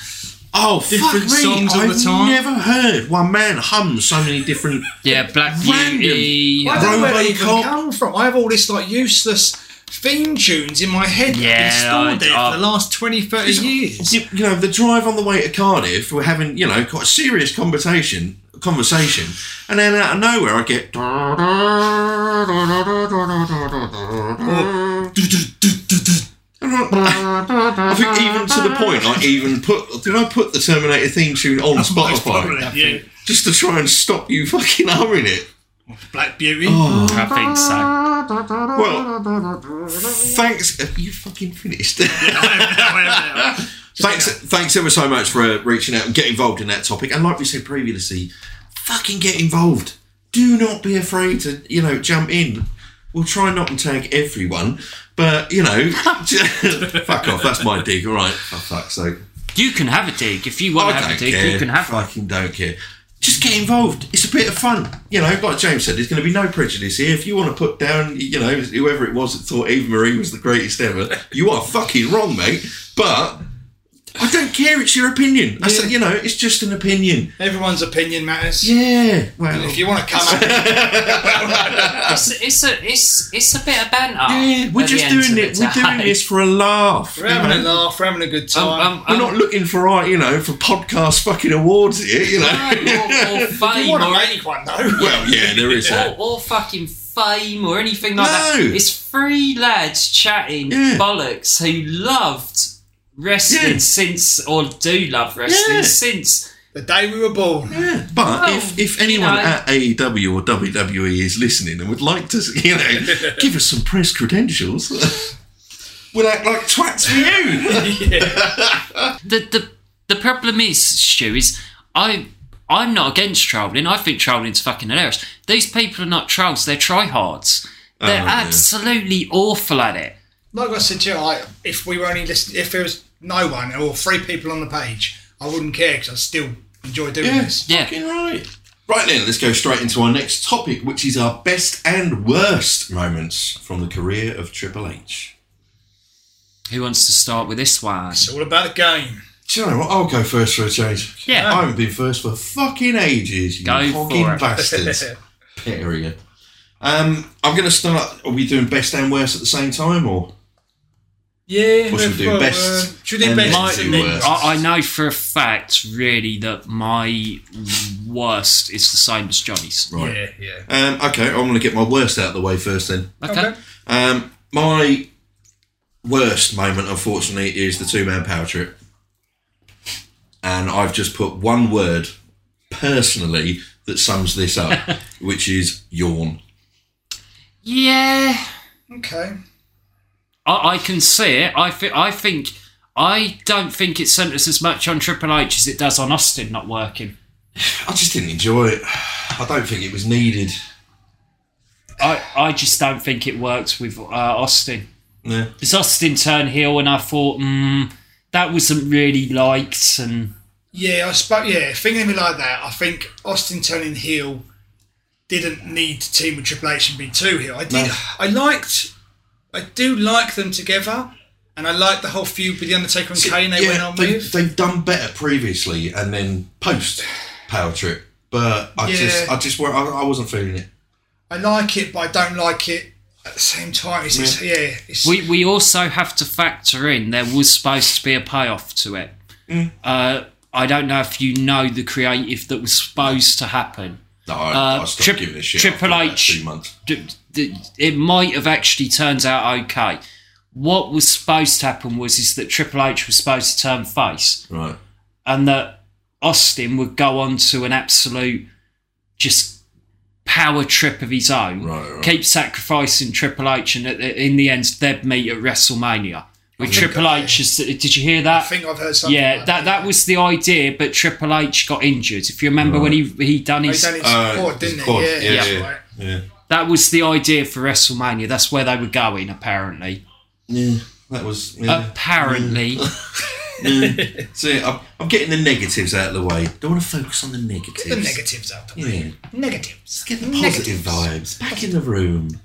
Speaker 2: oh, fuck
Speaker 4: Different
Speaker 2: me.
Speaker 4: songs all the
Speaker 2: I've
Speaker 4: time.
Speaker 2: never heard one man hum so many different.
Speaker 3: Yeah, Black
Speaker 2: Random.
Speaker 3: Beauty.
Speaker 4: I don't know where they even
Speaker 2: Robocop.
Speaker 4: come from. I have all this like useless theme tunes in my head
Speaker 3: Yeah,
Speaker 4: that have been stored
Speaker 3: I-
Speaker 4: there for
Speaker 3: I-
Speaker 4: the last 20, 30 years.
Speaker 2: You, you know, the drive on the way to Cardiff, we're having, you know, quite a serious conversation, conversation, and then out of nowhere I get.
Speaker 4: Do, do, do, do,
Speaker 2: I think even to the point I even put did I put the Terminator theme tune on
Speaker 4: Most
Speaker 2: Spotify
Speaker 4: probably.
Speaker 5: Yeah,
Speaker 2: just to try and stop you fucking humming it.
Speaker 4: Black Beauty.
Speaker 3: I think so.
Speaker 2: Well, thanks. Have you fucking finished?
Speaker 4: However,
Speaker 2: thanks, thanks ever so much for uh, reaching out and get involved in that topic. And like we said previously, fucking get involved. Do not be afraid to you know jump in. We'll try not to tag everyone, but you know, fuck off. That's my dig. All right, for fuck's sake.
Speaker 3: You can have a dig if you want to have a dig. You can have one.
Speaker 2: fucking don't care. Just get involved. It's a bit of fun. You know, like James said, there's going to be no prejudice here. If you want to put down, you know, whoever it was that thought Eva Marie was the greatest ever, you are fucking wrong, mate. But I don't care. It's your opinion. I said, you know, it's just an opinion.
Speaker 4: Everyone's opinion matters.
Speaker 2: Yeah. Well,
Speaker 4: If you want to come at me,
Speaker 3: It's, it's a it's it's a bit of banter.
Speaker 2: yeah, we're
Speaker 3: at the
Speaker 2: just
Speaker 3: end
Speaker 2: doing
Speaker 3: of
Speaker 2: it.
Speaker 3: the
Speaker 2: We're doing
Speaker 3: day.
Speaker 2: this for a laugh.
Speaker 4: we're having a laugh, we're having a good
Speaker 3: Um,
Speaker 4: time.
Speaker 3: um,
Speaker 2: We're
Speaker 3: um,
Speaker 2: not looking for, uh, you know, for podcast fucking awards here, you know.
Speaker 3: or, or
Speaker 4: you
Speaker 3: fame
Speaker 4: want to
Speaker 3: or
Speaker 4: make one though?
Speaker 2: well, yeah, there is that.
Speaker 3: or, or fucking fame or anything like that.
Speaker 2: No.
Speaker 3: It's three lads chatting
Speaker 2: Yeah.
Speaker 3: bollocks who loved wrestling
Speaker 2: Yeah.
Speaker 3: since, or do love wrestling
Speaker 2: Yeah.
Speaker 3: since.
Speaker 4: The day we were born.
Speaker 2: Yeah, but
Speaker 3: Well,
Speaker 2: if, if anyone
Speaker 3: you know.
Speaker 2: at AEW or WWE is listening and would like to, you know, give us some press credentials, we'll act like twats for you.
Speaker 3: The, the the problem is, Stu, is I I'm not against trolling. I think trolling's fucking hilarious. These people are not trolls; they're tryhards. They're
Speaker 2: Oh, yeah.
Speaker 3: absolutely awful at it.
Speaker 4: Like I said to you, like, if we were only listening, if there was no one or three people on the page, I wouldn't care because I still enjoy doing this.
Speaker 3: Yeah.
Speaker 2: Fucking right. Right then, let's go straight into our next topic, which is our best and worst moments from the career of Triple H.
Speaker 3: Who wants to start with this one?
Speaker 4: It's all about the game.
Speaker 2: Do you know what? I'll go first for a change.
Speaker 3: Yeah.
Speaker 2: I haven't been first for fucking ages, you
Speaker 3: Go for
Speaker 2: fucking
Speaker 3: it.
Speaker 2: bastards. Area. Um, I'm going to start. Are we doing best and worst at the same time, or
Speaker 4: yeah.
Speaker 2: What should we do?
Speaker 4: well,
Speaker 2: Best
Speaker 4: Uh, should we do
Speaker 2: and
Speaker 4: best?
Speaker 2: then
Speaker 4: and
Speaker 2: do
Speaker 4: then-
Speaker 2: worst.
Speaker 3: I, I know for a fact, really, that my worst is the same as Johnny's.
Speaker 2: Right.
Speaker 4: Yeah, yeah.
Speaker 2: Um, okay, I'm going to get my worst out of the way first then.
Speaker 3: Okay.
Speaker 4: Okay.
Speaker 2: Um, my worst moment, unfortunately, is the two man power trip. And I've just put one word personally that sums this up, which is yawn.
Speaker 3: Yeah,
Speaker 4: Okay.
Speaker 3: I, I can see it. I thi- I think I don't think it centres as much on Triple H as it does on Austin not working.
Speaker 2: I just didn't enjoy it. I don't think it was needed.
Speaker 3: I, I just don't think it works with uh, Austin.
Speaker 2: No.
Speaker 3: Because Austin turned heel, and I thought, mm, that wasn't really liked. And
Speaker 4: Yeah, I suppose. Yeah, thinking of it like that, I think Austin turning heel didn't need to team with Triple H and be too heel. I did.
Speaker 2: No.
Speaker 4: I liked. I do like them together, and I liked the whole feud with the Undertaker and Kane they went on
Speaker 2: they,
Speaker 4: with.
Speaker 2: have done better previously and then post power trip. But I
Speaker 4: Yeah.
Speaker 2: just, I just, weren't- I, I wasn't feeling it.
Speaker 4: I like it, but I don't like it at the same time. It's, it's yeah, it's,
Speaker 3: we, we also have to factor in there was supposed to be a payoff to it. Uh, I don't know if you know the creative that was supposed to happen.
Speaker 2: No, I, I
Speaker 3: Uh,
Speaker 2: stopped
Speaker 3: Trip-
Speaker 2: giving a shit.
Speaker 3: Triple
Speaker 2: after about
Speaker 3: H.
Speaker 2: Two months.
Speaker 3: d- d- it might have actually turned out okay. What was supposed to happen was is that Triple H was supposed to turn face,
Speaker 2: Right.
Speaker 3: and that Austin would go on to an absolute just power trip of his own.
Speaker 2: Right, right.
Speaker 3: Keep sacrificing Triple H, and at the, in the end, they'd meet at WrestleMania. With Triple H, is, did you hear that?
Speaker 4: I think I've heard something.
Speaker 3: yeah,
Speaker 4: like
Speaker 3: that that was the idea, but Triple H got injured. If you remember when he he done
Speaker 4: They
Speaker 3: his
Speaker 4: done his
Speaker 2: Uh,
Speaker 4: quad,
Speaker 2: his
Speaker 4: didn't it?
Speaker 2: quad,
Speaker 4: Yeah,
Speaker 2: yeah,
Speaker 4: that's
Speaker 2: yeah.
Speaker 4: right.
Speaker 2: Yeah.
Speaker 3: that was the idea for WrestleMania. That's where they were going apparently.
Speaker 2: Yeah. That was. Yeah.
Speaker 4: Uh,
Speaker 3: Apparently,
Speaker 2: so yeah, I'm, I'm getting the negatives out of the way. Don't want to focus on the negatives.
Speaker 4: The negatives out the way.
Speaker 2: Yeah.
Speaker 4: Negatives.
Speaker 2: Get the positive vibes back in the room.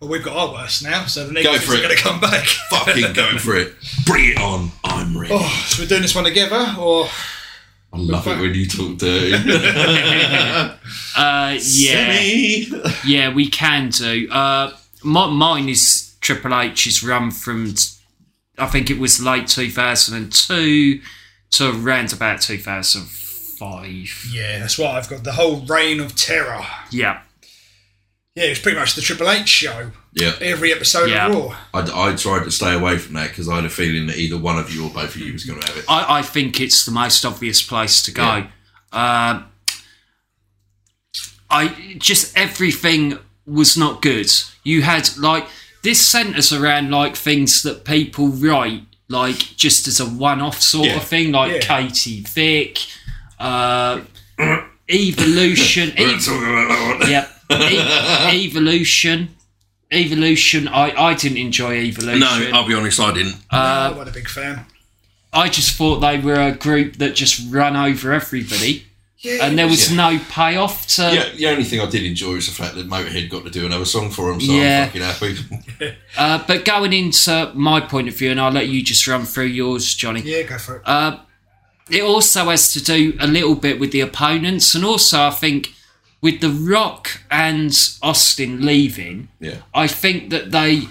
Speaker 4: Well, we've got our worst now, so the negatives
Speaker 2: for
Speaker 4: are
Speaker 2: it.
Speaker 4: going to come back.
Speaker 2: Fucking go for it. Bring it on. I'm ready.
Speaker 4: Oh, so we're doing this one together, or
Speaker 2: I love it when you talk dirty.
Speaker 3: uh, yeah,
Speaker 2: Semi.
Speaker 3: yeah, we can do. Uh, my, mine is Triple H's run from, t- I think it was late 2002 to around about 2005.
Speaker 4: yeah, that's what I've got. The whole reign of terror.
Speaker 3: Yeah,
Speaker 4: Yeah, it was pretty much the Triple H show.
Speaker 2: Yeah,
Speaker 4: Every episode
Speaker 3: Yeah.
Speaker 4: of Raw.
Speaker 2: I, I tried to stay away from that because I had a feeling that either one of you or both of you was going to have it.
Speaker 3: I, I think it's the most obvious place to go. Um I just everything was not good. You had like this centers around like things that people write like just as a one-off sort
Speaker 2: Yeah.
Speaker 3: of thing, like
Speaker 4: Yeah.
Speaker 3: Katie Vick, uh, Evolution.
Speaker 2: We're
Speaker 3: Ev-
Speaker 2: not talking about that one.
Speaker 3: yep, E- Evolution. Evolution. I, I didn't enjoy Evolution.
Speaker 2: No, I'll be honest, I didn't.
Speaker 3: Uh,
Speaker 4: I wasn't a big fan.
Speaker 3: I just thought they were a group that just ran over everybody,
Speaker 4: Yeah,
Speaker 3: and there was no payoff to.
Speaker 2: yeah, the only thing I did enjoy was the fact that Motorhead got to do another song for him, so
Speaker 3: Yeah.
Speaker 2: I'm fucking happy.
Speaker 3: Uh, but going into my point of view, and I'll let you just run through yours, Johnny.
Speaker 4: yeah, go for it.
Speaker 2: Uh,
Speaker 3: It also has to do a little bit with the opponents, and also I think with The Rock and Austin leaving,
Speaker 2: yeah.
Speaker 3: I think that they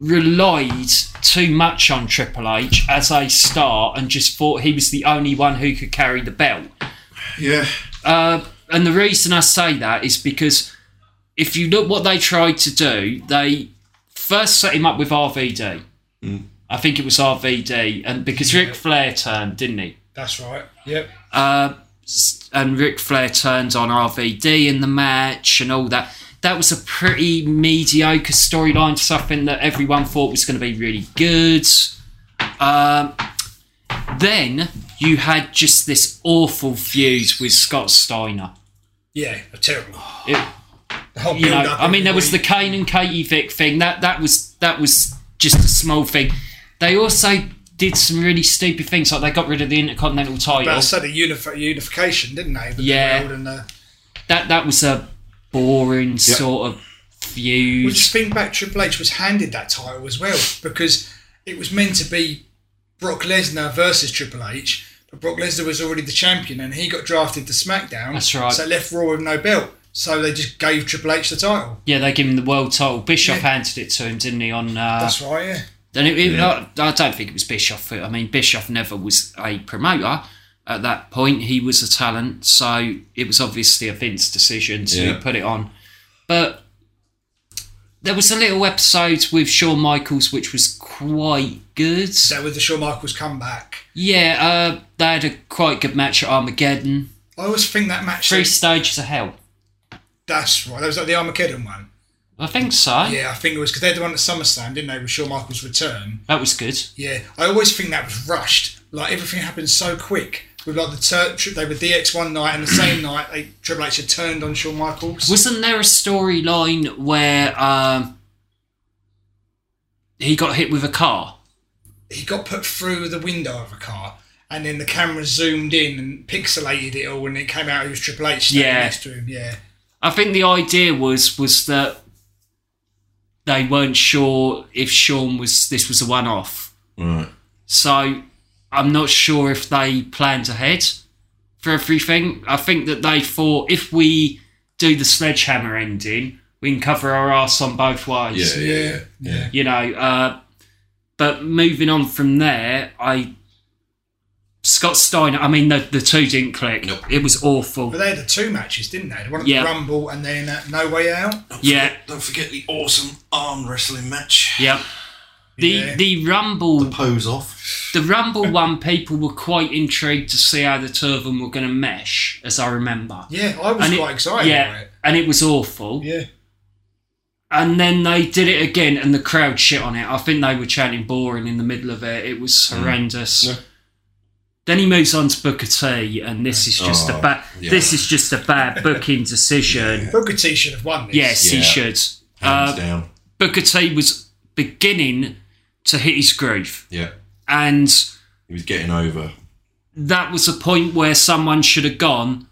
Speaker 3: relied too much on Triple H as a star and just thought he was the only one who could carry the belt.
Speaker 2: Yeah.
Speaker 3: and the reason I say that is because if you look what they tried to do, they first set him up with RVD. I think it was RVD, and because Ric Flair turned, didn't he?
Speaker 4: That's right. Yep.
Speaker 3: S- And Ric Flair turned on RVD in the match and all that. That was a pretty mediocre storyline, something that everyone thought was going to be really good. Um, then you had just this awful feud with Scott Steiner.
Speaker 4: Yeah, terrible.
Speaker 3: It,
Speaker 4: The whole
Speaker 3: you know,
Speaker 4: build-up
Speaker 3: I mean, there was the
Speaker 4: every
Speaker 3: Kane and Katie Vick thing. That that was that was just a small thing. They also did some really stupid things, like they got rid of the Intercontinental
Speaker 4: week. But I
Speaker 3: title.
Speaker 4: said the unif- unification, didn't they? With the
Speaker 3: Yeah.
Speaker 4: world and the-
Speaker 3: That that was a boring sort of
Speaker 4: Well,
Speaker 3: feud.
Speaker 4: just think back, Triple H was handed that title as well because it was meant to be Brock Lesnar versus Triple H, but Brock Lesnar was already the champion and he got drafted to SmackDown.
Speaker 3: That's right.
Speaker 4: So it left Raw with no belt. So they just gave Triple H the title.
Speaker 3: Yeah, they gave him the world title. Bischoff
Speaker 4: Yeah.
Speaker 3: handed it to him, didn't he? On uh,
Speaker 4: That's right, yeah.
Speaker 3: and it, it-
Speaker 2: Yeah.
Speaker 3: I, I don't think it was Bischoff. I mean, Bischoff never was a promoter. At that point, he was a talent, so it was obviously a Vince decision to
Speaker 2: Yeah.
Speaker 3: put it on. But there was a little episode with Shawn Michaels which was quite good.
Speaker 4: So with the Shawn Michaels comeback.
Speaker 3: Yeah, uh, they had a quite good match at Armageddon.
Speaker 4: I always think that match.
Speaker 3: Three stages of hell.
Speaker 4: That's right. That was like the Armageddon one.
Speaker 3: I think so.
Speaker 4: Yeah, I think it was because they had the one at SummerSlam, didn't they, with Shawn Michaels' return?
Speaker 3: That was good.
Speaker 4: Yeah, I always think that was rushed. Like everything happened so quick. With like the tur- tri- they were DX one night and the same night they Triple H had turned on Shawn Michaels.
Speaker 3: Wasn't there a storyline where um, he got hit with a car?
Speaker 4: He got put through the window of a car, and then the camera zoomed in and pixelated it all, and it came out it was Triple H standing
Speaker 3: Yeah.
Speaker 4: next to him. Yeah,
Speaker 3: I think the idea was was that they weren't sure if Sean was this was a one off.
Speaker 2: Right.
Speaker 3: So I'm not sure if they planned ahead for everything. I think that they thought if we do the sledgehammer ending, we can cover our ass on both
Speaker 2: Yeah,
Speaker 3: ways.
Speaker 2: yeah, yeah. yeah.
Speaker 4: yeah.
Speaker 3: You know, uh, but moving on from there, I Scott Steiner. I mean, the the two didn't click.
Speaker 2: Nope.
Speaker 3: It was awful.
Speaker 4: But they had the two matches, didn't they? The one at
Speaker 3: Yeah.
Speaker 4: the Rumble and then at No Way Out.
Speaker 3: yeah,
Speaker 2: Don't forget the awesome arm wrestling match.
Speaker 3: yeah. The
Speaker 4: Yeah.
Speaker 3: the rumble
Speaker 2: Pose off.
Speaker 3: The Rumble one, people were quite intrigued to see how the two of them were going to mesh, as I remember.
Speaker 4: Yeah, I was
Speaker 3: it-
Speaker 4: quite excited
Speaker 3: yeah,
Speaker 4: by it.
Speaker 3: and it was awful.
Speaker 4: Yeah,
Speaker 3: And then they did it again, and the crowd shit on it. I think they were chanting boring in the middle of it. It was
Speaker 4: Mm.
Speaker 3: horrendous.
Speaker 2: Yeah.
Speaker 3: Then he moves on to Booker T, and this is just
Speaker 2: Oh,
Speaker 3: a bad.
Speaker 2: yeah.
Speaker 3: This is just a bad booking decision.
Speaker 4: Booker T should have won this.
Speaker 3: Yes, he
Speaker 2: Yeah.
Speaker 3: should.
Speaker 2: Hands
Speaker 3: Uh,
Speaker 2: down.
Speaker 3: Booker T was beginning to hit his groove,
Speaker 2: Yeah.
Speaker 3: and
Speaker 2: He was getting over.
Speaker 3: that was a point where someone should have gone,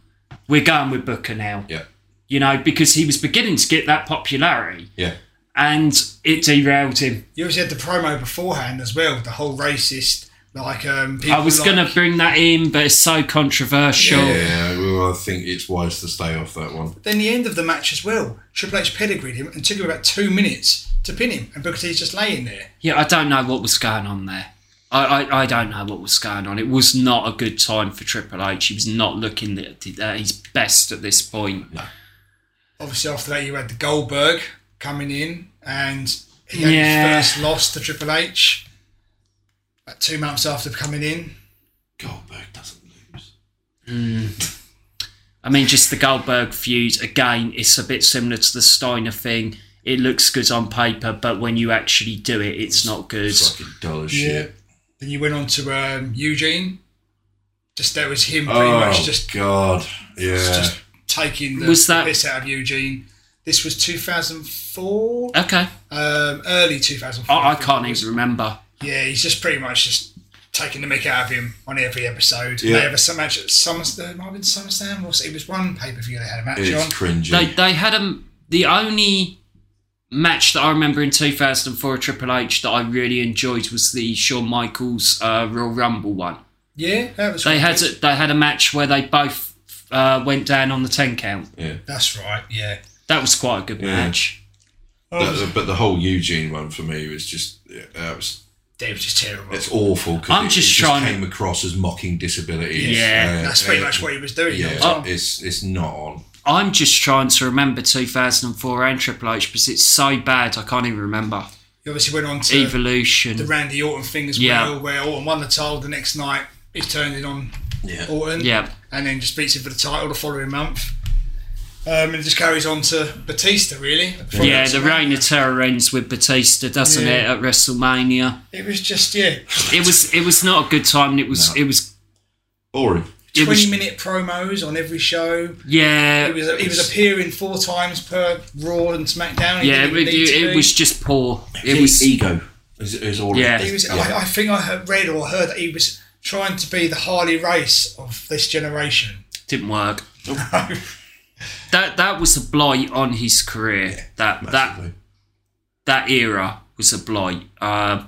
Speaker 3: we're going with Booker now,
Speaker 2: Yeah.
Speaker 3: you know, because he was beginning to get that popularity
Speaker 2: Yeah.
Speaker 3: and it derailed him.
Speaker 4: You obviously had the promo beforehand as well, the whole racist, like um. People
Speaker 3: I was
Speaker 4: like,
Speaker 3: going to bring that in, but it's so controversial.
Speaker 2: Yeah, well, I think it's wise to stay off that one.
Speaker 4: Then the end of the match as well, Triple H pedigreed him and took him about two minutes to pin him, and Booker T's just laying there.
Speaker 3: Yeah, I don't know what was going on there. I, I, I don't know what was going on. It was not a good time for Triple H. He was not looking at at his best at this point.
Speaker 4: obviously after that you had the Goldberg coming in and he had
Speaker 3: Yeah.
Speaker 4: his first loss to Triple H about two months after coming in.
Speaker 2: Goldberg doesn't lose.
Speaker 3: I mean, just the Goldberg feud again. It's a bit similar to the Steiner thing. It looks good on paper, but when you actually do it, it's not good.
Speaker 2: Fucking dull as shit.
Speaker 4: Then you went on to um, Eugene. Just that was him pretty
Speaker 2: Oh
Speaker 4: much just
Speaker 2: God, yeah.
Speaker 4: just taking the
Speaker 3: Was that-
Speaker 4: piss out of Eugene. This was 2004,
Speaker 3: Okay,
Speaker 4: um, early 2004.
Speaker 3: I, I
Speaker 4: think
Speaker 3: can't
Speaker 4: it was.
Speaker 3: even remember.
Speaker 4: Yeah, he's just pretty much just taking the mick out of him on every episode.
Speaker 2: Yeah.
Speaker 4: They have a some match at SummerSlam. Might have been SummerSlam. Or was- it was one pay per view they had a match on.
Speaker 2: it's cringy.
Speaker 3: They they had a, the only match that I remember in 2004 Triple H that I really enjoyed was the Shawn Michaels uh, Royal Rumble one.
Speaker 4: yeah, that was.
Speaker 3: They
Speaker 4: right.
Speaker 3: had a, they had a match where they both uh, went down on the ten count.
Speaker 2: yeah.
Speaker 4: That's right. Yeah.
Speaker 3: That was quite a good
Speaker 2: Yeah.
Speaker 3: match.
Speaker 2: But the, but the whole Eugene one for me was just yeah, that was
Speaker 4: It was just terrible.
Speaker 2: it's awful. 'cause
Speaker 3: I'm
Speaker 2: it,
Speaker 3: just
Speaker 2: it
Speaker 3: trying-
Speaker 2: came across as mocking disabilities.
Speaker 3: Yeah,
Speaker 2: Uh,
Speaker 4: That's pretty
Speaker 2: uh,
Speaker 4: much what he was doing.
Speaker 2: Yeah,
Speaker 4: Oh,
Speaker 2: it's it's not on.
Speaker 3: I'm just trying to remember 2004 and Triple H because it's so bad I can't even remember.
Speaker 4: He obviously went on to the
Speaker 3: Evolution.
Speaker 4: Randy Orton thing as
Speaker 3: Yeah.
Speaker 4: well, where Orton won the title the next night. He turned it on
Speaker 2: Yeah.
Speaker 4: Orton.
Speaker 3: Yeah.
Speaker 4: And then just beats him for the title the following month. Um, and it just carries on to Batista, really. From
Speaker 3: Yeah,
Speaker 4: that
Speaker 3: the
Speaker 4: time.
Speaker 3: Reign of Terror ends with Batista, doesn't
Speaker 4: Yeah.
Speaker 3: it, at WrestleMania?
Speaker 4: It was just, yeah,
Speaker 3: It was it was not a good time and it was it was
Speaker 2: Boring.
Speaker 3: it
Speaker 4: 20
Speaker 3: was
Speaker 4: minute promos on every show.
Speaker 3: yeah
Speaker 4: He was, he was appearing four times per Raw and SmackDown. He
Speaker 3: yeah
Speaker 4: didn't
Speaker 3: it,
Speaker 4: need to
Speaker 3: it,
Speaker 4: be.
Speaker 3: was just poor. It was
Speaker 2: ego. Is, is all. it
Speaker 3: Yeah.
Speaker 2: is.
Speaker 4: He was I, I think I heard, read or heard that he was trying to be the Harley race of this generation.
Speaker 3: didn't work. That that was a blight on his career. that that
Speaker 2: Massively.
Speaker 3: that era was a blight. Uh,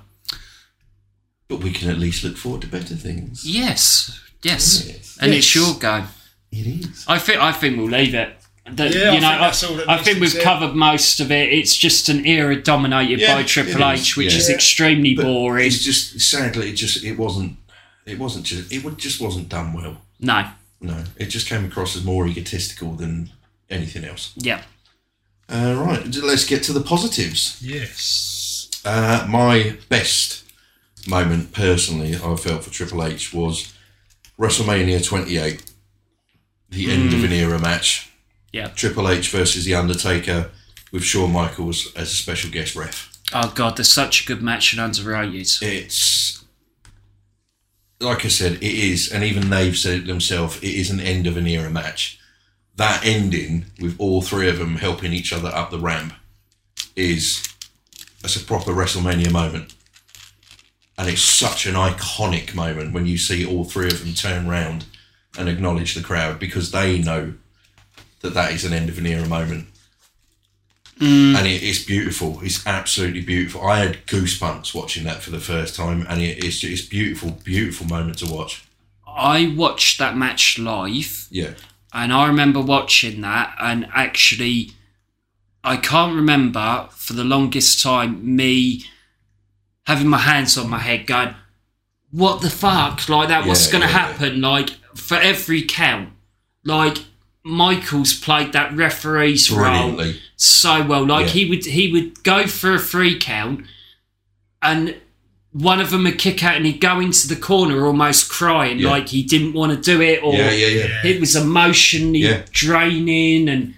Speaker 2: But we can at least look forward to better things.
Speaker 3: yes, yes, and it's
Speaker 4: Yes.
Speaker 3: your game.
Speaker 2: It is.
Speaker 3: I think I think we'll leave it. The-
Speaker 4: Yeah, I
Speaker 3: you know,
Speaker 4: think
Speaker 3: I,
Speaker 4: that's all that
Speaker 3: I
Speaker 4: needs
Speaker 3: think
Speaker 4: to
Speaker 3: we've
Speaker 4: be said.
Speaker 3: covered most of it. It's just an era dominated
Speaker 2: Yeah,
Speaker 3: by Triple
Speaker 2: it is,
Speaker 3: H, which
Speaker 2: yeah.
Speaker 3: is
Speaker 4: Yeah.
Speaker 3: extremely boring.
Speaker 2: It's just sadly, it just it wasn't. It wasn't just. It would- just wasn't done well.
Speaker 3: No,
Speaker 2: No, it just came across as more egotistical than anything else.
Speaker 3: yeah,
Speaker 2: Uh, right, let's get to the positives.
Speaker 4: Yes.
Speaker 2: Uh, my best moment personally, I felt for Triple H was WrestleMania 28, the end of an era match.
Speaker 3: Hmm. yeah.
Speaker 2: Triple H versus The Undertaker with Shawn Michaels as a special guest ref.
Speaker 3: Oh god, there's such a good match and underrated.
Speaker 2: It's like I said, it is, and even they've said it themselves, it is an end of an era match. That ending with all three of them helping each other up the ramp is that's a proper WrestleMania moment. And it's such an iconic moment when you see all three of them turn round and acknowledge the crowd because they know that that is an end of an era moment. And it, it's beautiful. It's absolutely beautiful. I had goosebumps watching that for the first time, and it, it's it's beautiful, beautiful moment to watch.
Speaker 3: I watched that match live,
Speaker 2: Yeah,
Speaker 3: and I remember watching that, and actually, I can't remember for the longest time me having my hands on my head going, "What the fuck? Like that? what's
Speaker 2: Yeah,
Speaker 3: going to
Speaker 2: yeah, yeah.
Speaker 3: happen? Like for every count, like." Michaels played that referee's role
Speaker 2: brilliantly.
Speaker 3: so well. Like
Speaker 2: Yeah.
Speaker 3: he would he would go for a free count, and one of them would kick out, and he'd go into the corner almost crying,
Speaker 2: Yeah.
Speaker 3: like he didn't want to do it, or
Speaker 2: Yeah, yeah, yeah.
Speaker 3: it was emotionally
Speaker 2: Yeah.
Speaker 3: draining, and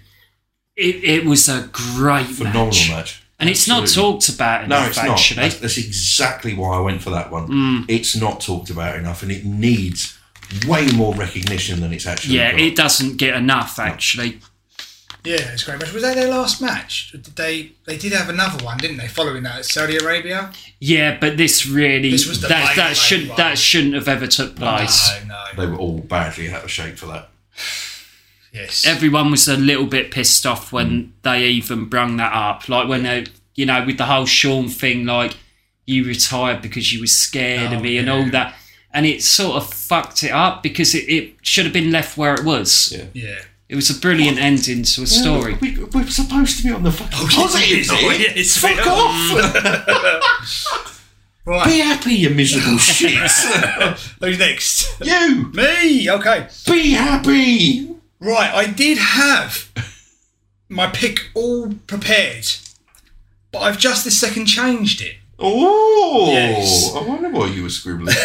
Speaker 3: it, it was a great
Speaker 2: Phenomenal
Speaker 3: match.
Speaker 2: match.
Speaker 3: And it's not
Speaker 2: Absolutely.
Speaker 3: talked about
Speaker 2: No,
Speaker 3: enough,
Speaker 2: it's not.
Speaker 3: actually.
Speaker 2: That's, that's exactly why I went for that one. It's not talked about enough, and it needs way more recognition than it's actually.
Speaker 3: yeah,
Speaker 2: got.
Speaker 3: it doesn't get enough, actually.
Speaker 4: Yeah, it's a great match. Was that their last match? Did they they did have another one, didn't they? Following that, Saudi Arabia.
Speaker 3: Yeah, but this really
Speaker 4: This was the
Speaker 3: that
Speaker 4: main,
Speaker 3: that
Speaker 4: main
Speaker 3: should
Speaker 4: one.
Speaker 3: that shouldn't have ever took place.
Speaker 4: No, no.
Speaker 2: they were all badly out of shape for that.
Speaker 4: Yes.
Speaker 3: everyone was a little bit pissed off when
Speaker 4: Hmm.
Speaker 3: they even brung that up. Like when they, you know, with the whole Sean thing, like you retired because you were scared of
Speaker 4: Oh,
Speaker 3: me and all
Speaker 4: yeah.
Speaker 3: that. And it sort of fucked it up because it, it should have been left where it was.
Speaker 2: Yeah.
Speaker 4: yeah.
Speaker 3: It was a brilliant ending to a story.
Speaker 2: We, we're supposed to be on the fucking positive.
Speaker 4: Oh, yeah,
Speaker 2: here.
Speaker 4: it's
Speaker 2: Fuck
Speaker 4: been-
Speaker 2: off!
Speaker 4: Right.
Speaker 2: be happy, you miserable shit.
Speaker 4: Who's next?
Speaker 2: you
Speaker 4: Me. Okay.
Speaker 2: be happy.
Speaker 4: Right. I did have my pick all prepared, but I've just this second changed it.
Speaker 2: Oh,
Speaker 4: Yes.
Speaker 2: I wonder why you were scribbling.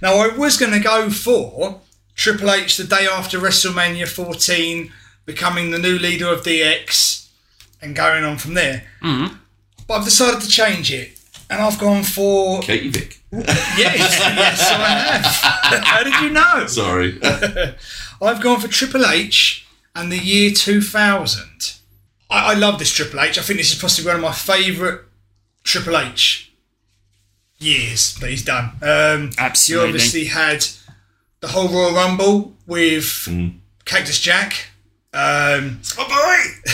Speaker 4: Now I was going to go for Triple H the day after WrestleMania 14, becoming the new leader of DX, and going on from there. But I've decided to change it, and I've gone for
Speaker 2: Katie Vick.
Speaker 4: yes, yes, I have. How did you know?
Speaker 2: Sorry.
Speaker 4: I've gone for Triple H and the year 2000. I, I love this Triple H. I think this is possibly one of my favourite Triple H years that he's done. Um,
Speaker 3: Absolutely.
Speaker 4: You obviously had the whole Royal Rumble with Cactus Jack. Um,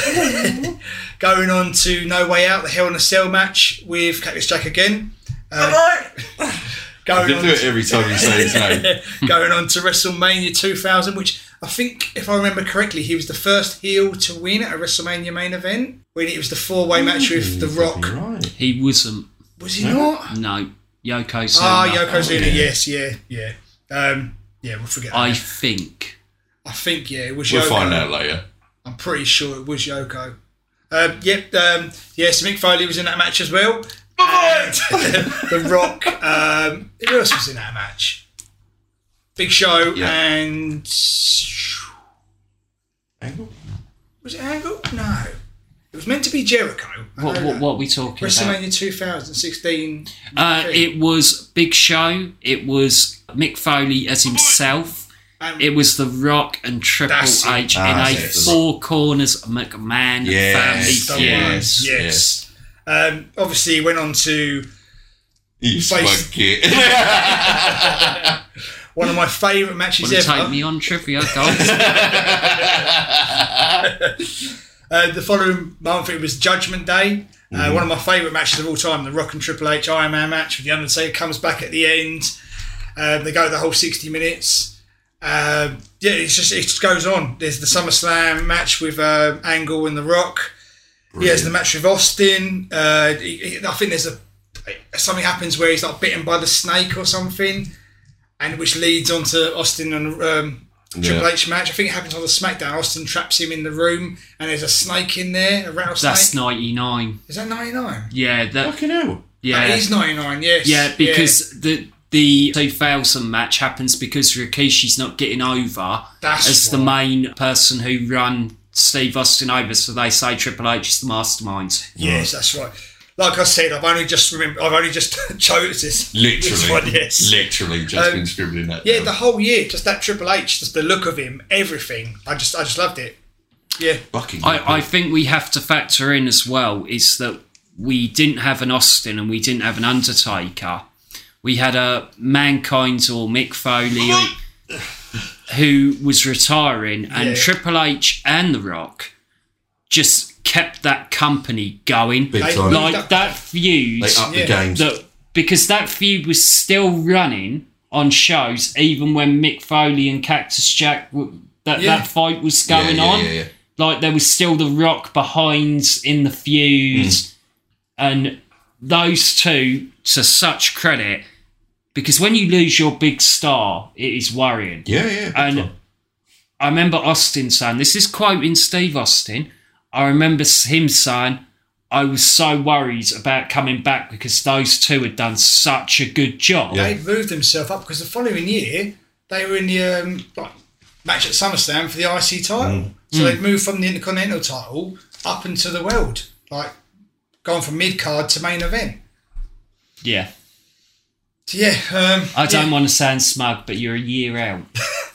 Speaker 4: going on to No Way Out, the Hell in a Cell match with Cactus Jack again. Uh,
Speaker 2: I
Speaker 4: Going
Speaker 2: do
Speaker 4: on
Speaker 2: it every time you say his name.
Speaker 4: going on to WrestleMania 2000, which I think, if I remember correctly, he was the first heel to win at a WrestleMania main event when it was the four way match with The Rock.
Speaker 2: Right.
Speaker 3: He wasn't.
Speaker 4: Was he not?
Speaker 3: No. Yoko Sono.
Speaker 4: Ah, Yokozuna,
Speaker 2: Oh, yeah.
Speaker 4: yes, yeah, yeah. Um, yeah, we'll forget.
Speaker 3: I
Speaker 4: I,
Speaker 3: think.
Speaker 4: I think, yeah, it was
Speaker 2: We'll
Speaker 4: Yoko.
Speaker 2: find out later.
Speaker 4: I'm pretty sure it was Yoko. Um, yep, um, yes, Mick Foley was in that match as well. And the Rock. Um, who else was in that match? Big Show
Speaker 2: Yeah.
Speaker 4: and
Speaker 2: Angle?
Speaker 4: Was it Angle? No. It was meant to be Jericho. I
Speaker 3: What,
Speaker 4: know
Speaker 3: what,
Speaker 4: that.
Speaker 3: what are we talking about?
Speaker 4: WrestleMania 2016.
Speaker 3: Uh, it was Big Show. It was Mick Foley as himself.
Speaker 4: And
Speaker 3: It was The Rock and Triple
Speaker 4: That's it.
Speaker 3: H
Speaker 2: Ah,
Speaker 3: in a
Speaker 2: that's it.
Speaker 3: Four Corners McMahon
Speaker 2: Yes,
Speaker 4: the
Speaker 3: family
Speaker 4: one.
Speaker 3: feud.
Speaker 2: yes,
Speaker 4: yes. Um, obviously, he went on to
Speaker 2: You smug
Speaker 4: Face-
Speaker 2: git.
Speaker 4: one of my favourite matches
Speaker 3: Want to
Speaker 4: ever.
Speaker 3: take me on trivia, guys?
Speaker 4: Uh, the following month, it was Judgment Day. Uh,
Speaker 3: Mm-hmm.
Speaker 4: One of my favourite matches of all time, the Rock and Triple H Iron Man match with The Undertaker comes back at the end. Um, they go the whole 60 minutes. Um, yeah, it's just, it just goes on. There's the SummerSlam match with uh, Angle and The Rock. Yeah, there's the match with Austin. Uh, he- he- I think there's a something happens where he's like bitten by the snake or something, and which leads on to Austin and um, Triple
Speaker 2: Yeah.
Speaker 4: H match. I think it happens on the SmackDown. Austin traps him in the room, and there's a snake in there, a rattlesnake.
Speaker 3: That's 99.
Speaker 4: Is that 99?
Speaker 3: Yeah, that,
Speaker 2: Fucking hell.
Speaker 3: yeah.
Speaker 4: That is 99, yes.
Speaker 3: Yeah, because the the 2000 match happens because Rikishi's not getting over
Speaker 4: That's
Speaker 3: as the
Speaker 4: why.
Speaker 3: main person who run Steve Austin over. So they say Triple H is the mastermind.
Speaker 4: Yes, that's right. Like I said, I've only just remember. I've only just chose this. This
Speaker 2: Literally.
Speaker 4: one, yes.
Speaker 2: Literally just
Speaker 4: Um,
Speaker 2: been scribbling that.
Speaker 4: Yeah,
Speaker 2: down.
Speaker 4: the whole year, just that Triple H, just the look of him, everything. I just, I just loved it. Yeah,
Speaker 2: fucking
Speaker 3: I, I think we have to factor in as well is that we didn't have an Austin and we didn't have an Undertaker. We had a Mankind or Mick Foley or- who was retiring, and
Speaker 4: Yeah.
Speaker 3: Triple H and The Rock just kept that company going.
Speaker 2: Big
Speaker 4: I-
Speaker 2: time. uh,
Speaker 4: no.
Speaker 3: Like that feud
Speaker 2: they upped
Speaker 4: Yeah.
Speaker 2: the games.
Speaker 3: that because that feud was still running on shows even when Mick Foley and Cactus Jack w- that
Speaker 4: Yeah.
Speaker 3: that fight was
Speaker 2: Yeah,
Speaker 3: going
Speaker 2: yeah,
Speaker 3: on.
Speaker 2: yeah, yeah.
Speaker 3: Like there was still the Rock behind in the feud,
Speaker 2: Mm.
Speaker 3: and those two to such credit because when you lose your big star, it is worrying.
Speaker 2: Yeah, yeah. big
Speaker 3: And
Speaker 2: time.
Speaker 3: I remember Austin saying, this is quoting Steve Austin. I remember him saying, I was so worried about coming back because those two had done such a good job.
Speaker 2: Yeah.
Speaker 4: they moved themselves up because the following year they were in the um, like, match at SummerSlam for the IC title.
Speaker 3: Mm.
Speaker 4: So they'd moved from the Intercontinental title up into the world, like gone from mid card to main event.
Speaker 3: Yeah.
Speaker 4: So yeah, um,
Speaker 3: I don't
Speaker 4: yeah,
Speaker 3: want to sound smug, but you're a year out.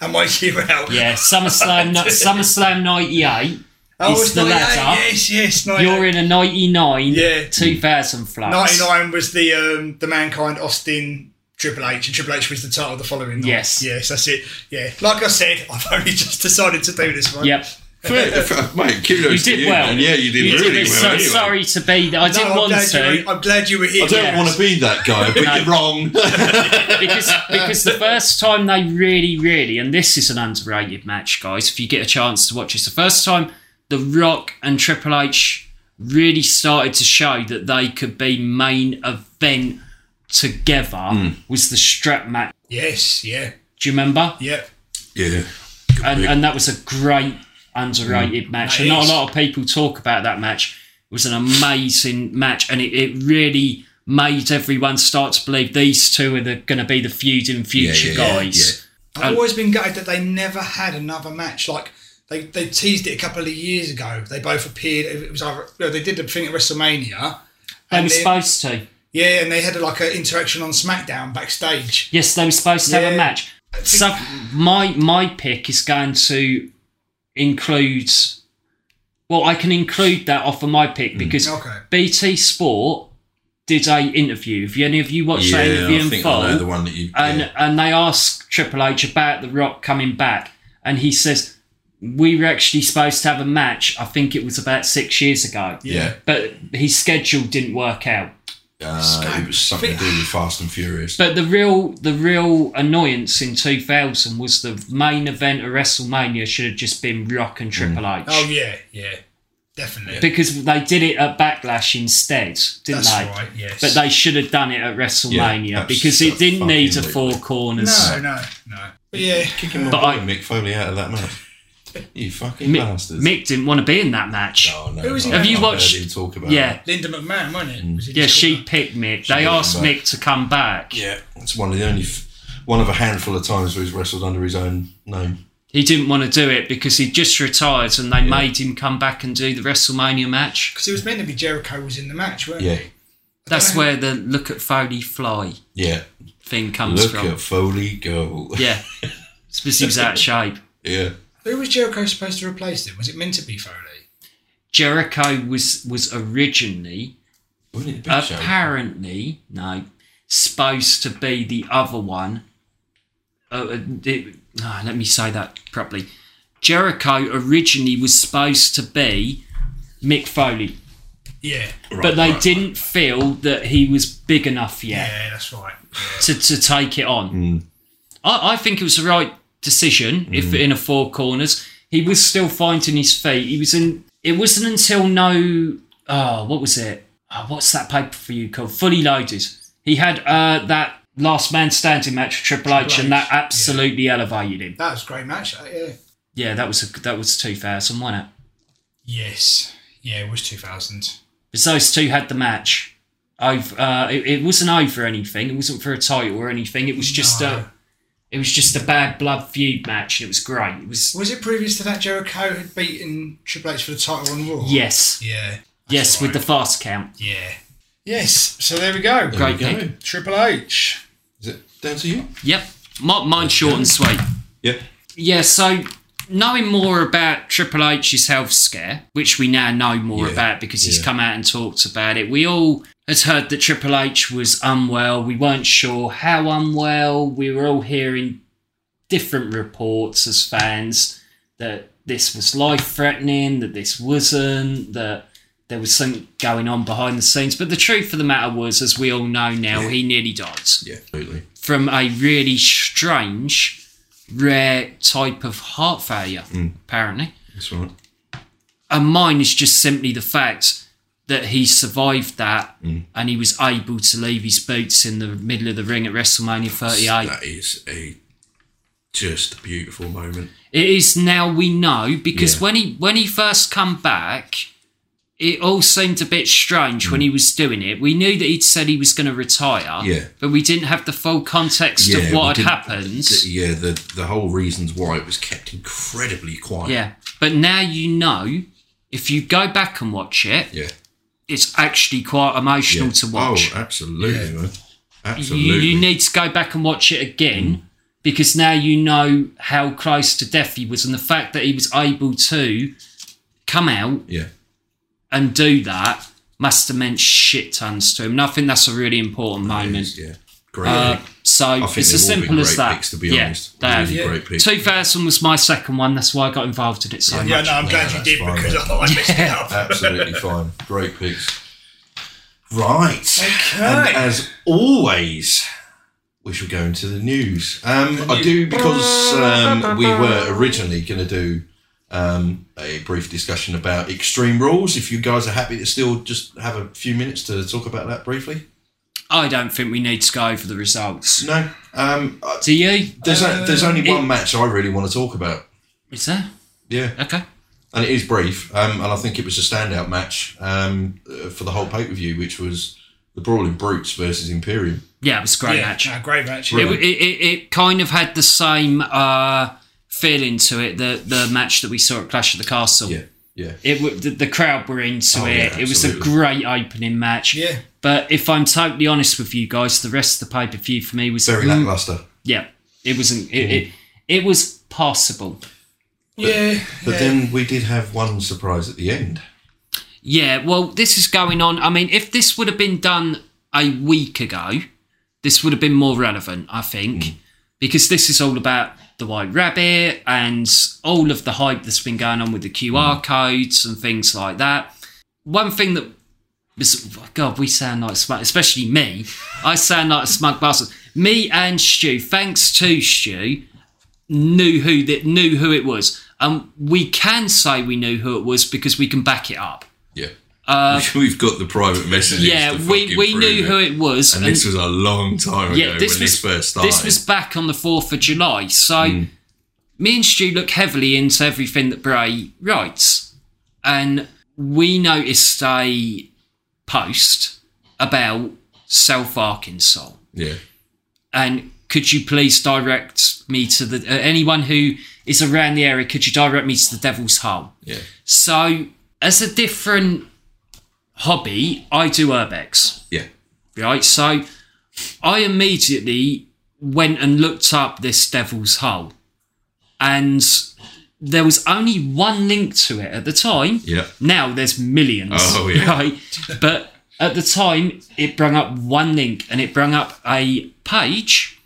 Speaker 4: Am I here out?
Speaker 3: Yeah, SummerSlam, no, SummerSlam 98.
Speaker 4: oh,
Speaker 3: it's
Speaker 4: it's
Speaker 3: the
Speaker 4: 98,
Speaker 3: latter.
Speaker 4: Yes, yes. 98.
Speaker 3: You're in a 99
Speaker 4: Yeah.
Speaker 3: 2000 flux.
Speaker 4: 99 was the um, the mankind Austin Triple H, and Triple H was the title the following night.
Speaker 3: Yes.
Speaker 4: yes, that's it. Yeah, like I said, I've only just decided to do this one.
Speaker 3: Yep.
Speaker 2: Fair- fair- Mate, kudos
Speaker 3: You
Speaker 2: to
Speaker 3: did
Speaker 2: you,
Speaker 3: well.
Speaker 2: man. Yeah, you did
Speaker 3: You
Speaker 2: really
Speaker 3: did it.
Speaker 2: well.
Speaker 3: So-
Speaker 2: anyway.
Speaker 3: Sorry to be that. I
Speaker 4: No,
Speaker 3: didn't
Speaker 4: I'm,
Speaker 3: want
Speaker 4: glad
Speaker 3: to.
Speaker 4: You were, I'm glad you were here.
Speaker 2: I don't
Speaker 3: Yes.
Speaker 2: want to be that guy, but
Speaker 3: No.
Speaker 2: you're wrong.
Speaker 3: because because the first time they really really and this is an underrated match guys if you get a chance to watch it's the first time the rock and triple h really started to show that they could be main event together
Speaker 2: Hmm.
Speaker 3: was the strap match
Speaker 4: Yes, yeah,
Speaker 3: do you remember
Speaker 4: yeah.
Speaker 2: yeah.
Speaker 3: and, and that was a great
Speaker 2: Mm.
Speaker 3: underrated match, and not a lot of people talk about that match. It was an amazing match, and it, it really made everyone start to believe these two are the, going to be the feuding future
Speaker 2: yeah, yeah,
Speaker 3: guys.
Speaker 2: yeah.
Speaker 4: I've
Speaker 3: And-
Speaker 4: always been gutted that they never had another match. Like they, they teased it a couple of years ago. They both appeared. It was either no, they did the thing at WrestleMania.
Speaker 3: They were
Speaker 4: And it-
Speaker 3: supposed to.
Speaker 4: Yeah, and they had like an interaction on SmackDown backstage.
Speaker 3: Yes, they were supposed to have a
Speaker 4: Yeah.
Speaker 3: match. So my my pick is going to include. Well, I can include that off of my
Speaker 2: Mm.
Speaker 3: pick because
Speaker 4: Okay.
Speaker 3: BT Sport did a interview. Have any of you watched that interview
Speaker 2: Yeah, I
Speaker 3: in
Speaker 2: think
Speaker 3: full?
Speaker 2: I know the one that you.
Speaker 3: and
Speaker 2: yeah.
Speaker 3: and they ask Triple H about The Rock coming back, and he says, "We were actually supposed to have a match. I think it was about six years ago,
Speaker 2: yeah.
Speaker 3: but his schedule didn't work out."
Speaker 2: Uh, it was something to do with Fast and Furious.
Speaker 3: But the real the real annoyance in 2000 was the main event of WrestleMania should have just been Rock
Speaker 2: Mm.
Speaker 3: and Triple H.
Speaker 4: Oh yeah, yeah, definitely.
Speaker 3: Because they did it at Backlash instead, didn't
Speaker 4: That's
Speaker 3: they?
Speaker 4: right. Yes.
Speaker 3: But they should have done it at WrestleMania
Speaker 2: Yeah, that's-
Speaker 3: because it
Speaker 2: that's
Speaker 3: didn't need a
Speaker 2: fucking
Speaker 3: four corners.
Speaker 4: no, no, no. But yeah,
Speaker 2: Kicking my
Speaker 3: But
Speaker 2: boy,
Speaker 3: I-
Speaker 2: Mick Foley out of that match. You fucking
Speaker 3: Mi-
Speaker 2: bastards.
Speaker 3: Mick didn't want to be in that match.
Speaker 2: Oh, no,
Speaker 4: Who is he-
Speaker 2: I've
Speaker 4: Have you
Speaker 2: heard
Speaker 3: watched-
Speaker 2: him talk about
Speaker 3: yeah,
Speaker 4: Linda McMahon, wasn't it? Was it
Speaker 3: yeah,
Speaker 4: just
Speaker 3: she
Speaker 4: called
Speaker 3: picked Mick. They
Speaker 2: got
Speaker 3: asked
Speaker 2: him back.
Speaker 3: Mick to come back.
Speaker 2: Yeah, it's one of the only, f- one of a handful of times where he's wrestled under his own name.
Speaker 3: He didn't want to do it because he just retired and they made him come back and do the WrestleMania match.
Speaker 4: Because it was meant to be Jericho was in the match, weren't
Speaker 2: Yeah,
Speaker 4: it?
Speaker 3: That's where the look at Foley fly
Speaker 2: yeah.
Speaker 3: thing comes
Speaker 2: Look
Speaker 3: from.
Speaker 2: at Foley go.
Speaker 3: Yeah. It's because he was out of shape.
Speaker 2: yeah.
Speaker 4: Who was Jericho supposed to replace him? Was it meant to be Foley?
Speaker 3: Jericho was was originally
Speaker 2: Wasn't it a big show?
Speaker 3: apparently no supposed to be the other one. Uh, uh, it- ah, let me say that properly. Jericho originally was supposed to be Mick Foley,
Speaker 4: Yeah,
Speaker 3: but they didn't feel that he was big enough yet
Speaker 4: yeah, Mm. that's right.
Speaker 3: to, to take it on. I, I think it was the right decision
Speaker 4: Mm.
Speaker 3: if in a four corners. He was still finding his feet. He was in it wasn't until no oh, what was it? Oh, what's that paper for you called? Fully loaded. He had uh, that last man standing match with Triple H,
Speaker 4: Triple
Speaker 3: and that
Speaker 4: H,
Speaker 3: absolutely elevated him.
Speaker 4: That was a great match. that, Yeah.
Speaker 3: Yeah, that was a, that was two thousand, wasn't it?
Speaker 4: Yes. Yeah, it was 2000.
Speaker 3: Because those two had the match. Over, uh, it, it wasn't over anything. It wasn't for a title or anything. It was just
Speaker 4: No.
Speaker 3: a, it was just a bad blood feud match. and It was great. It was
Speaker 4: Was it previous to that Jericho had beaten Triple H for the title on Raw?
Speaker 3: yes,
Speaker 4: Yeah.
Speaker 3: yes, with the fast count.
Speaker 4: Yeah. Yes. So there we go.
Speaker 2: There we
Speaker 3: Great pick.
Speaker 2: go.
Speaker 4: Triple H.
Speaker 2: Is it down to you?
Speaker 3: Yep, Mi- mine short and sweet.
Speaker 2: Yeah.
Speaker 3: Yeah, so knowing more about Triple H's health scare, which we now know more
Speaker 2: Yeah,
Speaker 3: about because he's
Speaker 2: yeah.
Speaker 3: come out and talked about it, we all had heard that Triple H was unwell. We weren't sure how unwell. We were all hearing different reports as fans that this was life threatening, that this wasn't, that there was something going on behind the scenes. But the truth of the matter was, as we all know now, he nearly died
Speaker 2: Yeah, absolutely.
Speaker 3: from a really strange, rare type of heart failure,
Speaker 2: Mm.
Speaker 3: apparently.
Speaker 2: That's right.
Speaker 3: And mine is just simply the fact that he survived that
Speaker 2: Mm.
Speaker 3: and he was able to leave his boots in the middle of the ring at WrestleMania 38.
Speaker 2: That is a just beautiful moment.
Speaker 3: It is now we know because
Speaker 2: Yeah.
Speaker 3: when he when he first come back, it all seemed a bit strange when he was doing it. We knew that he'd said he was going to retire,
Speaker 2: Mm. Yeah.
Speaker 3: but we didn't have the full context of
Speaker 2: we
Speaker 3: what had
Speaker 2: didn't-
Speaker 3: happened.
Speaker 2: th- yeah, the the whole reasons why it was kept incredibly quiet.
Speaker 3: Yeah, but now you know. If you go back and watch it,
Speaker 2: yeah,
Speaker 3: it's actually quite emotional
Speaker 2: yeah.
Speaker 3: to watch.
Speaker 2: Oh, absolutely, man.
Speaker 3: you,
Speaker 2: Absolutely. Mm.
Speaker 3: you need to go back and watch it again because now you know how close to death he was and the fact that he was able to come out
Speaker 2: yeah,
Speaker 3: and do that must have meant shit tons to him. And I think that's a really important moment.
Speaker 2: yeah. Great.
Speaker 3: Uh, so
Speaker 2: think
Speaker 3: it's
Speaker 2: they've
Speaker 3: as
Speaker 2: all been
Speaker 3: simple as
Speaker 2: great
Speaker 3: that.
Speaker 2: picks, to be honest.
Speaker 3: Yeah,
Speaker 2: Really
Speaker 3: they have.
Speaker 2: great picks.
Speaker 3: 2000 was my second one. That's why I got involved in it so much.
Speaker 4: Yeah, no, I'm
Speaker 2: No,
Speaker 4: glad you
Speaker 2: that's
Speaker 4: did
Speaker 2: fine,
Speaker 4: because
Speaker 2: mate.
Speaker 4: I messed it up.
Speaker 2: absolutely fine. Great picks. Right.
Speaker 4: Okay.
Speaker 2: And as always, we shall go into the news. Um, I do because um, we were originally going to do um, a brief discussion about extreme rules. If you guys are happy to still just have a few minutes to talk about that briefly,
Speaker 3: I don't think we need to go over the results.
Speaker 2: no. Um, I-
Speaker 3: Do you?
Speaker 2: there's, o- there's only one match I really want to talk about.
Speaker 3: Is there?
Speaker 2: Yeah,
Speaker 3: Okay.
Speaker 2: and it is brief. Um, and I think it was a standout match um, uh, for the whole pay per view, which was the Brawling Brutes versus Imperium.
Speaker 3: Yeah, it was a great match.
Speaker 4: no, great match.
Speaker 3: It, it, it, it kind of had the same uh, feeling to it the the match that we saw at Clash of the Castle.
Speaker 2: Yeah, yeah.
Speaker 3: It w- the, the crowd were into
Speaker 2: Oh,
Speaker 3: it.
Speaker 2: yeah,
Speaker 3: it was a
Speaker 2: absolutely.
Speaker 3: great opening match.
Speaker 4: Yeah.
Speaker 3: But if I'm totally honest with you guys, the rest of the pay per view for me was
Speaker 2: Very lackluster.
Speaker 3: yeah. It wasn't. It, it it was possible.
Speaker 4: yeah,
Speaker 2: But
Speaker 4: yeah.
Speaker 2: then we did have one surprise at the end.
Speaker 3: Yeah, well, this is going on. I mean, if this would have been done a week ago, this would have been more relevant, I think, because this is all about the White Rabbit and all of the hype that's been going on with the QR codes and things like that. One thing that was, oh, God, we sound like smug, especially me. I sound like a smug bastard. Me and Stu, thanks to Stu, knew who that knew who it was. And we can say we knew who it was because we can back it up.
Speaker 2: Yeah. We've got the private messages.
Speaker 3: Uh, Yeah,
Speaker 2: to
Speaker 3: we,
Speaker 2: fucking
Speaker 3: we
Speaker 2: prove
Speaker 3: knew who it was.
Speaker 2: And this was a long time ago
Speaker 3: yeah, this
Speaker 2: when
Speaker 3: was
Speaker 2: this first started. Hmm.
Speaker 3: this was back on the fourth of July. So me and Stu look heavily into everything that Bray writes, and we noticed a post about South Arkansas.
Speaker 2: yeah.
Speaker 3: And could you please direct me to the uh, anyone who is around the area? Could you direct me to the Devil's Hole?
Speaker 2: Yeah.
Speaker 3: So as a different hobby, I do urbex
Speaker 2: Yeah.
Speaker 3: right? So I immediately went and looked up this Devil's Hole, and there was only one link to it at the time.
Speaker 2: Yeah.
Speaker 3: Now there's millions.
Speaker 2: Oh, yeah.
Speaker 3: Right? But at the time, it brung up one link and it brung up a page,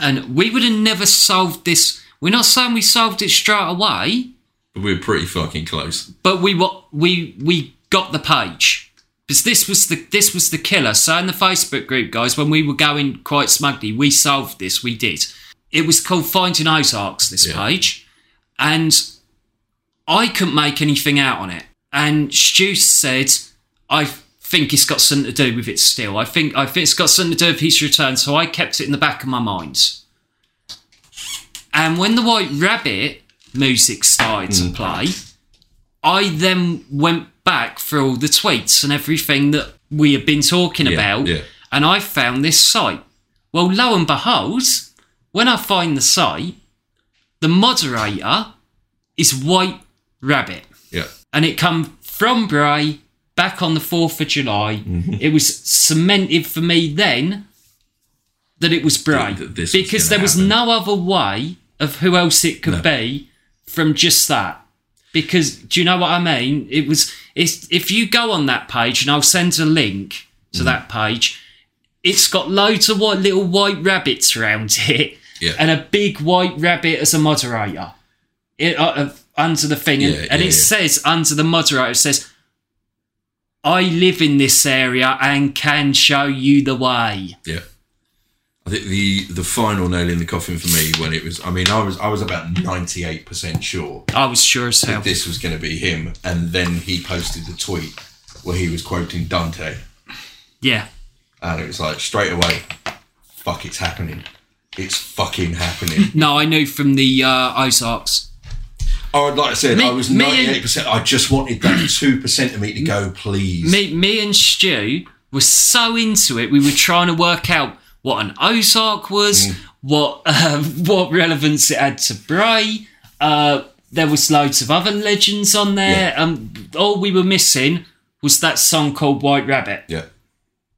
Speaker 3: and we would have never solved this. We're not saying we solved it straight away
Speaker 2: But we were pretty fucking close.
Speaker 3: but we were we we got the page because this was the this was the killer. So in the Facebook group, guys, when we were going quite smugly, we solved this. We did. It was called Finding Ozarks. This
Speaker 2: Yeah.
Speaker 3: page, and I couldn't make anything out on it. And Stu said, "I think it's got something to do with it. Still, I think I think it's got something to do with his return." So I kept it in the back of my mind. And when the White Rabbit music started
Speaker 2: Mm.
Speaker 3: to play, I then went back through all the tweets and everything that we had been talking about,
Speaker 2: yeah.
Speaker 3: and I found this site. Well, lo and behold, when I find the site, the moderator is White Rabbit,
Speaker 2: Yeah.
Speaker 3: and it come from Bray back on the fourth of July.
Speaker 2: Mm-hmm.
Speaker 3: It was cemented for me then that it was Bray
Speaker 2: That this was
Speaker 3: because
Speaker 2: gonna
Speaker 3: there was
Speaker 2: happen.
Speaker 3: no other way of who else it could be from just that. Because do you know what I mean? It was it's, if you go on that page and I'll send a link to
Speaker 2: Mm.
Speaker 3: that page. It's got loads of white little white rabbits around it,
Speaker 2: Yeah.
Speaker 3: and a big white rabbit as a moderator it, uh, uh, under the thing, and,
Speaker 2: Yeah,
Speaker 3: and
Speaker 2: yeah, yeah.
Speaker 3: it says under the moderator, it says, "I live in this area and can show you the way."
Speaker 2: Yeah. I think the the final nail in the coffin for me when it was I mean I was I was about 98% sure
Speaker 3: I was sure as hell.
Speaker 2: that this was going to be him and then he posted the tweet where he was quoting Dante
Speaker 3: Yeah,
Speaker 2: and it was like straight away fuck it's happening. It's fucking happening.
Speaker 3: no, I knew from the uh, Ozarks.
Speaker 2: oh, like I said,
Speaker 3: Me-
Speaker 2: I was
Speaker 3: me and-
Speaker 2: 98%. I just wanted that 2% of me to go, please.
Speaker 3: Me, me, and Stu were so into it. We were trying to work out what an Ozark was, what uh, what relevance it had to Bray. Uh, there was loads of other legends on there, and all we were missing was that song called White Rabbit.
Speaker 2: yeah.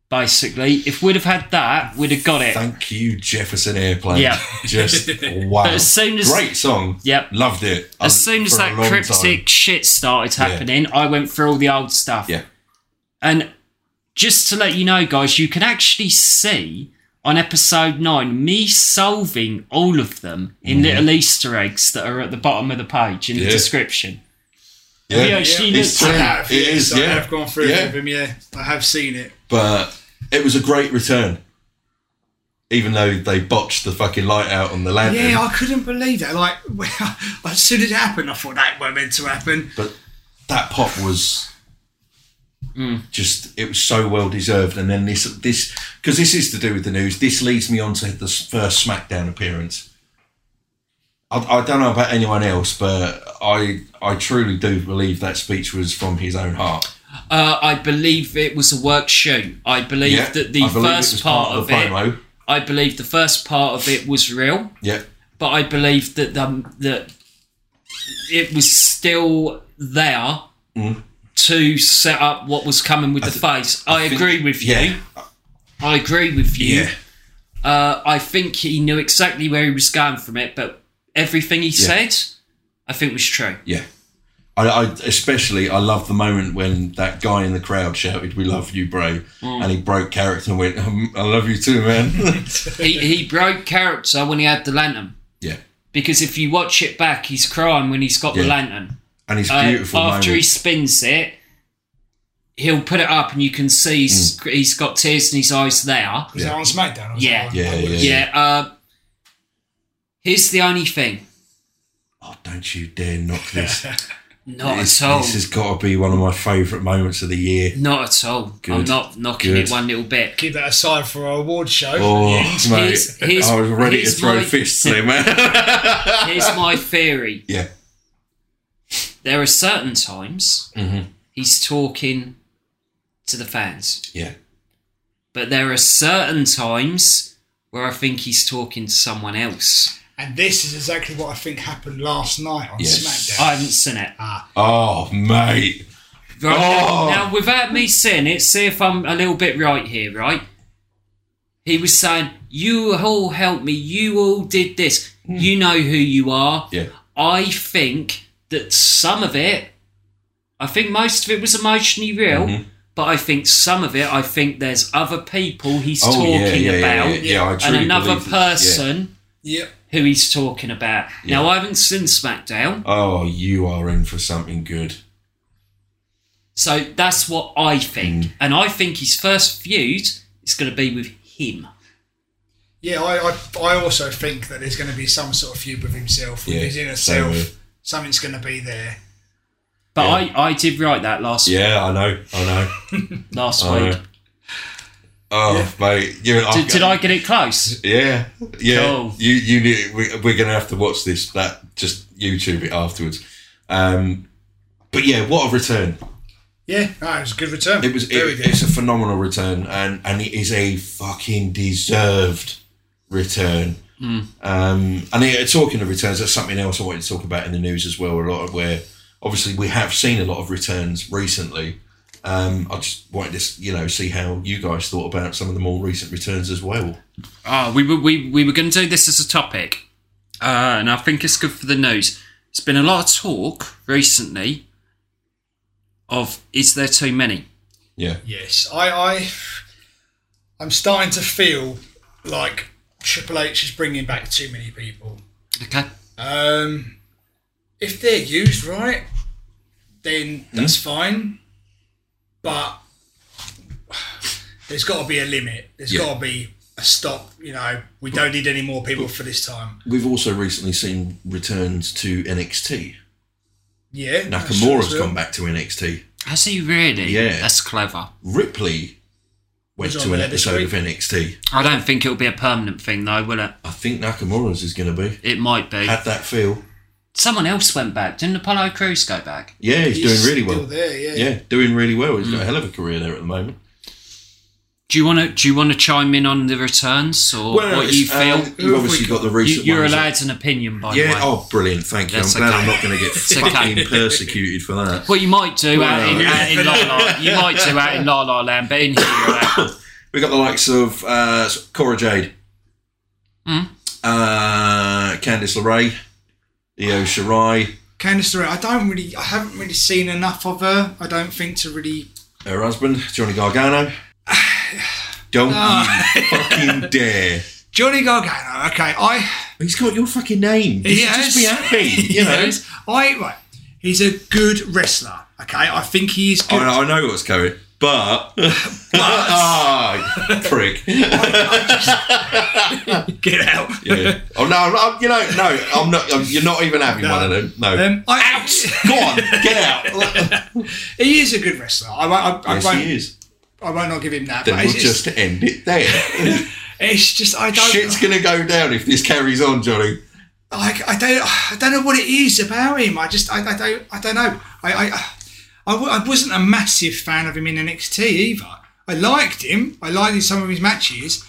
Speaker 3: basically. If we'd have had that, we'd have got it.
Speaker 2: Thank you, Jefferson Airplane.
Speaker 3: Yeah.
Speaker 2: Just wow.
Speaker 3: as soon as-
Speaker 2: Great song.
Speaker 3: Yep.
Speaker 2: Loved it.
Speaker 3: as soon as that cryptic shit started happening, I went through all the old stuff.
Speaker 2: Yeah.
Speaker 3: And just to let you know, guys, you can actually see on episode nine me solving all of them in little Easter eggs that are at the bottom of the page in the
Speaker 2: Mm-hmm. Yeah.
Speaker 3: description.
Speaker 2: Yeah.
Speaker 3: We actually
Speaker 2: Yeah. It's
Speaker 3: looked
Speaker 2: true.
Speaker 3: at
Speaker 4: I have,
Speaker 2: It
Speaker 4: yes,
Speaker 2: is,
Speaker 4: I
Speaker 2: yeah.
Speaker 4: have gone through
Speaker 2: Yeah.
Speaker 4: them, yeah. I have seen it.
Speaker 2: But it was a great return. Even though they botched the fucking light out on the landing.
Speaker 4: Yeah, I couldn't believe that. Like, well, as soon as it happened, I thought that weren't meant to happen.
Speaker 2: but that pop was
Speaker 3: Mm.
Speaker 2: just it was so well deserved and then this this because this is to do with the news this leads me on to the s- first smackdown appearance I, I don't know about anyone else, but I I truly do believe that speech was from his own heart.
Speaker 3: Uh, I believe it was a work shoot. I believe
Speaker 2: Yeah,
Speaker 3: that the
Speaker 2: I believe it
Speaker 3: first
Speaker 2: was
Speaker 3: part,
Speaker 2: part
Speaker 3: of,
Speaker 2: of the
Speaker 3: it,
Speaker 2: promo.
Speaker 3: I believe the first part of it was real,
Speaker 2: Yeah,
Speaker 3: but I believe that the, that it was still there
Speaker 2: Mm-hmm.
Speaker 3: to set up what was coming with the face. I,
Speaker 2: think-
Speaker 3: agree with you.
Speaker 2: yeah,
Speaker 3: I agree with you.
Speaker 2: yeah.
Speaker 3: Uh, I think he knew exactly where he was going from it, but everything he said, I think was true.
Speaker 2: Yeah. I, I especially I love the moment when that guy in the crowd shouted, "We love you, bro,"
Speaker 3: Mm.
Speaker 2: and he broke character and went, um, "I love you too, man."
Speaker 3: He, he broke character when he had the lantern.
Speaker 2: yeah,
Speaker 3: Because if you watch it back, he's crying when he's got the
Speaker 2: Yeah.
Speaker 3: lantern.
Speaker 2: and his
Speaker 3: Uh,
Speaker 2: beautiful
Speaker 3: after he
Speaker 2: moment.
Speaker 3: spins it, he'll put it up and you can see
Speaker 2: Mm.
Speaker 3: he's, he's got tears in his eyes there.
Speaker 4: Was that on SmackDown? or was
Speaker 3: Yeah.
Speaker 4: that on-
Speaker 2: Yeah, yeah, yeah.
Speaker 3: Yeah. Uh, here's the only thing.
Speaker 2: Oh, don't you dare knock this!
Speaker 3: Not
Speaker 2: this,
Speaker 3: at all.
Speaker 2: this has got to be one of my favourite moments of the year.
Speaker 3: Not at all. I'm
Speaker 2: Good.
Speaker 3: not knocking
Speaker 2: Good.
Speaker 3: it one little bit.
Speaker 4: Keep that aside for our award show.
Speaker 2: Oh, mate,
Speaker 3: here's- here's-
Speaker 2: I was ready to
Speaker 3: here's
Speaker 2: throw
Speaker 3: my-
Speaker 2: fists there, man.
Speaker 3: Here's my theory.
Speaker 2: yeah,
Speaker 3: there are certain times
Speaker 2: Mm-hmm.
Speaker 3: he's talking to the fans,
Speaker 2: yeah,
Speaker 3: but there are certain times where I think he's talking to someone else.
Speaker 4: And this is exactly what I think happened last night on
Speaker 2: Yes.
Speaker 4: SmackDown.
Speaker 3: I haven't seen it.
Speaker 2: Oh, mate.
Speaker 3: Right,
Speaker 2: Oh.
Speaker 3: now, now, without me seeing it, see if I'm a little bit right here, right? He was saying, You all helped me. You all did this. You know who you are.
Speaker 2: Hmm. Yeah,
Speaker 3: I think that some of it, I think most of it was emotionally real,
Speaker 2: Mm-hmm.
Speaker 3: but I think some of it, I think there's other people he's
Speaker 2: Oh,
Speaker 3: talking
Speaker 2: yeah, yeah, yeah,
Speaker 3: about
Speaker 2: yeah, yeah, I
Speaker 3: and
Speaker 2: truly
Speaker 3: another
Speaker 2: believe that, yeah.
Speaker 3: person
Speaker 4: Yep.
Speaker 3: who he's talking about. Now, I haven't seen SmackDown,
Speaker 2: Oh, you are in for something good.
Speaker 3: so that's what I
Speaker 2: Mm.
Speaker 3: think. And I think his first feud is going to be with him.
Speaker 4: Yeah, I, I, I also think that there's going to be some sort of feud with himself, with
Speaker 2: Yeah,
Speaker 4: his inner
Speaker 2: same
Speaker 4: self.
Speaker 2: here.
Speaker 4: Something's going to be there.
Speaker 3: But I, I did write that last
Speaker 2: Yeah, I know, I know.
Speaker 3: last
Speaker 2: I
Speaker 3: week.
Speaker 2: know. Oh, mate, you.
Speaker 3: Did, did I get it close?
Speaker 2: Yeah, yeah.
Speaker 3: Cool.
Speaker 2: You, you need. We, we're going to have to watch this. That just YouTube it afterwards. Um, but yeah, what a return!
Speaker 4: Yeah, no, it was a good return.
Speaker 2: It was.
Speaker 4: very
Speaker 2: It,
Speaker 4: good.
Speaker 2: it's a phenomenal return, and and it is a fucking deserved return.
Speaker 4: Mm.
Speaker 2: Um, and yeah, talking of returns, that's something else I wanted to talk about in the news as well. A lot of where obviously we have seen a lot of returns recently. Um, I just wanted to, s- you know, see how you guys thought about some of the more recent returns as well.
Speaker 3: Oh, we were we, we were going to do this as a topic, uh, and I think it's good for the news. It's been a lot of talk recently of is there too many?
Speaker 2: Yeah,
Speaker 4: Yes, I, I, I'm starting to feel like Triple H is bringing back too many people.
Speaker 3: Okay,
Speaker 4: Um, if they're used right, then
Speaker 2: Hmm?
Speaker 4: that's fine. But there's got to be a limit. There's
Speaker 2: Yeah. Hmm.
Speaker 4: got to be a stop. You know, we don't need any more people for this time.
Speaker 2: We've also recently seen returns to NXT.
Speaker 4: Yeah, that's true as
Speaker 2: Nakamura's
Speaker 4: well.
Speaker 2: gone back to NXT.
Speaker 3: has he really?
Speaker 2: Yeah.
Speaker 3: that's clever.
Speaker 2: Ripley went
Speaker 4: Was
Speaker 2: to
Speaker 4: on
Speaker 2: an
Speaker 4: there this
Speaker 2: episode of
Speaker 4: week.
Speaker 2: NXT.
Speaker 3: I don't think it'll be a permanent thing though, will it?
Speaker 2: I think Nakamura's is going to be.
Speaker 3: It might be.
Speaker 2: Had that feel.
Speaker 3: Someone else went back. Didn't Apollo Crews go back?
Speaker 2: Yeah, he's,
Speaker 4: He's
Speaker 2: doing really
Speaker 4: still
Speaker 2: well.
Speaker 4: there, yeah.
Speaker 2: Yeah, doing really well. He's got
Speaker 3: Hmm.
Speaker 2: a hell of a career there at the moment.
Speaker 3: Do you want to do you want to chime in on the returns or what you feel?
Speaker 2: uh, You've obviously got the recent
Speaker 3: you, are
Speaker 2: ones.
Speaker 3: allowed an opinion by the
Speaker 2: Yeah,
Speaker 3: way.
Speaker 2: oh, brilliant. Thank you.
Speaker 3: That's
Speaker 2: I'm glad
Speaker 3: okay.
Speaker 2: I'm not going to get
Speaker 3: okay.
Speaker 2: fucking persecuted for that.
Speaker 3: What you might do out in,
Speaker 2: Well, uh,
Speaker 3: out in La La, you might do out in La La Land, but in here you're allowed.
Speaker 2: We got the likes of uh, Cora Jade,
Speaker 3: Hmm.
Speaker 2: uh, Candice LeRae, Io Shirai,
Speaker 4: Candice LeRae, I don't really, I haven't really seen enough of her. I don't think to really.
Speaker 2: her husband, Johnny Gargano. Don't
Speaker 3: Oh.
Speaker 2: you fucking dare.
Speaker 4: Johnny Gargano. Okay, I
Speaker 2: He's got your fucking name. You
Speaker 4: He
Speaker 2: should
Speaker 4: has.
Speaker 2: just be happy, you know.
Speaker 4: yes, I right. He's a good wrestler. Okay, I think he is
Speaker 2: I
Speaker 4: good.
Speaker 2: know, I know what's going, but ah, prick. Yeah.
Speaker 4: Get out.
Speaker 2: Oh no, I'm, I'm- you know, no, I'm not. I'm, you're not even having one of them. No,
Speaker 4: Um, I, out.
Speaker 2: go on, get out.
Speaker 4: He is a good wrestler. I won't. I, I,
Speaker 2: yes,
Speaker 4: won't,
Speaker 2: he is.
Speaker 4: I won't not give him that.
Speaker 2: Then
Speaker 4: but
Speaker 2: we'll
Speaker 4: it's, it's-
Speaker 2: just end it there.
Speaker 4: it's just I don't.
Speaker 2: Shit's gonna go down if this carries on, Johnny.
Speaker 4: I, I don't I don't know what it is about him. I just I, I don't I don't know. I I, I, w- I wasn't a massive fan of him in NXT either. I liked him. I liked some of his matches,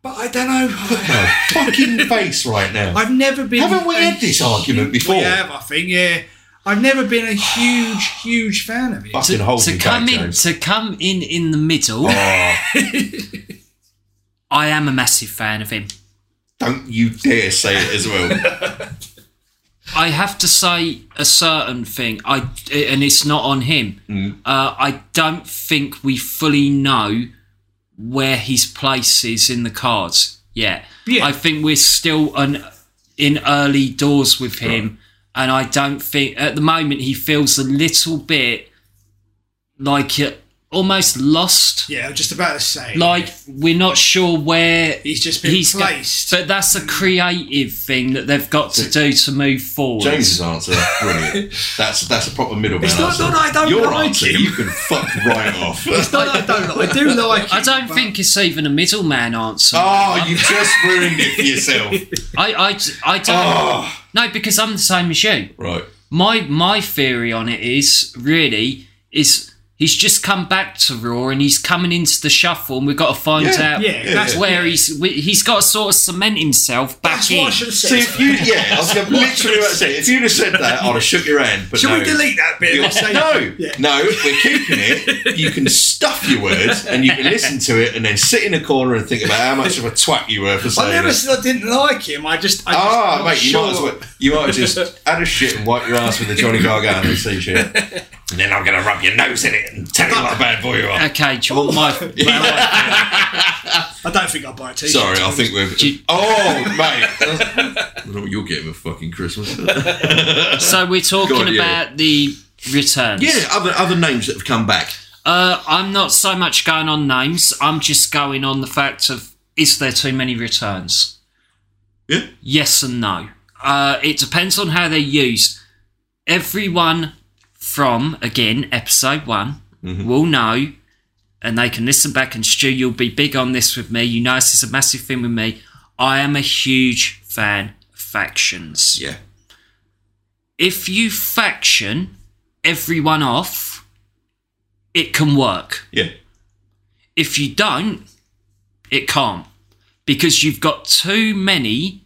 Speaker 4: but I don't know. I,
Speaker 2: fucking face right now.
Speaker 4: have never been.
Speaker 2: Haven't we
Speaker 4: a
Speaker 2: had this argument
Speaker 4: huge-
Speaker 2: before?
Speaker 4: We have, I think. Yeah, I've never been a huge huge fan of him.
Speaker 2: fucking hold
Speaker 3: to
Speaker 2: me
Speaker 3: come
Speaker 2: back,
Speaker 3: in
Speaker 2: James.
Speaker 3: to come in in the middle.
Speaker 2: Ah,
Speaker 3: I am a massive fan of him.
Speaker 2: don't you dare say it as well.
Speaker 3: I have to say a certain thing. I and it's not on him. Uh, I don't think we fully know where his place is in the cards yet.
Speaker 4: Yeah.
Speaker 3: I think we're still on in early doors with him, and I don't think at the moment he feels a little bit like uh, almost lost.
Speaker 4: Yeah, I was just about to say.
Speaker 3: Like we're not sure where
Speaker 4: He's just been
Speaker 3: he's go-
Speaker 4: placed.
Speaker 3: but that's a creative thing that they've got to do to move forward.
Speaker 2: James's answer, brilliant. That's that's a proper middleman
Speaker 4: It's not
Speaker 2: answer.
Speaker 4: that I don't
Speaker 2: Your
Speaker 4: like
Speaker 2: answer,
Speaker 4: him.
Speaker 2: you can fuck right off.
Speaker 4: no, no, I don't. like- I do like. Him,
Speaker 3: I don't
Speaker 4: but-
Speaker 3: think it's even a middleman answer.
Speaker 2: oh, you just ruined it for yourself.
Speaker 3: I, I, I don't.
Speaker 2: Oh.
Speaker 3: No, because I'm the same as you.
Speaker 2: Right.
Speaker 3: My my theory on it is really is he's just come back to Raw and he's coming into the shuffle and we've got to find
Speaker 2: Yeah,
Speaker 3: out
Speaker 4: yeah, that's-
Speaker 3: where he's we- he's got to sort of cement himself back
Speaker 4: That's
Speaker 3: in.
Speaker 4: what I should have
Speaker 2: So
Speaker 4: said.
Speaker 2: if you, yeah, I was gonna- literally about to say, if you'd have said that, I'd have shook your hand. But
Speaker 4: Should
Speaker 2: no.
Speaker 4: we delete that bit?
Speaker 2: You're-
Speaker 4: and say-
Speaker 2: no,
Speaker 4: Yeah.
Speaker 2: no, we're keeping it. You can stuff your words and you can listen to it and then sit in a corner and think about how much of a twat you were for saying
Speaker 4: I never
Speaker 2: it.
Speaker 4: said I didn't like him. I just. I just
Speaker 2: Ah,
Speaker 4: I'm not
Speaker 2: mate, you
Speaker 4: sure.
Speaker 2: might as well. You might have just had a shit and wipe your ass with a Johnny Gargano t-shirt, and then I'm gonna rub your nose in it and tell you what a bad boy you are.
Speaker 3: Okay, do
Speaker 4: Oh.
Speaker 3: you want my?
Speaker 4: I don't think I'll buy a t-shirt.
Speaker 2: Sorry,
Speaker 4: to be
Speaker 2: I
Speaker 4: honest.
Speaker 2: think we're.
Speaker 3: you-
Speaker 2: Oh, mate, I don't know what you're getting for fucking Christmas.
Speaker 3: so we're talking
Speaker 2: Go on, yeah.
Speaker 3: about the returns.
Speaker 2: yeah, other other names that have come back.
Speaker 3: Uh, I'm not so much going on names. I'm just going on the fact of is there too many returns?
Speaker 2: Yeah.
Speaker 3: Yes and no. Uh, it depends on how they're used. Everyone from again episode one
Speaker 2: Mm-hmm.
Speaker 3: will know, and they can listen back. And Stu, you'll be big on this with me. You know, this is a massive thing with me. I am a huge fan of factions
Speaker 2: Yeah,
Speaker 3: if you faction everyone off, it can work.
Speaker 2: yeah,
Speaker 3: If you don't, it can't. Because you've got too many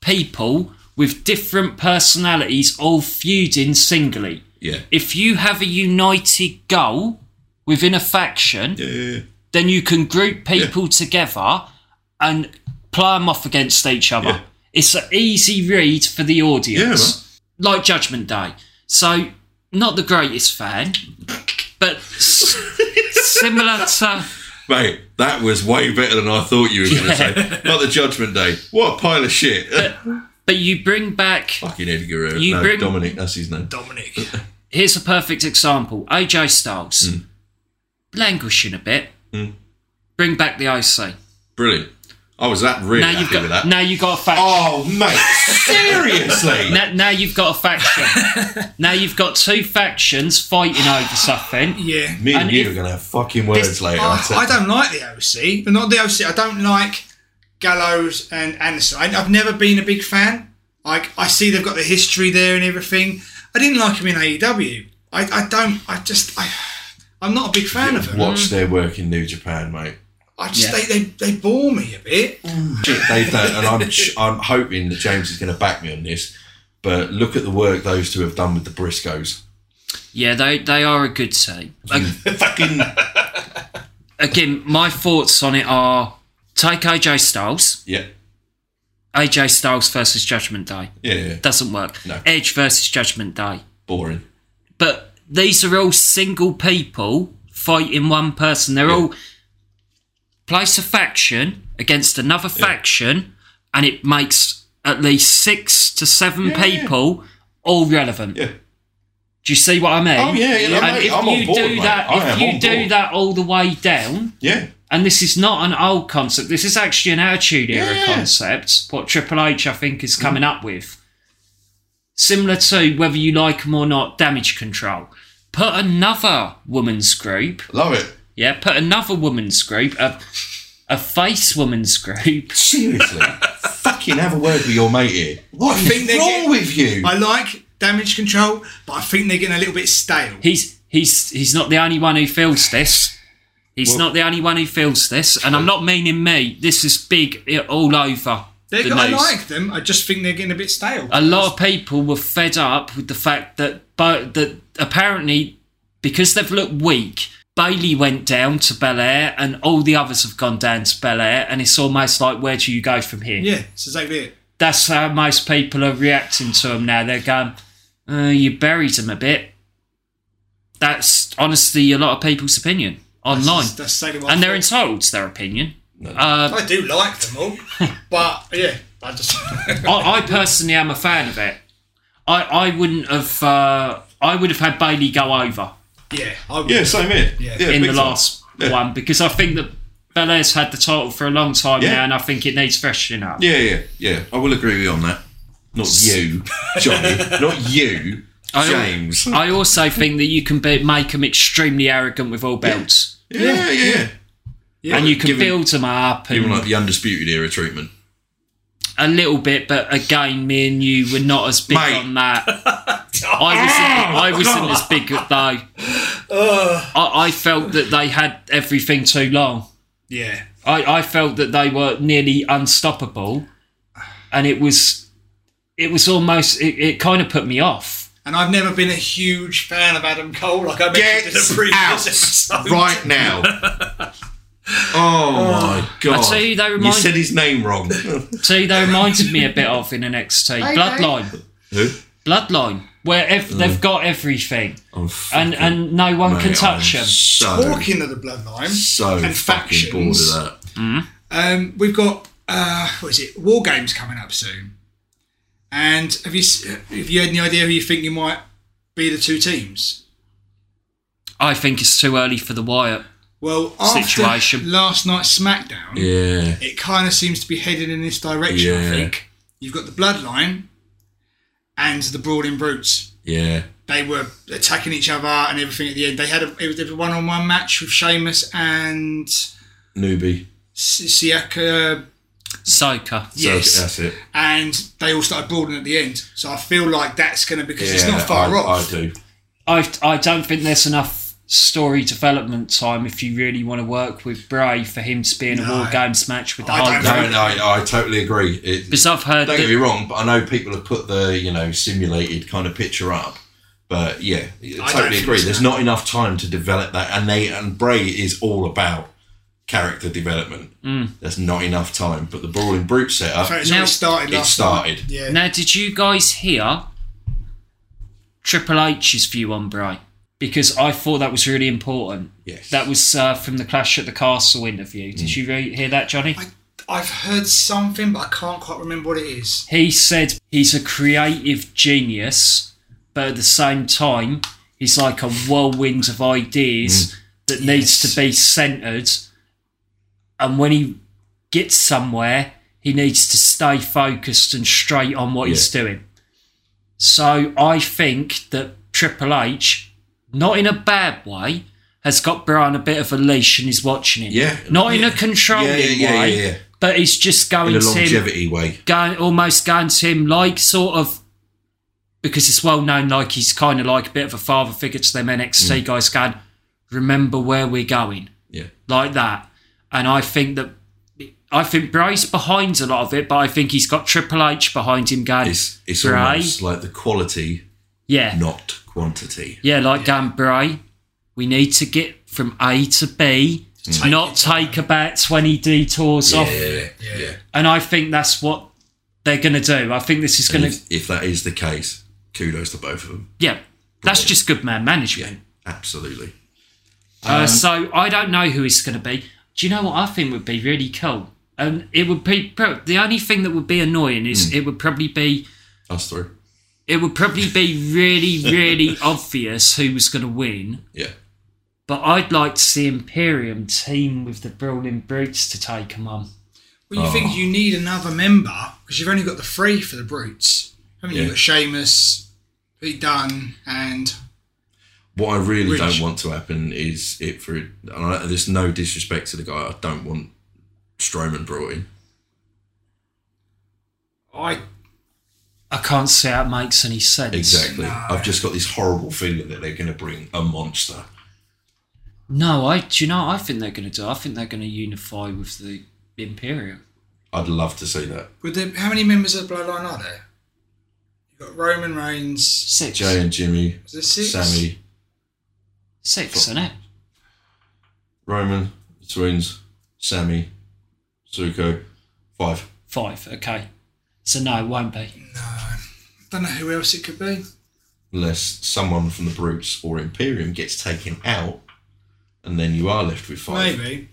Speaker 3: people with different personalities all feuding singly.
Speaker 2: yeah,
Speaker 3: If you have a united goal within a faction,
Speaker 2: yeah, yeah.
Speaker 3: then you can group people together and play them off against each other.
Speaker 2: Yeah.
Speaker 3: It's an easy read for the audience, like Judgment Day. So, not the greatest fan, but s- similar to
Speaker 2: Mate, that was way better than I thought you were going to say. Not the Judgment Day. What a pile of shit.
Speaker 3: But you bring back.
Speaker 2: Fucking Edgar. uh,
Speaker 3: You
Speaker 2: no,
Speaker 3: bring-
Speaker 2: Dominic, that's his name.
Speaker 4: Dominic.
Speaker 3: Here's a perfect example: AJ Styles,
Speaker 2: Mm.
Speaker 3: languishing a bit. Bring back the OC.
Speaker 2: Brilliant. I was that really
Speaker 3: Now
Speaker 2: happy
Speaker 3: you've got.
Speaker 2: with that.
Speaker 3: Now you've got a faction.
Speaker 2: Oh, mate, seriously?
Speaker 3: Now, now you've got a faction. now you've got two factions fighting over something.
Speaker 4: Yeah.
Speaker 2: Me and
Speaker 3: And
Speaker 2: you
Speaker 3: if-
Speaker 2: are going to have fucking words
Speaker 3: This- Oh,
Speaker 2: later.
Speaker 4: I,
Speaker 2: I'll tell-
Speaker 4: I don't like the OC. But not the OC. I don't like Gallows and Anderson. I, I've never been a big fan. Like I see they've got the history there and everything. I didn't like him in AEW. I, I don't. I just. I, I'm not a big fan of them.
Speaker 3: Mm.
Speaker 2: Watch their work in New Japan, mate.
Speaker 4: I just
Speaker 3: Yeah. Mm.
Speaker 4: they, they they bore me a bit.
Speaker 2: Shit, they don't, and I'm, I'm hoping that James is going to back me on this. But look at the work those two have done with the Briscoes.
Speaker 3: Yeah, they they are a good team. A-
Speaker 2: Fucking
Speaker 3: Again, my thoughts on it are take AJ Styles,
Speaker 2: yeah,
Speaker 3: AJ Styles versus Judgment Day
Speaker 2: yeah, yeah.
Speaker 3: doesn't work.
Speaker 2: No.
Speaker 3: Edge versus Judgment Day,
Speaker 2: boring.
Speaker 3: but these are all single people fighting one person. They're all place a faction against another faction, and it makes at least six to seven people all relevant.
Speaker 2: Yeah.
Speaker 3: Do you see what I mean?
Speaker 2: Oh, yeah, yeah, no,
Speaker 3: and
Speaker 2: mate,
Speaker 3: if
Speaker 2: I'm
Speaker 3: you
Speaker 2: on board,
Speaker 3: do
Speaker 2: mate.
Speaker 3: that,
Speaker 2: I
Speaker 3: if
Speaker 2: am
Speaker 3: you
Speaker 2: on
Speaker 3: do
Speaker 2: board.
Speaker 3: that all the way down,
Speaker 2: Yeah,
Speaker 3: and this is not an old concept. This is actually an Attitude Era
Speaker 2: Yeah.
Speaker 3: concept. What Triple H, I think, is coming up with, similar to whether you like them or not, Damage Control. Put another woman's group.
Speaker 2: love it.
Speaker 3: Yeah, put another woman's group. A, a face woman's group.
Speaker 2: Seriously, fucking have a word with your mate here. What
Speaker 4: I think
Speaker 2: is
Speaker 4: they're
Speaker 2: wrong
Speaker 4: getting-
Speaker 2: with you?
Speaker 4: I like damage control, but I think they're getting a little bit stale.
Speaker 3: He's he's he's not the only one who feels this. He's not the only one who feels this, and I'm not meaning me. This is big i- all over
Speaker 4: They're
Speaker 3: the
Speaker 4: go- I
Speaker 3: news.
Speaker 4: like them. I just think they're getting a bit stale.
Speaker 3: a lot of people were fed up with the fact that but that apparently because they've looked weak Bailey went down to Bel Air and all the others have gone down to Bel Air and it's almost like where do you go from here
Speaker 4: yeah, that's exactly it.
Speaker 3: that's how most people are reacting to him now they're going uh, you buried him a bit that's honestly a lot of people's opinion online
Speaker 4: That's exactly what I
Speaker 3: and they're
Speaker 4: thought.
Speaker 3: entitled to their opinion uh,
Speaker 4: I do like them all, but yeah, I just
Speaker 3: I, I personally am a fan of it. I, I wouldn't have. Uh, I would have had Bailey go over
Speaker 4: yeah, I would.
Speaker 2: yeah, same here.
Speaker 4: Yeah.
Speaker 2: big
Speaker 3: in the
Speaker 2: time.
Speaker 3: last
Speaker 2: Yeah.
Speaker 3: one because I think that Belair's had the title for a long time
Speaker 2: Yeah.
Speaker 3: now, and I think it needs freshening up.
Speaker 2: Yeah, yeah, yeah. I will agree with you on that. Not you, Johnny. not you,
Speaker 3: I-
Speaker 2: James.
Speaker 3: I also think that you can be, make them extremely arrogant with all belts,
Speaker 2: yeah, yeah, yeah.
Speaker 3: and you can
Speaker 2: Give 'em-
Speaker 3: build them up
Speaker 2: Even
Speaker 3: and
Speaker 2: like the undisputed era treatment.
Speaker 3: a little bit. But again, me and you were not as big
Speaker 2: Mate. Oh,
Speaker 3: on that. I wasn't. I wasn't as big though. I, I felt that they had everything too long.
Speaker 4: yeah.
Speaker 3: I, I felt that they were nearly unstoppable, and it was it was almost it, it kind of put me off.
Speaker 4: And I've never been a huge fan of Adam Cole, like I mentioned in the previous episode.
Speaker 2: right now. Oh, my god!
Speaker 3: tell you, they remind-
Speaker 2: You said his name wrong.
Speaker 3: See, they reminded me a bit of in NXT Bloodline,
Speaker 2: Who? Mm.
Speaker 3: Bloodline, where ev- they've got everything,
Speaker 2: I'm
Speaker 3: and and no one
Speaker 2: mate,
Speaker 3: can touch
Speaker 2: I'm
Speaker 3: them.
Speaker 2: So,
Speaker 4: Talking of the bloodline,
Speaker 2: so
Speaker 4: and
Speaker 2: fucking bored of
Speaker 4: factions.
Speaker 2: that.
Speaker 4: um, we've got uh, what is it? War games coming up soon. And have you s- have you had any idea who you think you might be the two teams?
Speaker 3: I think it's too early for the Wyatt.
Speaker 4: Well, after
Speaker 3: Situation.
Speaker 4: last night's SmackDown,
Speaker 2: Yeah,
Speaker 4: it kind of seems to be headed in this direction. I
Speaker 2: Yeah.
Speaker 4: think you've got the bloodline and the brawling brutes.
Speaker 2: yeah.
Speaker 4: They were attacking each other and everything at the end. They had a it was a one-on-one match with Sheamus and
Speaker 2: Newbie.
Speaker 4: S- Siaka,
Speaker 3: Soka.
Speaker 2: So
Speaker 4: Yes.
Speaker 2: that's it.
Speaker 4: and they all started brawling at the end. So I feel like that's going to because it's
Speaker 2: Yeah,
Speaker 4: not far
Speaker 2: I,
Speaker 4: off.
Speaker 2: I do.
Speaker 3: I I don't think there's enough story development time if you really want to work with Bray for him to be in a
Speaker 4: No.
Speaker 3: War Games match with the
Speaker 4: I
Speaker 3: Hulk.
Speaker 4: don't
Speaker 2: No,
Speaker 4: think-
Speaker 2: no, I, I totally agree. It,
Speaker 3: Because I've heard
Speaker 2: don't
Speaker 3: that
Speaker 2: get me wrong, but I know people have put the you know simulated kind of picture up. But yeah,
Speaker 4: don't
Speaker 2: totally
Speaker 4: think
Speaker 2: agree.
Speaker 4: it's
Speaker 2: There's not enough time to develop that, and they and Bray is all about character development.
Speaker 3: Mm.
Speaker 2: There's not enough time, but the Brawling Brute setup,
Speaker 4: So it's
Speaker 3: Now-
Speaker 4: already started.
Speaker 2: it
Speaker 4: Last
Speaker 2: started.
Speaker 4: night. Yeah.
Speaker 3: Now, did you guys hear Triple H's view on Bray? Because I thought that was really important.
Speaker 2: Yes,
Speaker 3: That was uh, from the Clash at the Castle interview. Did you re- hear that, Johnny?
Speaker 4: Mm. I, I've heard something, but I can't quite remember what it is.
Speaker 3: He said he's a creative genius, but at the same time, he's like a whirlwind of ideas
Speaker 2: Mm.
Speaker 3: that needs
Speaker 4: Yes.
Speaker 3: to be centered. And when he gets somewhere, he needs to stay focused and straight on what he's doing. So I think that Triple H, not in a bad way, has got Brian a bit of a leash and is watching him.
Speaker 2: Yeah.
Speaker 3: Not in a controlling
Speaker 2: Yeah, yeah, yeah,
Speaker 3: way,
Speaker 2: yeah, yeah.
Speaker 3: but he's just going
Speaker 2: in a
Speaker 3: to him
Speaker 2: longevity way.
Speaker 3: going almost going to him like sort of because it's well known like he's kind of like a bit of a father figure to them NXT guys going remember where we're going
Speaker 2: Yeah,
Speaker 3: like that and I think that I think Bray's behind a lot of it but I think he's got Triple H behind him going
Speaker 2: it's it's
Speaker 3: Bray
Speaker 2: almost like the quality,
Speaker 3: yeah
Speaker 2: not quantity.
Speaker 3: yeah like going Bray we need to get from A to B not take about 20 detours off
Speaker 2: Yeah, yeah.
Speaker 3: and I think that's what they're going to do I think this is going to
Speaker 2: If, if that is the case, kudos to both of them.
Speaker 3: yeah that's just good man management
Speaker 2: Yeah, absolutely. Um,
Speaker 3: Uh, so I don't know who it's going to be. Do you know what I think would be really cool? And it would be pro- the only thing that would be annoying is
Speaker 2: Hmm.
Speaker 3: it would probably be
Speaker 2: Us three.
Speaker 3: it would probably be really really obvious who was going to win.
Speaker 2: Yeah.
Speaker 3: But I'd like to see Imperium team with the Brawling Brutes to take them on.
Speaker 4: Well, you
Speaker 2: Oh.
Speaker 4: think you need another member because you've only got the three for the brutes. I mean,
Speaker 2: Yeah.
Speaker 4: you've got Sheamus, Pete Dunne, and
Speaker 2: What I really
Speaker 4: Rich.
Speaker 2: don't want to happen is it for. And I, there's no disrespect to the guy. I don't want Strowman brought in.
Speaker 4: I
Speaker 3: I can't see how it makes any sense.
Speaker 2: Exactly. I've just got this horrible feeling that they're going to bring a monster.
Speaker 3: No, I. Do you know? what I think they're going to do. I think they're going to unify with the Imperium.
Speaker 2: I'd love to see that.
Speaker 4: would there, how many members of the bloodline are there? You've got Roman Reigns.
Speaker 3: Six.
Speaker 2: Jay and Jimmy,
Speaker 4: Is there six?
Speaker 2: Sammy,
Speaker 3: Six, isn't it?
Speaker 2: Roman, the twins, Sammy, Zuko, five.
Speaker 3: Five. Okay. So no, it won't be.
Speaker 4: No. I don't know who else it could be.
Speaker 2: Unless someone from the Brutes or Imperium gets taken out, and then you are left with five.
Speaker 4: Maybe.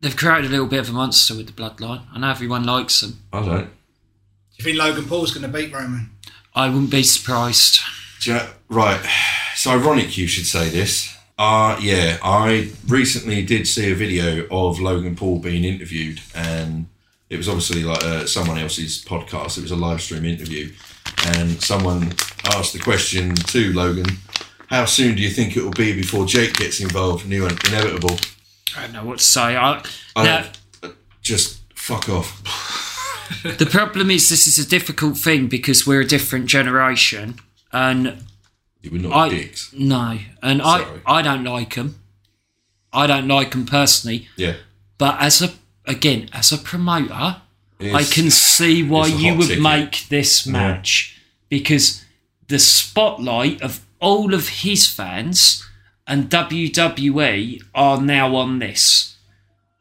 Speaker 3: They've created a little bit of a monster with the bloodline. I know everyone likes them.
Speaker 2: I don't.
Speaker 4: Do you think Logan Paul's going to beat Roman?
Speaker 3: I wouldn't be surprised.
Speaker 2: Do you- right. It's ironic you should say this. Uh, yeah, I recently did see a video of Logan Paul being interviewed, and it was obviously like uh, someone else's podcast. It was a live stream interview, and someone asked the question to Logan, "How soon do you think it will be before Jake gets involved?" And he went, "Inevitable."
Speaker 3: I don't know what to say. I,
Speaker 2: I
Speaker 3: now,
Speaker 2: don't- just fuck off.
Speaker 3: the problem is this is a difficult thing because we're a different generation, and
Speaker 2: You were not
Speaker 3: I
Speaker 2: dicks.
Speaker 3: no, and
Speaker 2: Sorry.
Speaker 3: I I don't like them. I don't like them personally,
Speaker 2: Yeah.
Speaker 3: but as a again as a promoter, I
Speaker 2: It's-
Speaker 3: can see why
Speaker 2: it's a
Speaker 3: you
Speaker 2: hot
Speaker 3: would
Speaker 2: ticket.
Speaker 3: make this match because the spotlight of all of his fans and WWE are now on this.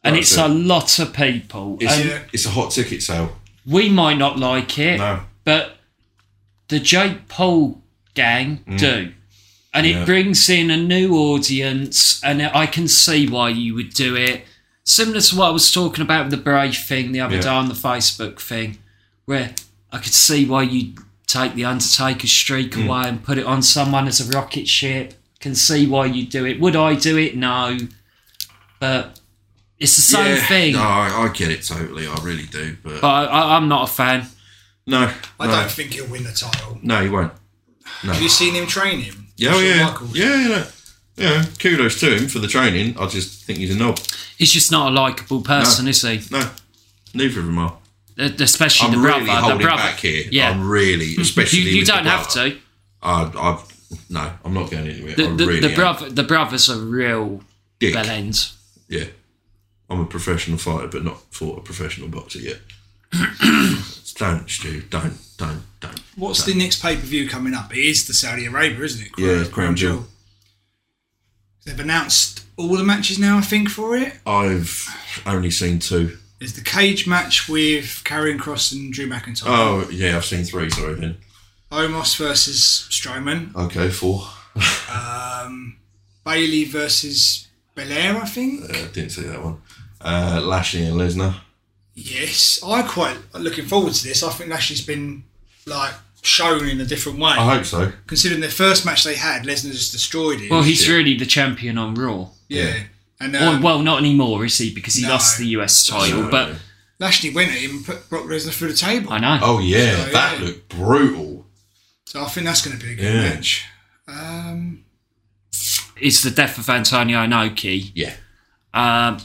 Speaker 3: And
Speaker 2: That's
Speaker 3: it's
Speaker 2: it.
Speaker 3: a lot of people.
Speaker 2: It's,
Speaker 3: and
Speaker 2: it's a hot ticket sale.
Speaker 3: we might not like it,
Speaker 2: No.
Speaker 3: but the Jake Paul gang do. And
Speaker 2: Mm. Yeah.
Speaker 3: it brings in a new audience, and I can see why you would do it. Similar to what I was talking about with the Brave thing the other
Speaker 2: Yeah.
Speaker 3: day on the Facebook thing, where I could see why you'd take the Undertaker streak
Speaker 2: Mm.
Speaker 3: away and put it on someone as a rocket ship. Can see why you do it. Would I do it? No. But it's the same
Speaker 2: Yeah.
Speaker 3: thing. Uh,
Speaker 2: No, I, I get it totally. I really do. But,
Speaker 3: But I, I, I'm not a fan.
Speaker 2: no,
Speaker 4: I
Speaker 2: no.
Speaker 4: don't think he'll win the title.
Speaker 2: No, he won't.
Speaker 4: Have you seen him train him?
Speaker 2: Yeah, oh,
Speaker 4: Shawn
Speaker 2: yeah,
Speaker 4: Michaels.
Speaker 2: yeah, yeah, yeah. Kudos to him for the training. I just think he's a knob.
Speaker 3: He's just not a likable person, is he? E,
Speaker 2: No, neither of them are.
Speaker 3: especially
Speaker 2: I'm
Speaker 3: the
Speaker 2: really
Speaker 3: brother.
Speaker 2: holding
Speaker 3: the brother.
Speaker 2: back here.
Speaker 3: Yeah,
Speaker 2: I'm really, especially.
Speaker 3: you, you
Speaker 2: with the
Speaker 3: don't have
Speaker 2: brother. Uh,
Speaker 3: to.
Speaker 2: I, I've no, I'm not going anywhere.
Speaker 3: The,
Speaker 2: I
Speaker 3: the,
Speaker 2: really
Speaker 3: the
Speaker 2: am.
Speaker 3: brother, the brother's a real
Speaker 2: Dick.
Speaker 3: bell end.
Speaker 2: Yeah, I'm a professional fighter, but not fought a professional boxer yet. don't, Stu. Don't, don't, don't.
Speaker 4: What's the next pay per view coming up? It is the Saudi Arabia, isn't it?
Speaker 2: Yeah, Crown Jewel.
Speaker 4: They've announced all the matches now, I think, for it.
Speaker 2: I've only seen two.
Speaker 4: There's the cage match with Karrion Cross and Drew McIntyre.
Speaker 2: Oh, yeah, I've seen three. Sorry, then.
Speaker 4: Omos versus Strowman.
Speaker 2: Okay, four.
Speaker 4: Bailey versus Belair, I think.
Speaker 2: Uh, didn't see that one. Uh, Lashley and Lesnar.
Speaker 4: Yes, I quite looking forward to this. I think Lashley's been like shown in a different way.
Speaker 3: Uh-huh.
Speaker 2: I hope so.
Speaker 4: Considering their first match they had, Lesnar just destroyed it.
Speaker 3: Well, he's
Speaker 2: shit.
Speaker 3: really the champion on Raw.
Speaker 4: yeah. And
Speaker 3: Or
Speaker 4: um,
Speaker 3: well, not anymore, is he? Because he
Speaker 4: No.
Speaker 3: lost the US title.
Speaker 2: No.
Speaker 3: But
Speaker 4: Lashley went at him and put Brock Lesnar through the table.
Speaker 3: I know.
Speaker 2: Oh yeah,
Speaker 4: So,
Speaker 2: that
Speaker 4: yeah.
Speaker 2: looked brutal.
Speaker 4: So I think that's going to be a good
Speaker 2: Yeah.
Speaker 4: match. Um,
Speaker 3: It's the death of Antonio Inoki.
Speaker 2: Yeah,
Speaker 3: Um,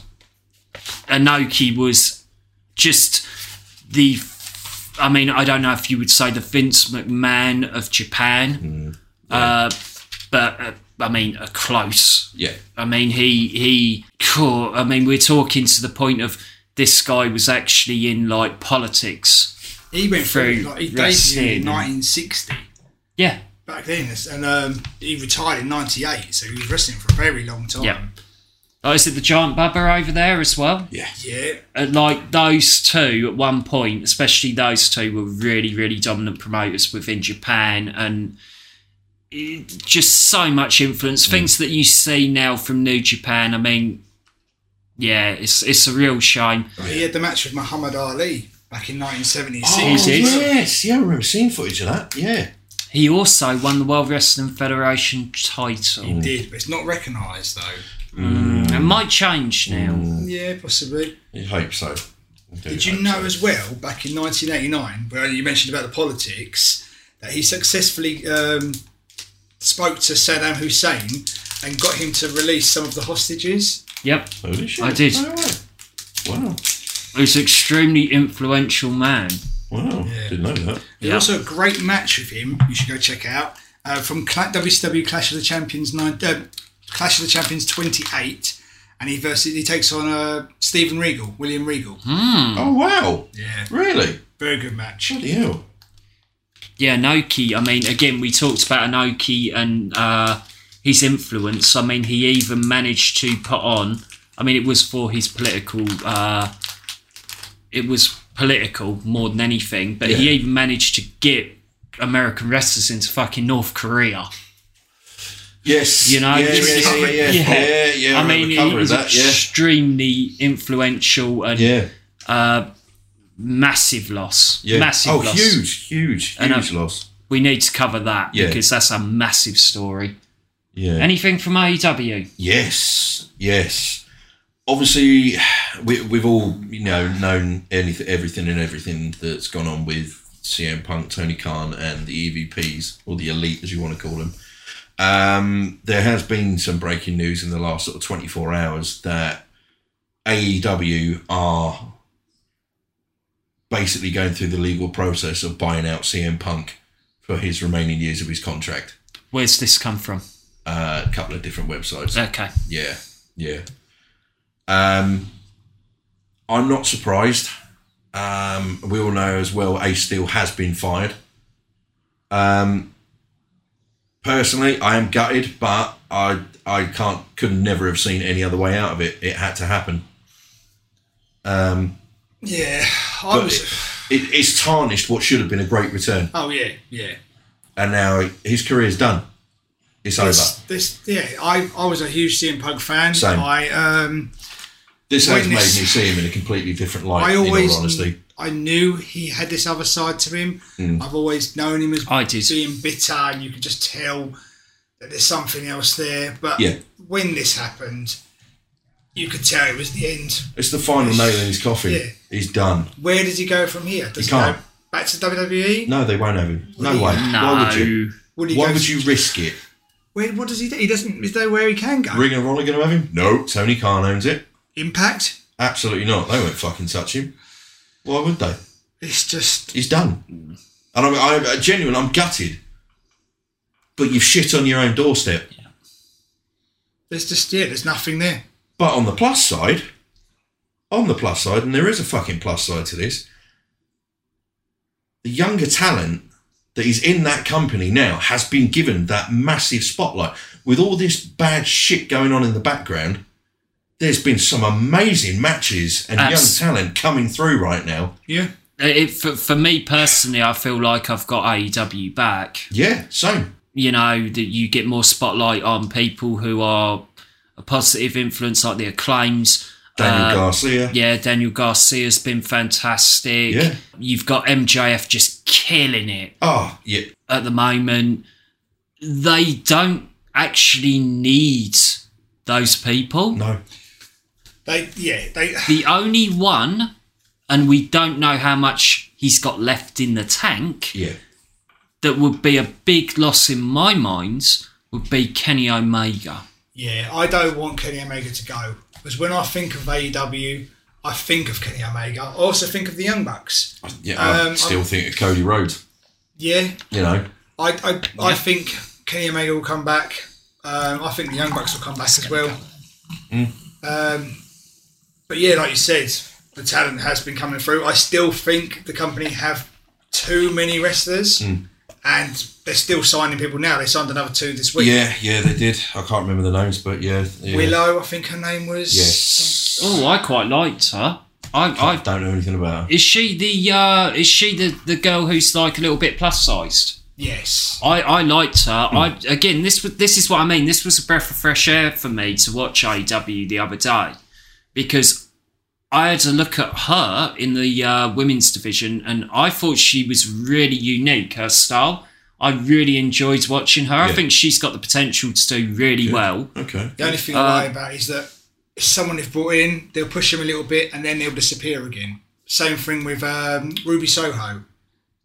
Speaker 3: Inoki was just the. I mean, I don't know if you would say the Vince McMahon of Japan,
Speaker 2: Mm.
Speaker 3: uh, but uh, I mean, a close.
Speaker 2: yeah.
Speaker 3: I mean, he he. Cool. I mean, we're talking to the point of this guy was actually in like politics.
Speaker 4: he went through,
Speaker 3: Through
Speaker 4: like, he debuted
Speaker 3: wrestling.
Speaker 4: in 1960
Speaker 3: Yeah,
Speaker 4: back then, and um, he retired in 98, so he was wrestling for a very long time.
Speaker 3: yeah. Oh, is it the giant baba over there as well?
Speaker 4: Yeah.
Speaker 3: Uh, like those two at one point, especially those two were really really dominant promoters within Japan and. it- Just so much influence. Things that you see now from New Japan. I mean, yeah, it's it's a real shame.
Speaker 4: He had the match with Muhammad Ali back in 1976.
Speaker 3: He did.
Speaker 2: Oh, Yes, yeah. I remember seeing footage of that. Yeah,
Speaker 3: He also won the World Wrestling Federation title.
Speaker 2: Mm.
Speaker 4: He did, but it's not recognised though.
Speaker 3: It might change now.
Speaker 4: Yeah, possibly.
Speaker 2: you hope so. Mm. I do
Speaker 4: Did you
Speaker 2: hope
Speaker 4: know
Speaker 2: so.
Speaker 4: as well, back in 1989, where you mentioned about the politics, that he successfully um, spoke to Saddam Hussein and got him to release some of the hostages?
Speaker 3: Yep.
Speaker 2: Holy shit!
Speaker 3: I did.
Speaker 2: No way. Wow.
Speaker 3: who's an extremely influential man.
Speaker 2: Wow, didn't know that.
Speaker 4: There's also a great match with him. You should go check out uh, from Cla- WCW Clash of the Champions nine, uh, Clash of the Champions 28, and he versus he takes on uh, Stephen Regal, William Regal.
Speaker 3: Hmm.
Speaker 2: Oh wow,
Speaker 4: Yeah,
Speaker 2: really?
Speaker 4: very good match.
Speaker 2: Bloody hell.
Speaker 3: Yeah, Noki. I mean, again, we talked about Anoki and uh, his influence. I mean, he even managed to put on. I mean, it was for his political. Uh, it was political more than anything, but he
Speaker 2: Yeah.
Speaker 3: even managed to get American wrestlers into fucking North Korea.
Speaker 2: Yes,
Speaker 3: You know,
Speaker 2: yeah,
Speaker 3: it's-
Speaker 2: yeah, yeah, yeah,
Speaker 3: yeah.
Speaker 2: yeah, yeah, yeah.
Speaker 3: I
Speaker 2: remember
Speaker 3: mean, he
Speaker 2: covering
Speaker 3: was
Speaker 2: that, yeah,
Speaker 3: extremely influential and
Speaker 2: yeah,
Speaker 3: massive loss.
Speaker 2: yeah.
Speaker 3: Massive
Speaker 2: oh,
Speaker 3: loss.
Speaker 2: huge, huge,
Speaker 3: And,
Speaker 2: huge
Speaker 3: uh,
Speaker 2: loss.
Speaker 3: We need to cover that
Speaker 2: Yeah.
Speaker 3: because that's a massive story.
Speaker 2: Yeah.
Speaker 3: Anything from E AEW?
Speaker 2: Yes, yes. Obviously, we, we've all you know known anything, everything, and everything that's gone on with CM Punk, Tony Khan, and the EVPs or the elite, as you want to call them. Um, there has been some breaking news in the last sort of twenty four hours that AEW are basically going through the legal process of buying out CM Punk for his remaining years of his contract.
Speaker 3: Where's this come from?
Speaker 2: Uh, a couple of different websites.
Speaker 3: Okay.
Speaker 2: Yeah, yeah. Um, I'm not surprised. Um, we all know as well, Ace Steel has been fired. Um, personally, I am gutted, but I I can't could never have seen any other way out of it. It had to happen. Um,
Speaker 4: Yeah, I
Speaker 2: but
Speaker 4: was.
Speaker 2: it, it, it's tarnished what should have been a great return,
Speaker 4: Oh yeah, yeah.
Speaker 2: and now his career's done. It's
Speaker 4: This,
Speaker 2: over.
Speaker 4: this, yeah, I, I was a huge CM Punk fan.
Speaker 2: Same.
Speaker 4: I um,
Speaker 2: This has made
Speaker 4: when
Speaker 2: me
Speaker 4: this-
Speaker 2: see him in a completely different light.
Speaker 4: I
Speaker 2: in
Speaker 4: always,
Speaker 2: all honesty. Hmm.
Speaker 4: I knew he had this other side to him. I've always known him as
Speaker 3: I did.
Speaker 4: being bitter, and you could just tell that there's something else there. But
Speaker 2: Yeah.
Speaker 4: when this happened, you could tell it was the end.
Speaker 2: It's the final nail in his coffin.
Speaker 4: Yeah.
Speaker 2: He's done.
Speaker 4: Where does he go from here? Does he,
Speaker 2: can't.
Speaker 4: go back to WWE?
Speaker 2: No, they won't have him. No way.
Speaker 3: No.
Speaker 2: Why would you?
Speaker 4: Would he
Speaker 2: Why
Speaker 4: go-
Speaker 2: would you risk it?
Speaker 4: Where, what does he do? He doesn't. Is there where he can go?
Speaker 2: Ring and Roller going to have him? No. Tony Khan owns it.
Speaker 4: Impact.
Speaker 2: Absolutely not. They won't fucking touch him. Why would they?
Speaker 4: It's just
Speaker 2: He's done. And I'm, I'm uh, genuine. I'm gutted. But you've shit on your own doorstep.
Speaker 4: there's just yeah, there's nothing there.
Speaker 2: But on the plus side, on the plus side, and there is a fucking plus side to this, the younger talent that is in that company now has been given that massive spotlight. With all this bad shit going on in the background, there's been some amazing matches and
Speaker 3: Abs-
Speaker 2: young talent coming through right now.
Speaker 4: Yeah.
Speaker 3: It, for, for me personally, I feel like I've got AEW back.
Speaker 2: Yeah, same.
Speaker 3: You know, that you get more spotlight on people who are a positive influence, like the acclaims.
Speaker 2: Daniel
Speaker 3: Uh,
Speaker 2: Garcia.
Speaker 3: Yeah, Daniel Garcia's been fantastic.
Speaker 2: Yeah.
Speaker 3: You've got MJF just killing it
Speaker 2: Oh, yeah.
Speaker 3: at the moment. They don't actually need those people.
Speaker 2: No.
Speaker 4: They yeah they
Speaker 3: The only one, and we don't know how much he's got left in the tank.
Speaker 2: Yeah.
Speaker 3: that would be a big loss in my mind would be Kenny Omega.
Speaker 4: yeah I don't want Kenny Omega to go because when I think of AEW, I think of Kenny Omega. I also think of the Young Bucks.
Speaker 2: Yeah, I
Speaker 4: Um,
Speaker 2: still think of Cody Rhodes.
Speaker 4: Yeah,
Speaker 2: You know,
Speaker 4: I, I, I think Kenny Omega will come back. Um, I think the Young Bucks will come back as well. Um, but yeah, like you said, the talent has been coming through. I still think the company have too many wrestlers,
Speaker 2: Hmm.
Speaker 4: and they're still signing people now. They signed another two this week.
Speaker 2: yeah, yeah, they did. I can't remember the names, but yeah, yeah.
Speaker 4: Willow, I think her name was.
Speaker 2: Yes.
Speaker 3: Oh, I quite liked her.
Speaker 2: I
Speaker 3: I, I
Speaker 2: don't know anything about her.
Speaker 3: is she the uh, is she the, the girl who's like a little bit plus sized?
Speaker 4: Yes.
Speaker 3: I, I liked her. I again this was- this is what I mean. This was a breath of fresh air for me to watch AEW the other day because I had to look at her in the uh, women's division and I thought she was really unique. Her style, I really enjoyed watching her. I
Speaker 2: Yeah.
Speaker 3: think she's got the potential to do really well.
Speaker 2: Okay.
Speaker 4: The only thing I worry about is that if someone they've brought in, they'll push him a little bit, and then they'll disappear again. Same thing with um, Ruby Soho.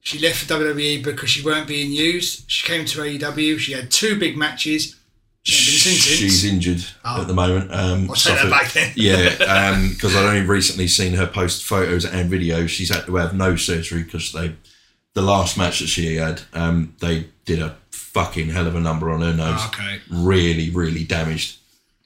Speaker 4: She E left for WWE because she weren't being used. She came to AEW. She had two big matches. seen since.
Speaker 2: She's injured at the moment. Um,
Speaker 4: Oh. I'll take that
Speaker 2: suffered-
Speaker 4: back then.
Speaker 2: yeah, because I'd only recently seen her post photos and videos. She's had to have no surgery because they, the last match that she had, um, they did a fucking hell of a number on her nose.
Speaker 4: Okay.
Speaker 2: Really, really damaged.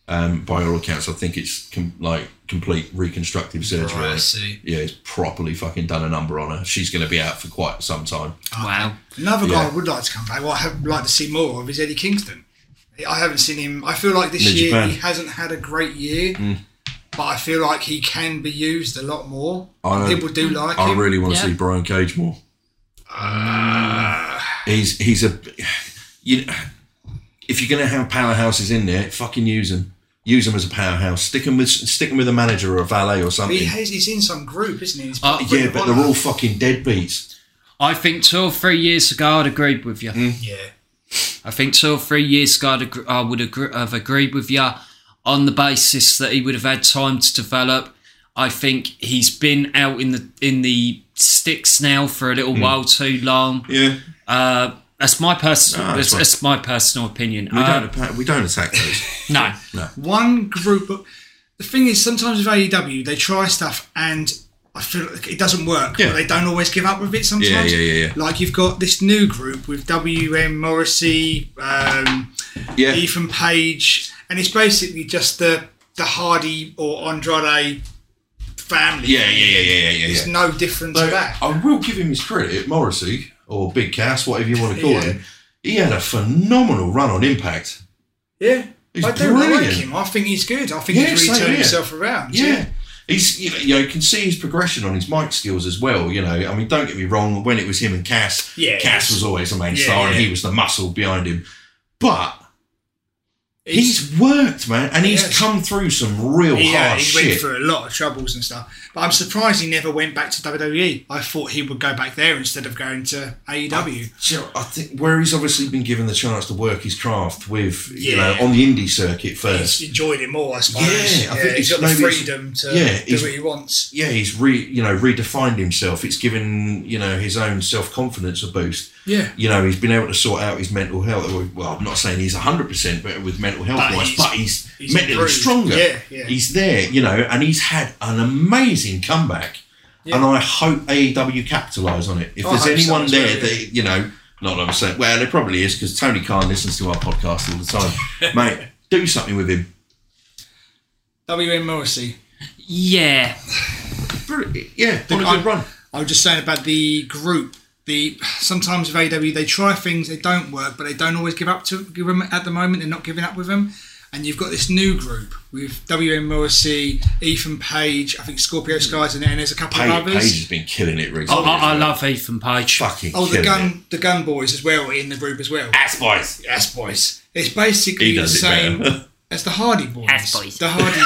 Speaker 2: Um, by all accounts, I think it's com- like complete reconstructive surgery.
Speaker 4: Right, I see.
Speaker 2: Yeah, it's properly fucking done a number on her. She's going to be out for quite some time.
Speaker 3: Wow.
Speaker 4: Another guy
Speaker 2: Yeah.
Speaker 4: I would like to come back. Well, I have like to see more of is Eddie Kingston. I haven't seen him. I feel like this
Speaker 2: Mid
Speaker 4: year
Speaker 2: Japan.
Speaker 4: he hasn't had a great year,
Speaker 2: Mm.
Speaker 4: but I feel like he can be used a lot more.
Speaker 2: I
Speaker 4: People do like
Speaker 2: I
Speaker 4: him.
Speaker 2: really want to
Speaker 3: Yeah.
Speaker 2: see Brian Cage more. he's he's a you. know, If you're gonna have powerhouses in there, fucking use them. Use them as a powerhouse. Stick them with stick 'em with a manager or a valet or something.
Speaker 4: he has, he's in some group, isn't he? He's
Speaker 3: Uh,
Speaker 4: part of
Speaker 2: yeah,
Speaker 4: Ring of
Speaker 2: but
Speaker 4: Honor.
Speaker 2: they're all fucking deadbeats.
Speaker 3: I think two or three years ago I'd agreed with you.
Speaker 4: yeah.
Speaker 3: I think two or three years ago I'd agr- I would agree- have agreed with you on the basis that he would have had time to develop. I think he's been out in the in the sticks now for a little
Speaker 2: Hmm.
Speaker 3: while too long.
Speaker 2: Yeah,
Speaker 3: Uh, that's my personal
Speaker 2: No, that's
Speaker 3: that's,
Speaker 2: fine.
Speaker 3: that's my personal opinion.
Speaker 2: we
Speaker 3: Uh,
Speaker 2: don't appa- we don't attack those.
Speaker 3: no,
Speaker 4: One group. Of, the thing is, sometimes with AEW they try stuff and. I feel like it doesn't work,
Speaker 2: Yeah.
Speaker 4: but they don't always give up with it sometimes.
Speaker 2: yeah, yeah, yeah.
Speaker 4: Like you've got this new group with WM Morrissey, um,
Speaker 2: yeah,
Speaker 4: Ethan Page, and it's basically just the the Hardy or Andrade family.
Speaker 2: yeah, yeah, yeah, yeah, yeah, yeah.
Speaker 4: It's no different to
Speaker 2: Though,
Speaker 4: that.
Speaker 2: I will give him his credit, Morrissey or Big Cass, whatever you want to call
Speaker 4: Yeah.
Speaker 2: him. He had a phenomenal run on Impact.
Speaker 4: Yeah,
Speaker 2: He's
Speaker 4: I do like
Speaker 2: brilliant.
Speaker 4: him. I think he's good. I think
Speaker 2: Yeah,
Speaker 4: he's
Speaker 2: same
Speaker 4: really turned
Speaker 2: here.
Speaker 4: himself around.
Speaker 2: Yeah. He's, you know, you know, you can see his progression on his mic skills as well. You know, I mean, don't get me wrong. When it was him and Cass,
Speaker 4: Yeah.
Speaker 2: Cass was always the main
Speaker 4: Yeah,
Speaker 2: star, and
Speaker 4: yeah.
Speaker 2: he was the muscle behind him. But
Speaker 4: He's-
Speaker 2: he's, worked, man, and he's
Speaker 4: Yes.
Speaker 2: come through some real
Speaker 4: yeah,
Speaker 2: hard
Speaker 4: he
Speaker 2: Oh, shit.
Speaker 4: went through a lot of troubles and stuff. But I'm surprised he never went back to WWE. I thought he would go back there instead of going to E AEW.
Speaker 2: Do you know, I think where he's obviously been given the chance to work his craft with, you
Speaker 4: Yeah.
Speaker 2: know, on the indie circuit
Speaker 4: He's
Speaker 2: first.
Speaker 4: enjoyed it more, I suppose.
Speaker 2: Yeah, I think it's-
Speaker 4: he's got the
Speaker 2: maybe it's-
Speaker 4: freedom to
Speaker 2: yeah,
Speaker 4: do
Speaker 2: he's-
Speaker 4: what he wants.
Speaker 2: Yeah, he's re, you know, redefined himself. It's given, you know, his own self confidence a boost.
Speaker 4: Yeah.
Speaker 2: you know, he's been able to sort out his mental health. Well, I'm not saying he's 100% better with mental health
Speaker 4: But
Speaker 2: wise,
Speaker 4: he's-
Speaker 2: but he's,
Speaker 4: he's
Speaker 2: mentally
Speaker 4: improved.
Speaker 2: stronger.
Speaker 4: Yeah, yeah.
Speaker 2: He's there, you know, and he's had an amazing comeback. And I hope AEW capitalise on it. If
Speaker 4: I
Speaker 2: there's
Speaker 4: hope so
Speaker 2: anyone
Speaker 4: as well,
Speaker 2: there
Speaker 4: yeah.
Speaker 2: that, you know, not that I'm saying, well, there probably is because Tony Khan listens to our podcast all the time. Mate, do something with him.
Speaker 4: WM Morrissey.
Speaker 3: yeah,
Speaker 2: Brilliant. Yeah, on a
Speaker 4: I-
Speaker 2: good run.
Speaker 4: I was just saying about the group. The sometimes with AW they try things they don't work, but they don't always give up to give them at the moment. They're not giving up with them. And you've got this new group with WM Morrissey, Ethan Page, I think Scorpio Skies in it, and there's a couple
Speaker 2: Page,
Speaker 4: of
Speaker 2: Page
Speaker 4: others.
Speaker 2: E has been killing it
Speaker 3: I,
Speaker 2: recently.
Speaker 3: I, I love Ethan Page.
Speaker 2: Fucking
Speaker 4: Oh, the
Speaker 2: killing
Speaker 4: gun,
Speaker 2: it.
Speaker 4: the gun boys as well were in the group as well.
Speaker 2: Ass boys.
Speaker 4: Ass boys. It's basically
Speaker 2: He does
Speaker 4: the
Speaker 2: it
Speaker 4: same
Speaker 2: better.
Speaker 4: as the Hardy boys.
Speaker 3: Ass boys.
Speaker 4: The Hardy.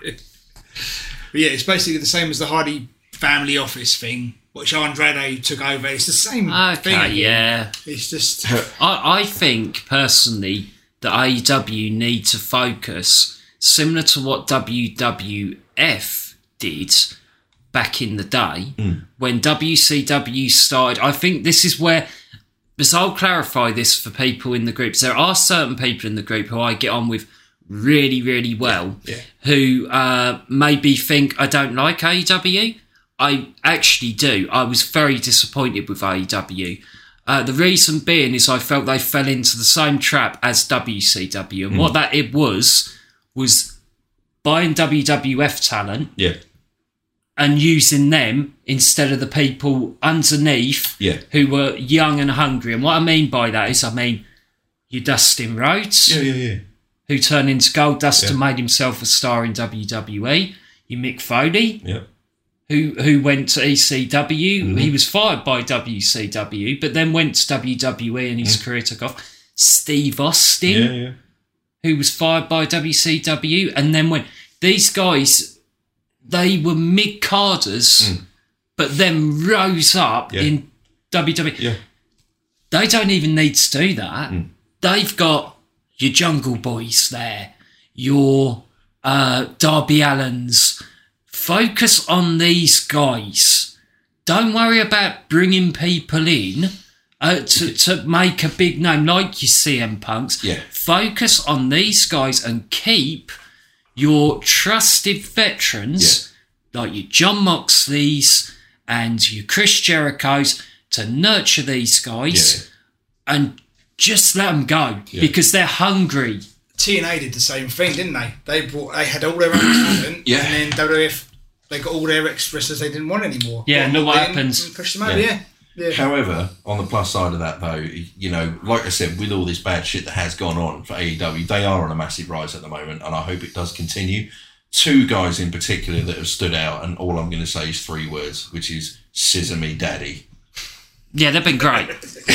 Speaker 4: but yeah, it's basically the same as the Hardy family office thing, which Andrade took over. It's the same thing.
Speaker 3: Okay,
Speaker 4: again.
Speaker 3: yeah.
Speaker 4: It's just
Speaker 3: I, I think personally that AEW need to focus similar to what WWF did back in the day when WCW started. I think this is where because I'll clarify this for people in the groups. There are certain people in the group who I get on with really, really well, who uh, maybe think I don't like AEW. I actually do. I was very disappointed with E AEW. Uh, the reason being is I felt they fell into the same trap as WCW, and what
Speaker 2: Hmm.
Speaker 3: that it was was buying WWF talent
Speaker 2: Yeah.
Speaker 3: and using them instead of the people underneath
Speaker 2: Yeah.
Speaker 3: who were young and hungry. And what I mean by that is, I mean your Dustin Rhodes,
Speaker 2: Yeah, yeah, yeah.
Speaker 3: who turned into Gold Dust and made himself a star in WWE. You Mick Foley,
Speaker 2: Yeah.
Speaker 3: who who went to ECW. He was fired by WCW, but then went to WWE and his career took off. Steve Austin,
Speaker 2: Yeah, yeah.
Speaker 3: who was fired by WCW, and then when these guys, they were mid carders, but then rose up
Speaker 2: Hmm. Yeah.
Speaker 3: in WWE.
Speaker 2: Yeah. Hmm.
Speaker 3: They don't even need to do that. They've got your Jungle Boys there, your uh, Darby Allens. Focus on these guys. Don't worry about bringing people in uh, to, to make a big name like you CM Punks.
Speaker 2: Yeah.
Speaker 3: Focus on these guys and keep your trusted veterans like your John Moxley's and your Chris Jericho's to nurture these guys and just let them go because they're hungry.
Speaker 4: TNA did the same thing, didn't they? They brought, they had all their own talent,
Speaker 2: Yeah.
Speaker 4: and then WWF they got all their extra wrestlers they didn't want anymore.
Speaker 3: Yeah,
Speaker 4: Brought
Speaker 3: no
Speaker 4: them in
Speaker 3: weapons.
Speaker 4: and Pushed them out.
Speaker 2: Yeah.
Speaker 4: Yeah, yeah.
Speaker 2: However, on the plus side of that, though, you know, like I said, with all this bad shit that has gone on for AEW, they are on a massive rise at the moment, and I hope it does continue. Two guys in particular that have stood out, and all I'm going to say is three words, which is scissor me daddy.
Speaker 3: Yeah, they've been great.
Speaker 2: For
Speaker 3: they've,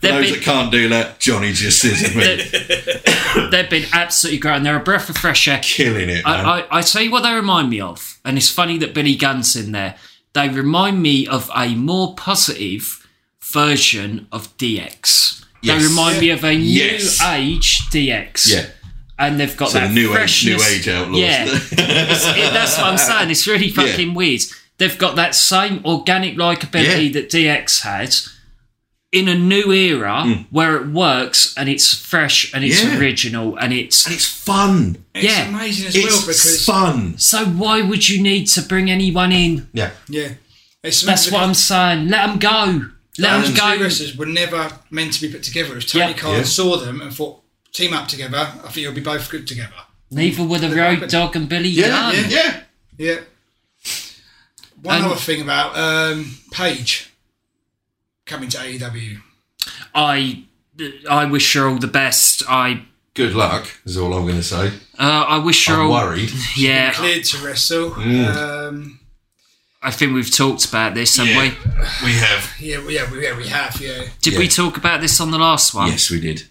Speaker 2: those that
Speaker 3: been,
Speaker 2: can't do that, Johnny just scissor me,
Speaker 3: they've been absolutely great and they're a breath of fresh air.
Speaker 2: killing it, man.
Speaker 3: I, I, I tell you what they remind me of, and it's funny that Billy Gunn's in there. They remind me of a more positive version of DX.
Speaker 2: Yes.
Speaker 3: They remind me of a new
Speaker 2: Yes.
Speaker 3: age DX.
Speaker 2: yeah,
Speaker 3: And they've got
Speaker 2: so
Speaker 3: that
Speaker 2: the new age, new
Speaker 3: freshness.
Speaker 2: age outlaws.
Speaker 3: Yeah. It's- it- that's what I'm saying. It's really
Speaker 2: Yeah.
Speaker 3: fucking weird. They've got that same organic likability that DX had in a new era where it works and it's fresh and it's
Speaker 2: Mm. Yeah.
Speaker 3: original and it's
Speaker 2: and it's fun.
Speaker 4: It's
Speaker 3: Yeah.
Speaker 4: amazing as well
Speaker 2: It's
Speaker 4: because
Speaker 2: fun.
Speaker 3: So why would you need to bring anyone in?
Speaker 2: Yeah,
Speaker 4: yeah, it's
Speaker 3: That's what I'm saying. Let them go. Let them
Speaker 4: Those two
Speaker 3: go.
Speaker 4: wrestlers were never meant to be put together. If
Speaker 3: Yeah.
Speaker 4: Tony Khan
Speaker 2: Yeah.
Speaker 4: saw them and thought, team up together, I think you'll be both good together.
Speaker 3: Neither were the Road Dog and Billy
Speaker 2: yeah,
Speaker 3: Gunn.
Speaker 2: yeah, yeah.
Speaker 4: Yeah. One
Speaker 3: And-
Speaker 4: other thing about um, Paige coming to E AEW.
Speaker 3: I, I wish her all the best. I,
Speaker 2: Good luck is all I'm going to say.
Speaker 3: uh, I wish her
Speaker 2: I'm
Speaker 3: all.
Speaker 2: worried.
Speaker 3: Yeah,
Speaker 4: Cleared to wrestle.
Speaker 2: Mm.
Speaker 4: Um,
Speaker 3: I think we've talked about this, haven't
Speaker 2: Yeah.
Speaker 3: we?
Speaker 2: We have.
Speaker 4: yeah, we- yeah, we, yeah, we have. Yeah.
Speaker 3: Did
Speaker 2: Yeah.
Speaker 3: we talk about this on the last one?
Speaker 2: Yes, we did.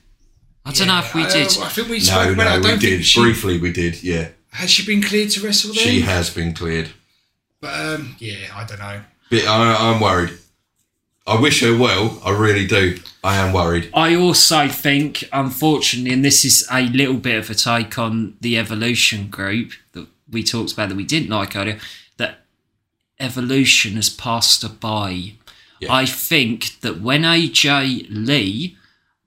Speaker 3: I don't know if we
Speaker 4: I-
Speaker 3: did.
Speaker 4: Uh,
Speaker 2: Uh,
Speaker 4: I think we spoke
Speaker 2: No,
Speaker 4: about it. I
Speaker 2: no,
Speaker 4: don't
Speaker 2: we
Speaker 4: think
Speaker 2: did.
Speaker 4: She,
Speaker 2: Briefly, we did. Yeah,
Speaker 4: has she been cleared to wrestle then?
Speaker 2: she has been cleared.
Speaker 4: But um, yeah, I don't know.
Speaker 2: But I, I'm worried. I wish her well. I really do. I am worried.
Speaker 3: I also think, unfortunately, and this is a little bit of a take on the evolution group that we talked about that we didn't like earlier, that evolution has passed her by. I think that when AJ Lee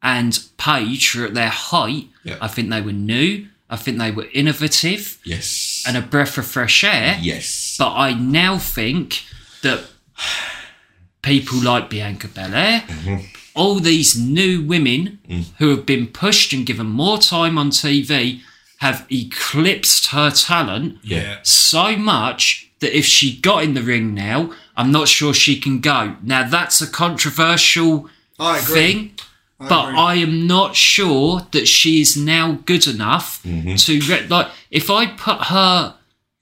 Speaker 3: and Paige were at their height,
Speaker 2: Yeah.
Speaker 3: I think they were new, I think they were innovative
Speaker 2: Yes.
Speaker 3: and a breath of fresh air.
Speaker 2: yes.
Speaker 3: But I now think that people like Bianca Belair, all these new women who have been pushed and given more time on TV, have eclipsed her talent
Speaker 2: Yeah.
Speaker 3: so much that if she got in the ring now, I'm not sure she can go. Now, that's a controversial
Speaker 4: I agree.
Speaker 3: thing. But
Speaker 4: agree.
Speaker 3: I am not sure that she is now good enough to re- like. If I put her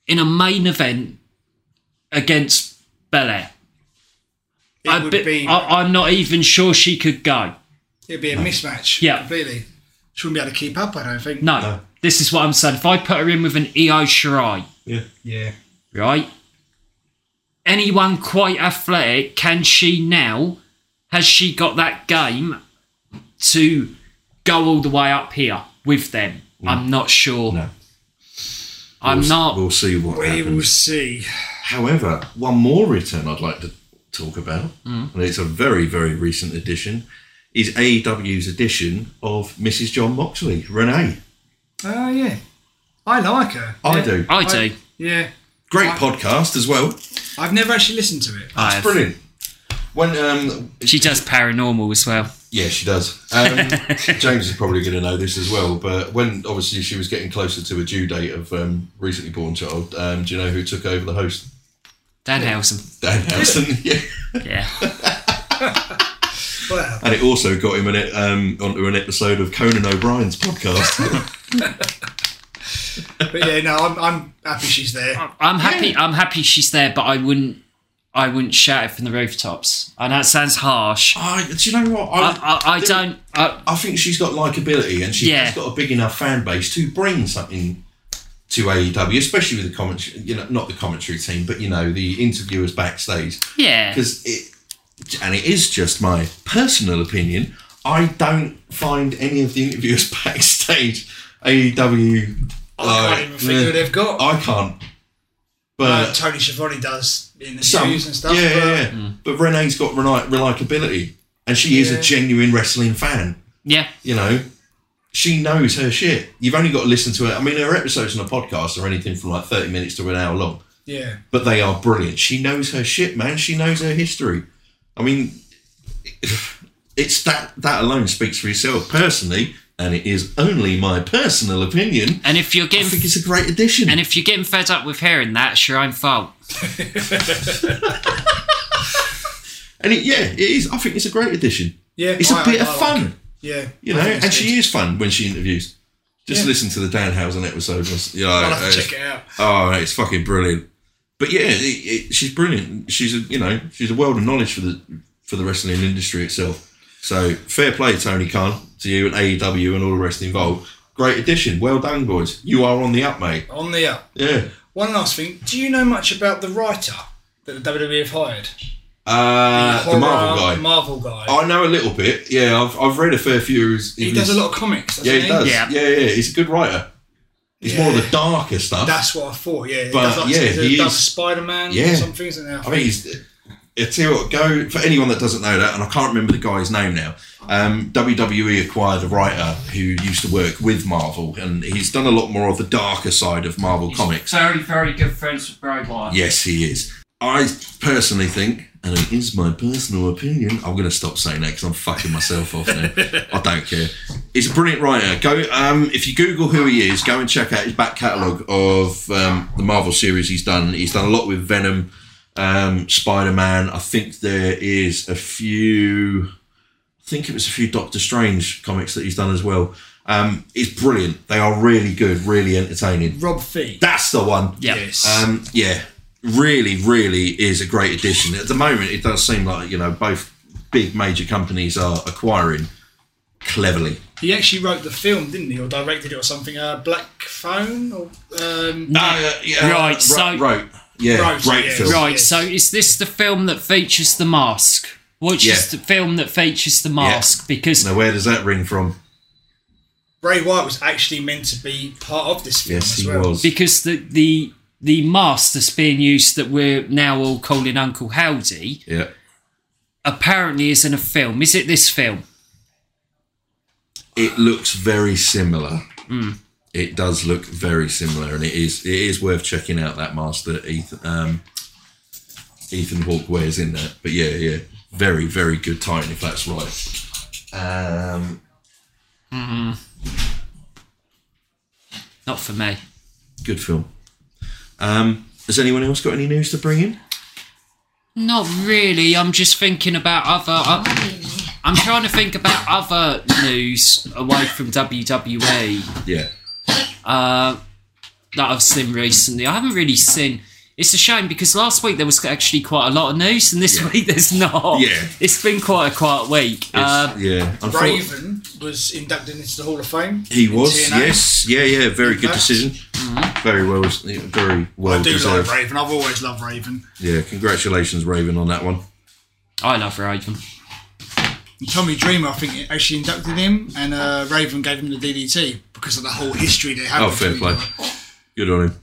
Speaker 3: in a main event against Belair,
Speaker 4: It
Speaker 3: I
Speaker 4: would
Speaker 3: be-
Speaker 4: be
Speaker 3: I, I'm not even sure she could go.
Speaker 4: it'd be a mismatch.
Speaker 3: Yeah.
Speaker 4: completely. She wouldn't be able to keep up. I don't think.
Speaker 3: No, this is what I'm saying. If I put her in with an Io Shirai,
Speaker 2: Yeah.
Speaker 4: Yeah.
Speaker 3: right? Anyone quite athletic, can she now? Has she got that game to go all the way up here with them? I'm not sure.
Speaker 2: Mm. No.
Speaker 3: I'm
Speaker 2: We'll-
Speaker 3: not.
Speaker 2: We'll see what
Speaker 4: We
Speaker 2: happens.
Speaker 4: will see.
Speaker 2: However, one more return I'd like to talk about, and it's a very, very recent addition, is AEW's edition of Mrs. John Moxley, Renee.
Speaker 4: Oh yeah, I like her.
Speaker 2: I
Speaker 4: Yeah.
Speaker 2: do.
Speaker 3: I do.
Speaker 4: Yeah,
Speaker 2: Great podcast as well.
Speaker 4: I've never actually listened to
Speaker 2: Uh.
Speaker 4: it.
Speaker 3: I have.
Speaker 2: Brilliant. When um,
Speaker 3: She does paranormal as well.
Speaker 2: Yeah, she does. Um, James is probably going to know this as well, but when obviously she was getting closer to a due date of um, recently born child, um, do you know who took over the host?
Speaker 3: Danhausen.
Speaker 2: Dan Housen. Yeah.
Speaker 3: Yeah.
Speaker 4: Well,
Speaker 2: And it also got him an, e- um, onto an episode of Conan O'Brien's podcast.
Speaker 4: but yeah, no, I'm, I'm happy she's there.
Speaker 3: I'm happy. I'm happy she's there, but I wouldn't. I wouldn't shout it from the rooftops. I know it sounds harsh. I,
Speaker 2: I, do you know what?
Speaker 3: I, I don't. I,
Speaker 2: I think she's got likability and she's
Speaker 3: Yeah.
Speaker 2: got a big enough fan base to bring something to AEW, especially with the commentary, you know, not the commentary team, but you know, the interviewers backstage.
Speaker 3: yeah.
Speaker 2: because it and it is just my personal opinion i don't find any of the interviews backstage E aew
Speaker 4: I can't even think who they've got.
Speaker 2: i can't But
Speaker 4: Uh, Tony Schiavone does in the
Speaker 2: some,
Speaker 4: shoes and stuff.
Speaker 2: yeah,
Speaker 4: but
Speaker 2: yeah, yeah. But Renee's got reli- reliability, and she is a
Speaker 4: Yeah.
Speaker 2: genuine wrestling fan.
Speaker 3: Yeah.
Speaker 2: You know, she knows her shit. You've only got to listen to her. I mean, her episodes on a podcast are anything from like thirty minutes to an hour long,
Speaker 4: yeah.
Speaker 2: but they are brilliant. She knows her shit, man. She knows her history. I mean, it's that that alone speaks for itself personally, and it is only my personal opinion.
Speaker 3: And if you're
Speaker 2: I
Speaker 3: getting
Speaker 2: think it's a great addition.
Speaker 3: and if you're getting fed up with hearing that, it's your own fault.
Speaker 2: And it, yeah, it is. I think it's a great addition.
Speaker 4: Yeah,
Speaker 2: it's a
Speaker 4: I-
Speaker 2: bit
Speaker 4: I
Speaker 2: of
Speaker 4: like
Speaker 2: fun,
Speaker 4: it. Yeah,
Speaker 2: you know.
Speaker 4: I think
Speaker 2: And
Speaker 4: it's
Speaker 2: she is fun when she interviews. Just
Speaker 4: Yeah.
Speaker 2: listen to the Danhausen episode. was- You know,
Speaker 4: I'll have
Speaker 2: it's-
Speaker 4: to check it out.
Speaker 2: Oh, it's fucking brilliant. But yeah, it, it, she's brilliant. She's a you know she's a world of knowledge for the for the wrestling industry itself. So fair play, Tony Khan, to you and AEW and all the rest involved. Great addition. Well done, boys. You are on the up, mate.
Speaker 4: On the up.
Speaker 2: Yeah.
Speaker 4: One last thing. Do you know much about the writer that the WWE have hired?
Speaker 2: Uh, the
Speaker 4: horror
Speaker 2: Marvel guy.
Speaker 4: Marvel guy.
Speaker 2: I know a little bit. Yeah, I've, I've read a fair few. of his-
Speaker 4: he
Speaker 2: of
Speaker 4: does
Speaker 2: his-
Speaker 4: a lot of comics. Doesn't
Speaker 2: Yeah, he does.
Speaker 3: Yeah.
Speaker 2: Yeah, yeah, He's a good writer. He's more of the darker stuff.
Speaker 4: That's what I thought. Yeah, he
Speaker 2: But,
Speaker 4: does like,
Speaker 2: yeah,
Speaker 4: he's
Speaker 2: he
Speaker 4: done
Speaker 2: is-
Speaker 4: Spider-Man
Speaker 2: Yeah.
Speaker 4: or something, isn't there?
Speaker 2: I mean, he's. I tell you what, go for anyone that doesn't know that, and I can't remember the guy's name now. Um, WWE acquired a writer who used to work with Marvel, and he's done a lot more of the darker side of Marvel comics.
Speaker 3: Very, very good friends with Brad Lion.
Speaker 2: Yes, he is. I personally think, and it is my personal opinion, I'm going to stop saying that because I'm fucking myself off now. I don't care. He's a brilliant writer. Go um, if you Google who he is, go and check out his back catalogue of um, the Marvel series he's done. He's done a lot with Venom, um, Spider Man. I think there is a few. I think it was a few Doctor Strange comics that he's done as well. Um, it's brilliant. They are really good, really entertaining.
Speaker 4: Rob Fee.
Speaker 2: That's the one.
Speaker 3: Yeah.
Speaker 4: Yes.
Speaker 2: Um, yeah, really, really is a great addition. At the moment, it does seem like you know both big major companies are acquiring cleverly.
Speaker 4: he actually wrote the film, didn't he, or directed it or something? Uh, Black Phone or um,
Speaker 2: Uh, yeah,
Speaker 3: Ah, Right,
Speaker 2: Ro-
Speaker 3: so-
Speaker 2: right, yeah,
Speaker 4: Right,
Speaker 2: great
Speaker 4: yeah.
Speaker 2: film.
Speaker 3: Right,
Speaker 4: Yes.
Speaker 3: so is this the film that features the mask? Which is the
Speaker 2: Yeah.
Speaker 3: film that features the mask? Because
Speaker 2: Now, where does that ring from?
Speaker 4: Ray White was actually meant to be part of this film
Speaker 2: Yes,
Speaker 4: as
Speaker 2: he
Speaker 4: well.
Speaker 2: was.
Speaker 3: because the the the mask that's being used that we're now all calling Uncle Howdy
Speaker 2: Yeah,
Speaker 3: apparently is in a film. Is it this film?
Speaker 2: it looks very similar. It does look very similar, and it is it is worth checking out that master Ethan um, Ethan Hawke wears in that. But yeah, yeah, very very good time if that's right. Um,
Speaker 3: Not for me.
Speaker 2: good film. Um, has anyone else got any news to bring in?
Speaker 3: Not really. I'm just thinking about other. I'm, I'm trying to think about other news away from WWE
Speaker 2: Yeah,
Speaker 3: that I've seen recently. I haven't really seen. It's a shame because last week there was actually quite a lot of news, and this
Speaker 2: Yeah.
Speaker 3: week there's not.
Speaker 2: Yeah.
Speaker 3: it's been quite a quiet week.
Speaker 2: It's-
Speaker 3: Uh,
Speaker 2: yeah. Unfor-
Speaker 4: Raven was inducted into the Hall of Fame.
Speaker 2: He
Speaker 4: in
Speaker 2: was
Speaker 4: TNA.
Speaker 2: yes, yeah, yeah. Very good
Speaker 4: fact.
Speaker 2: decision. Very well, very well
Speaker 4: Mm-hmm. I do
Speaker 2: deserved.
Speaker 4: like Raven. I've always loved Raven.
Speaker 2: yeah, congratulations, Raven, on that one.
Speaker 3: I love Raven.
Speaker 4: And Tommy Dreamer, I think, actually inducted him, and uh, Raven gave him the DDT because of the whole history they have.
Speaker 2: Oh,
Speaker 4: with
Speaker 2: fair
Speaker 4: each
Speaker 2: play.
Speaker 4: other.
Speaker 2: Good on him.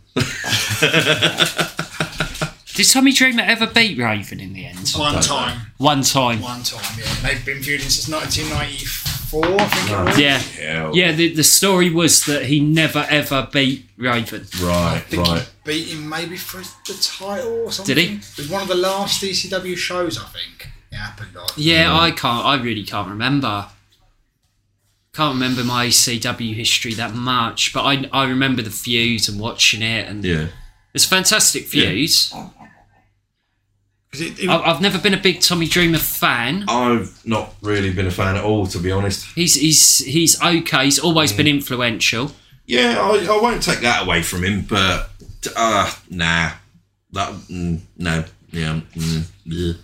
Speaker 3: Did Tommy Dreamer ever beat Raven in the end?
Speaker 4: One time.
Speaker 3: One time.
Speaker 4: One time, yeah. They've been feuding since 1994, I think it was.
Speaker 3: Yeah.
Speaker 2: Hell.
Speaker 3: Yeah, the, the story was that he never ever beat Raven.
Speaker 2: Right,
Speaker 4: I think
Speaker 2: right.
Speaker 4: he beat him maybe for the title or something.
Speaker 3: Did he?
Speaker 4: It was one of the last ECW shows, I think. It happened on.
Speaker 3: Yeah, I can't. I really can't remember. Can't remember my CW history that much, but I I remember the feud and watching it, and
Speaker 2: Yeah.
Speaker 3: it's a fantastic feud.
Speaker 4: Because it, it,
Speaker 3: I, I've never been a big Tommy Dreamer fan.
Speaker 2: I've not really been a fan at all, to be honest.
Speaker 3: He's he's he's okay. He's always been influential.
Speaker 2: Yeah, I, I won't take that away from him, but uh, nah, that mm, no, yeah, mm, bleh.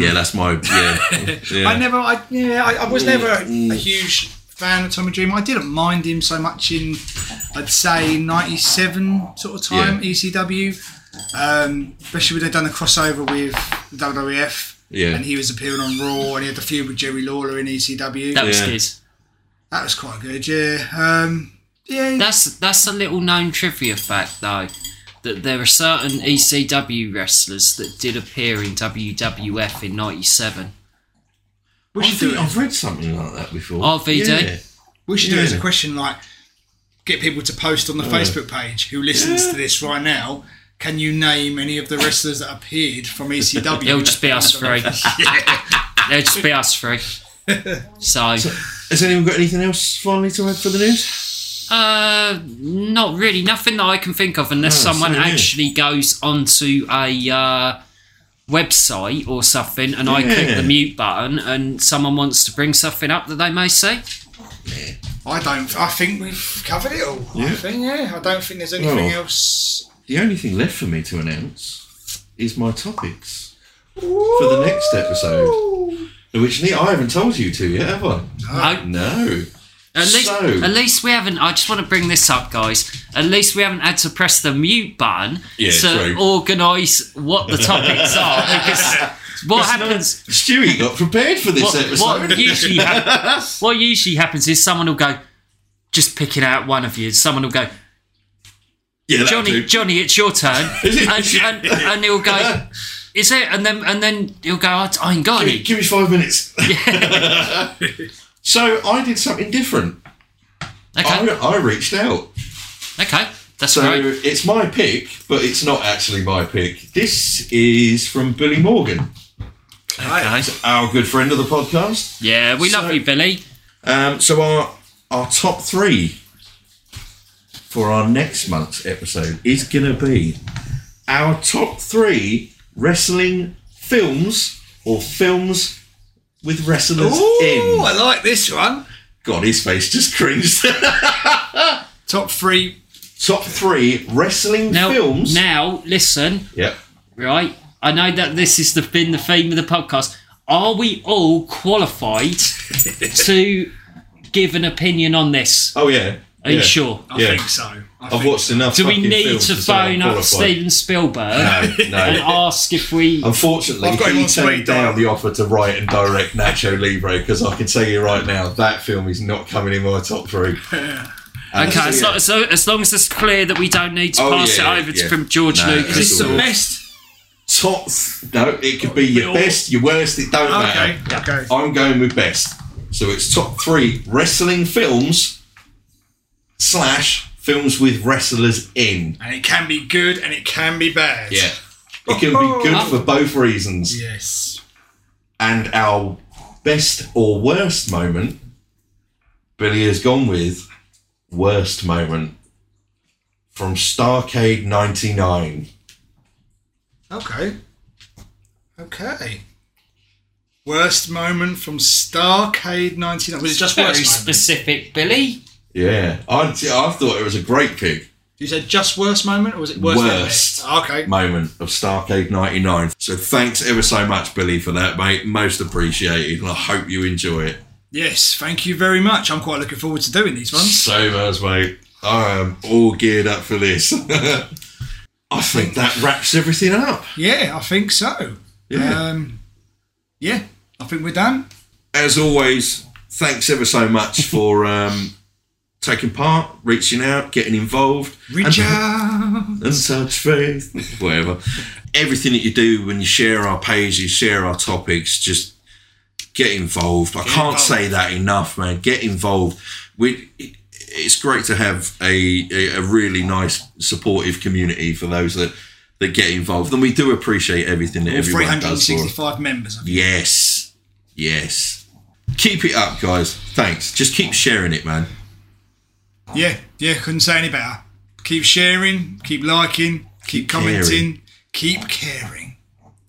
Speaker 2: yeah, that's my yeah. yeah.
Speaker 4: I never, I, yeah, I,
Speaker 2: Mm.
Speaker 4: I was never a, a huge fan of Tommy Dreamer. I didn't mind him so much in, I'd say, 97 sort of time, ECW. Um, especially when they'd done the crossover with the WWF.
Speaker 2: Yeah.
Speaker 4: And he was appearing on Raw and he had the feud with Jerry Lawler in ECW.
Speaker 3: That was
Speaker 2: Yeah.
Speaker 3: good.
Speaker 4: That was quite good, yeah. Um, yeah,
Speaker 3: That's that's a little known trivia fact though. that there are certain ECW wrestlers that did appear in WWF in 97.
Speaker 4: We
Speaker 2: I
Speaker 4: should do
Speaker 2: think
Speaker 4: it.
Speaker 2: I've read something like that before.
Speaker 3: RVD?
Speaker 2: Yeah.
Speaker 4: We should do it as a
Speaker 2: Yeah.
Speaker 4: question like get people to post on the Facebook page who listens to this right now. Can you name any of the wrestlers that appeared from E ECW?
Speaker 3: It'll just be us three. It'll just be us three. So,
Speaker 2: Has anyone got anything else finally to add for the news?
Speaker 3: uh, not really. Nothing that I can think of unless
Speaker 2: No,
Speaker 3: someone
Speaker 2: same here.
Speaker 3: actually goes onto a uh, website or something and I click
Speaker 2: Yeah.
Speaker 3: the mute button and someone wants to bring something up that they may see.
Speaker 4: I don't. I think we've covered it all. I
Speaker 2: Yeah.
Speaker 4: think yeah. I don't think there's anything
Speaker 2: Oh.
Speaker 4: else.
Speaker 2: The only thing left for me to announce is my topics for the next episode. Which Neil, I haven't told you to yet, have I?
Speaker 3: I-
Speaker 2: No.
Speaker 3: Oh, At least,
Speaker 2: Oh, So-
Speaker 3: at least we haven't. I just want to bring this up, guys. At least we haven't had to press the mute button
Speaker 2: Yeah,
Speaker 3: to
Speaker 2: true.
Speaker 3: organise what the topics are. Because what happens?
Speaker 2: Stewie got prepared for this
Speaker 3: What,
Speaker 2: episode.
Speaker 3: what usually hap- what usually happens is someone will go, just picking out one of you. Someone will go,
Speaker 2: yeah, that'll
Speaker 3: Johnny,
Speaker 2: do.
Speaker 3: Johnny, it's your turn,
Speaker 2: Is it?
Speaker 3: and, and, and he'll go, is it? And then and then he'll go, I I ain't got
Speaker 2: Give me-
Speaker 3: any.
Speaker 2: give me five minutes. so I did something different. I,
Speaker 3: Okay,
Speaker 2: I reached out.
Speaker 3: okay, that's
Speaker 2: Oh, So
Speaker 3: right.
Speaker 2: it's my pick, but it's not actually my pick. This is from Billy Morgan,
Speaker 3: Okay,
Speaker 2: our good friend of the podcast.
Speaker 3: yeah, we
Speaker 2: So-
Speaker 3: love you, Billy.
Speaker 2: Um, so our our top three for our next month's episode is gonna be our top three wrestling films or films with wrestlers
Speaker 4: Ooh,
Speaker 2: in.
Speaker 4: I like this one.
Speaker 2: God, his face just cringed.
Speaker 4: Top three.
Speaker 2: top three wrestling
Speaker 3: Now,
Speaker 2: films.
Speaker 3: now listen.
Speaker 2: Yep.
Speaker 3: right? I know that this has the- been the theme of the podcast. Are we all qualified to give an opinion on this?
Speaker 2: Oh yeah.
Speaker 3: Are you sure?
Speaker 4: I
Speaker 2: Yeah.
Speaker 4: think so. I
Speaker 2: I've
Speaker 4: think-
Speaker 2: watched enough.
Speaker 3: Do we
Speaker 2: fucking
Speaker 3: need
Speaker 2: films
Speaker 3: to
Speaker 2: say I'm
Speaker 3: phone up
Speaker 2: qualified.
Speaker 3: Steven Spielberg and
Speaker 2: No, no.
Speaker 3: ask if we?
Speaker 2: Unfortunately,
Speaker 4: I've got him
Speaker 2: he
Speaker 4: on
Speaker 2: turned
Speaker 4: speed
Speaker 2: down
Speaker 4: dial.
Speaker 2: the offer to write and direct Nacho Libre because I can tell you right now that film is not coming in my top three. And
Speaker 3: Okay, as,
Speaker 2: so,
Speaker 3: lo- so, as long as it's clear that we don't need to
Speaker 2: Oh,
Speaker 3: pass
Speaker 2: yeah,
Speaker 3: it over
Speaker 2: yeah.
Speaker 3: to from George
Speaker 2: No,
Speaker 4: Is this
Speaker 3: Lucas.
Speaker 4: the
Speaker 2: Cool.
Speaker 4: best?
Speaker 2: top. th- No, it could be your
Speaker 4: Real-
Speaker 2: best, your worst. It don't
Speaker 4: Okay.
Speaker 2: matter.
Speaker 4: Okay.
Speaker 2: I'm going with best. So it's top three wrestling films slash films with wrestlers in.
Speaker 4: And it can be good and it can be bad.
Speaker 2: Yeah, it can be good for both reasons.
Speaker 4: Yes.
Speaker 2: And our best or worst moment, Billy has gone with worst moment from Starcade 99.
Speaker 4: Okay. Okay. Worst moment from Starcade 99. Was it just
Speaker 3: Very
Speaker 4: worst moment?
Speaker 3: specific, Billy.
Speaker 2: Yeah, I, I thought it was a great pick.
Speaker 4: You said just worst moment or was it worst? moment?
Speaker 2: Worst.
Speaker 4: Okay.
Speaker 2: Moment of Starcade 99. So thanks ever so much, Billy, for that, mate. Most appreciated. And I hope you enjoy it.
Speaker 4: Yes, thank you very much. I'm quite looking forward to doing these ones.
Speaker 2: So much, mate. I am all geared up for this. I think that wraps everything up.
Speaker 4: Yeah, I think so.
Speaker 2: Yeah.
Speaker 4: Um, yeah, I think we're done.
Speaker 2: as always, thanks ever so much for um, taking part, reaching out, getting involved,
Speaker 4: Reach
Speaker 2: and,
Speaker 4: out.
Speaker 2: and such faith, whatever. Everything that you do when you share our pages, share our topics, just get involved. I can't
Speaker 4: involved.
Speaker 2: say that enough, man. Get involved. We. it- It's great to have a, a- a really nice supportive community for those that, that get involved, and we do appreciate everything that
Speaker 4: All
Speaker 2: everyone does for us.
Speaker 4: 365 members. of-
Speaker 2: Yes. Yes. Keep it up, guys. Thanks. Just keep sharing it, man.
Speaker 4: Yeah, yeah, couldn't say any better. Keep sharing, keep liking, keep, commenting,
Speaker 2: caring.
Speaker 4: keep caring.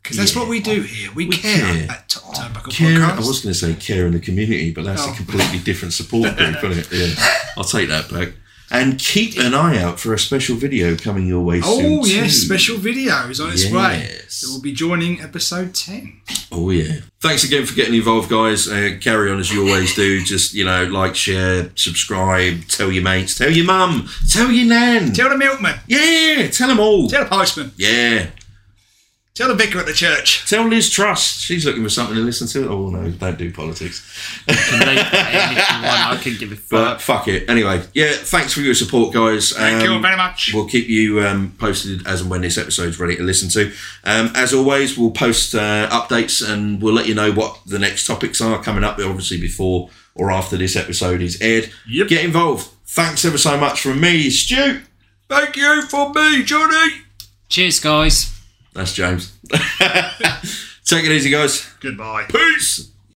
Speaker 4: Because that's what we do here. We, care,
Speaker 2: care.
Speaker 4: at Top Turnbuckle
Speaker 2: Care. I
Speaker 4: Podcast.
Speaker 2: was going to say care in the community, but that's a
Speaker 4: Oh.
Speaker 2: completely different support group, isn't it? Yeah. I'll take that back. And keep an eye out for a special video coming your way soon.
Speaker 4: oh, yes,
Speaker 2: too.
Speaker 4: special videos on its way.
Speaker 2: Yes.
Speaker 4: It will be joining episode 10.
Speaker 2: Oh yeah. Thanks again for getting involved, guys. Uh, carry on as you always do. Just you know, like, share, subscribe, tell your mates, tell your mum, tell your nan.
Speaker 4: Tell the milkman,
Speaker 2: yeah, tell them all.
Speaker 4: tell the postman.
Speaker 2: yeah.
Speaker 4: Tell the vicar at the church.
Speaker 2: Tell Liz Trust. She's looking for something to listen to. Oh, no, don't do politics.
Speaker 3: Can leave that in if you want. I couldn't give a fuck.
Speaker 2: But fuck it. Anyway, yeah, thanks for your support, guys.
Speaker 4: Thank you
Speaker 2: Um,
Speaker 4: very much.
Speaker 2: We'll keep you um, posted as and when this episode's ready to listen to. Um, as always, we'll post uh, updates and we'll let you know what the next topics are coming up, obviously, before or after this episode is aired.
Speaker 4: Yep.
Speaker 2: Get involved. Thanks ever so much from me, Stu.
Speaker 4: Thank you for me, Johnny.
Speaker 3: Cheers, guys.
Speaker 2: That's James. Take it easy, guys.
Speaker 4: Goodbye.
Speaker 2: Peace.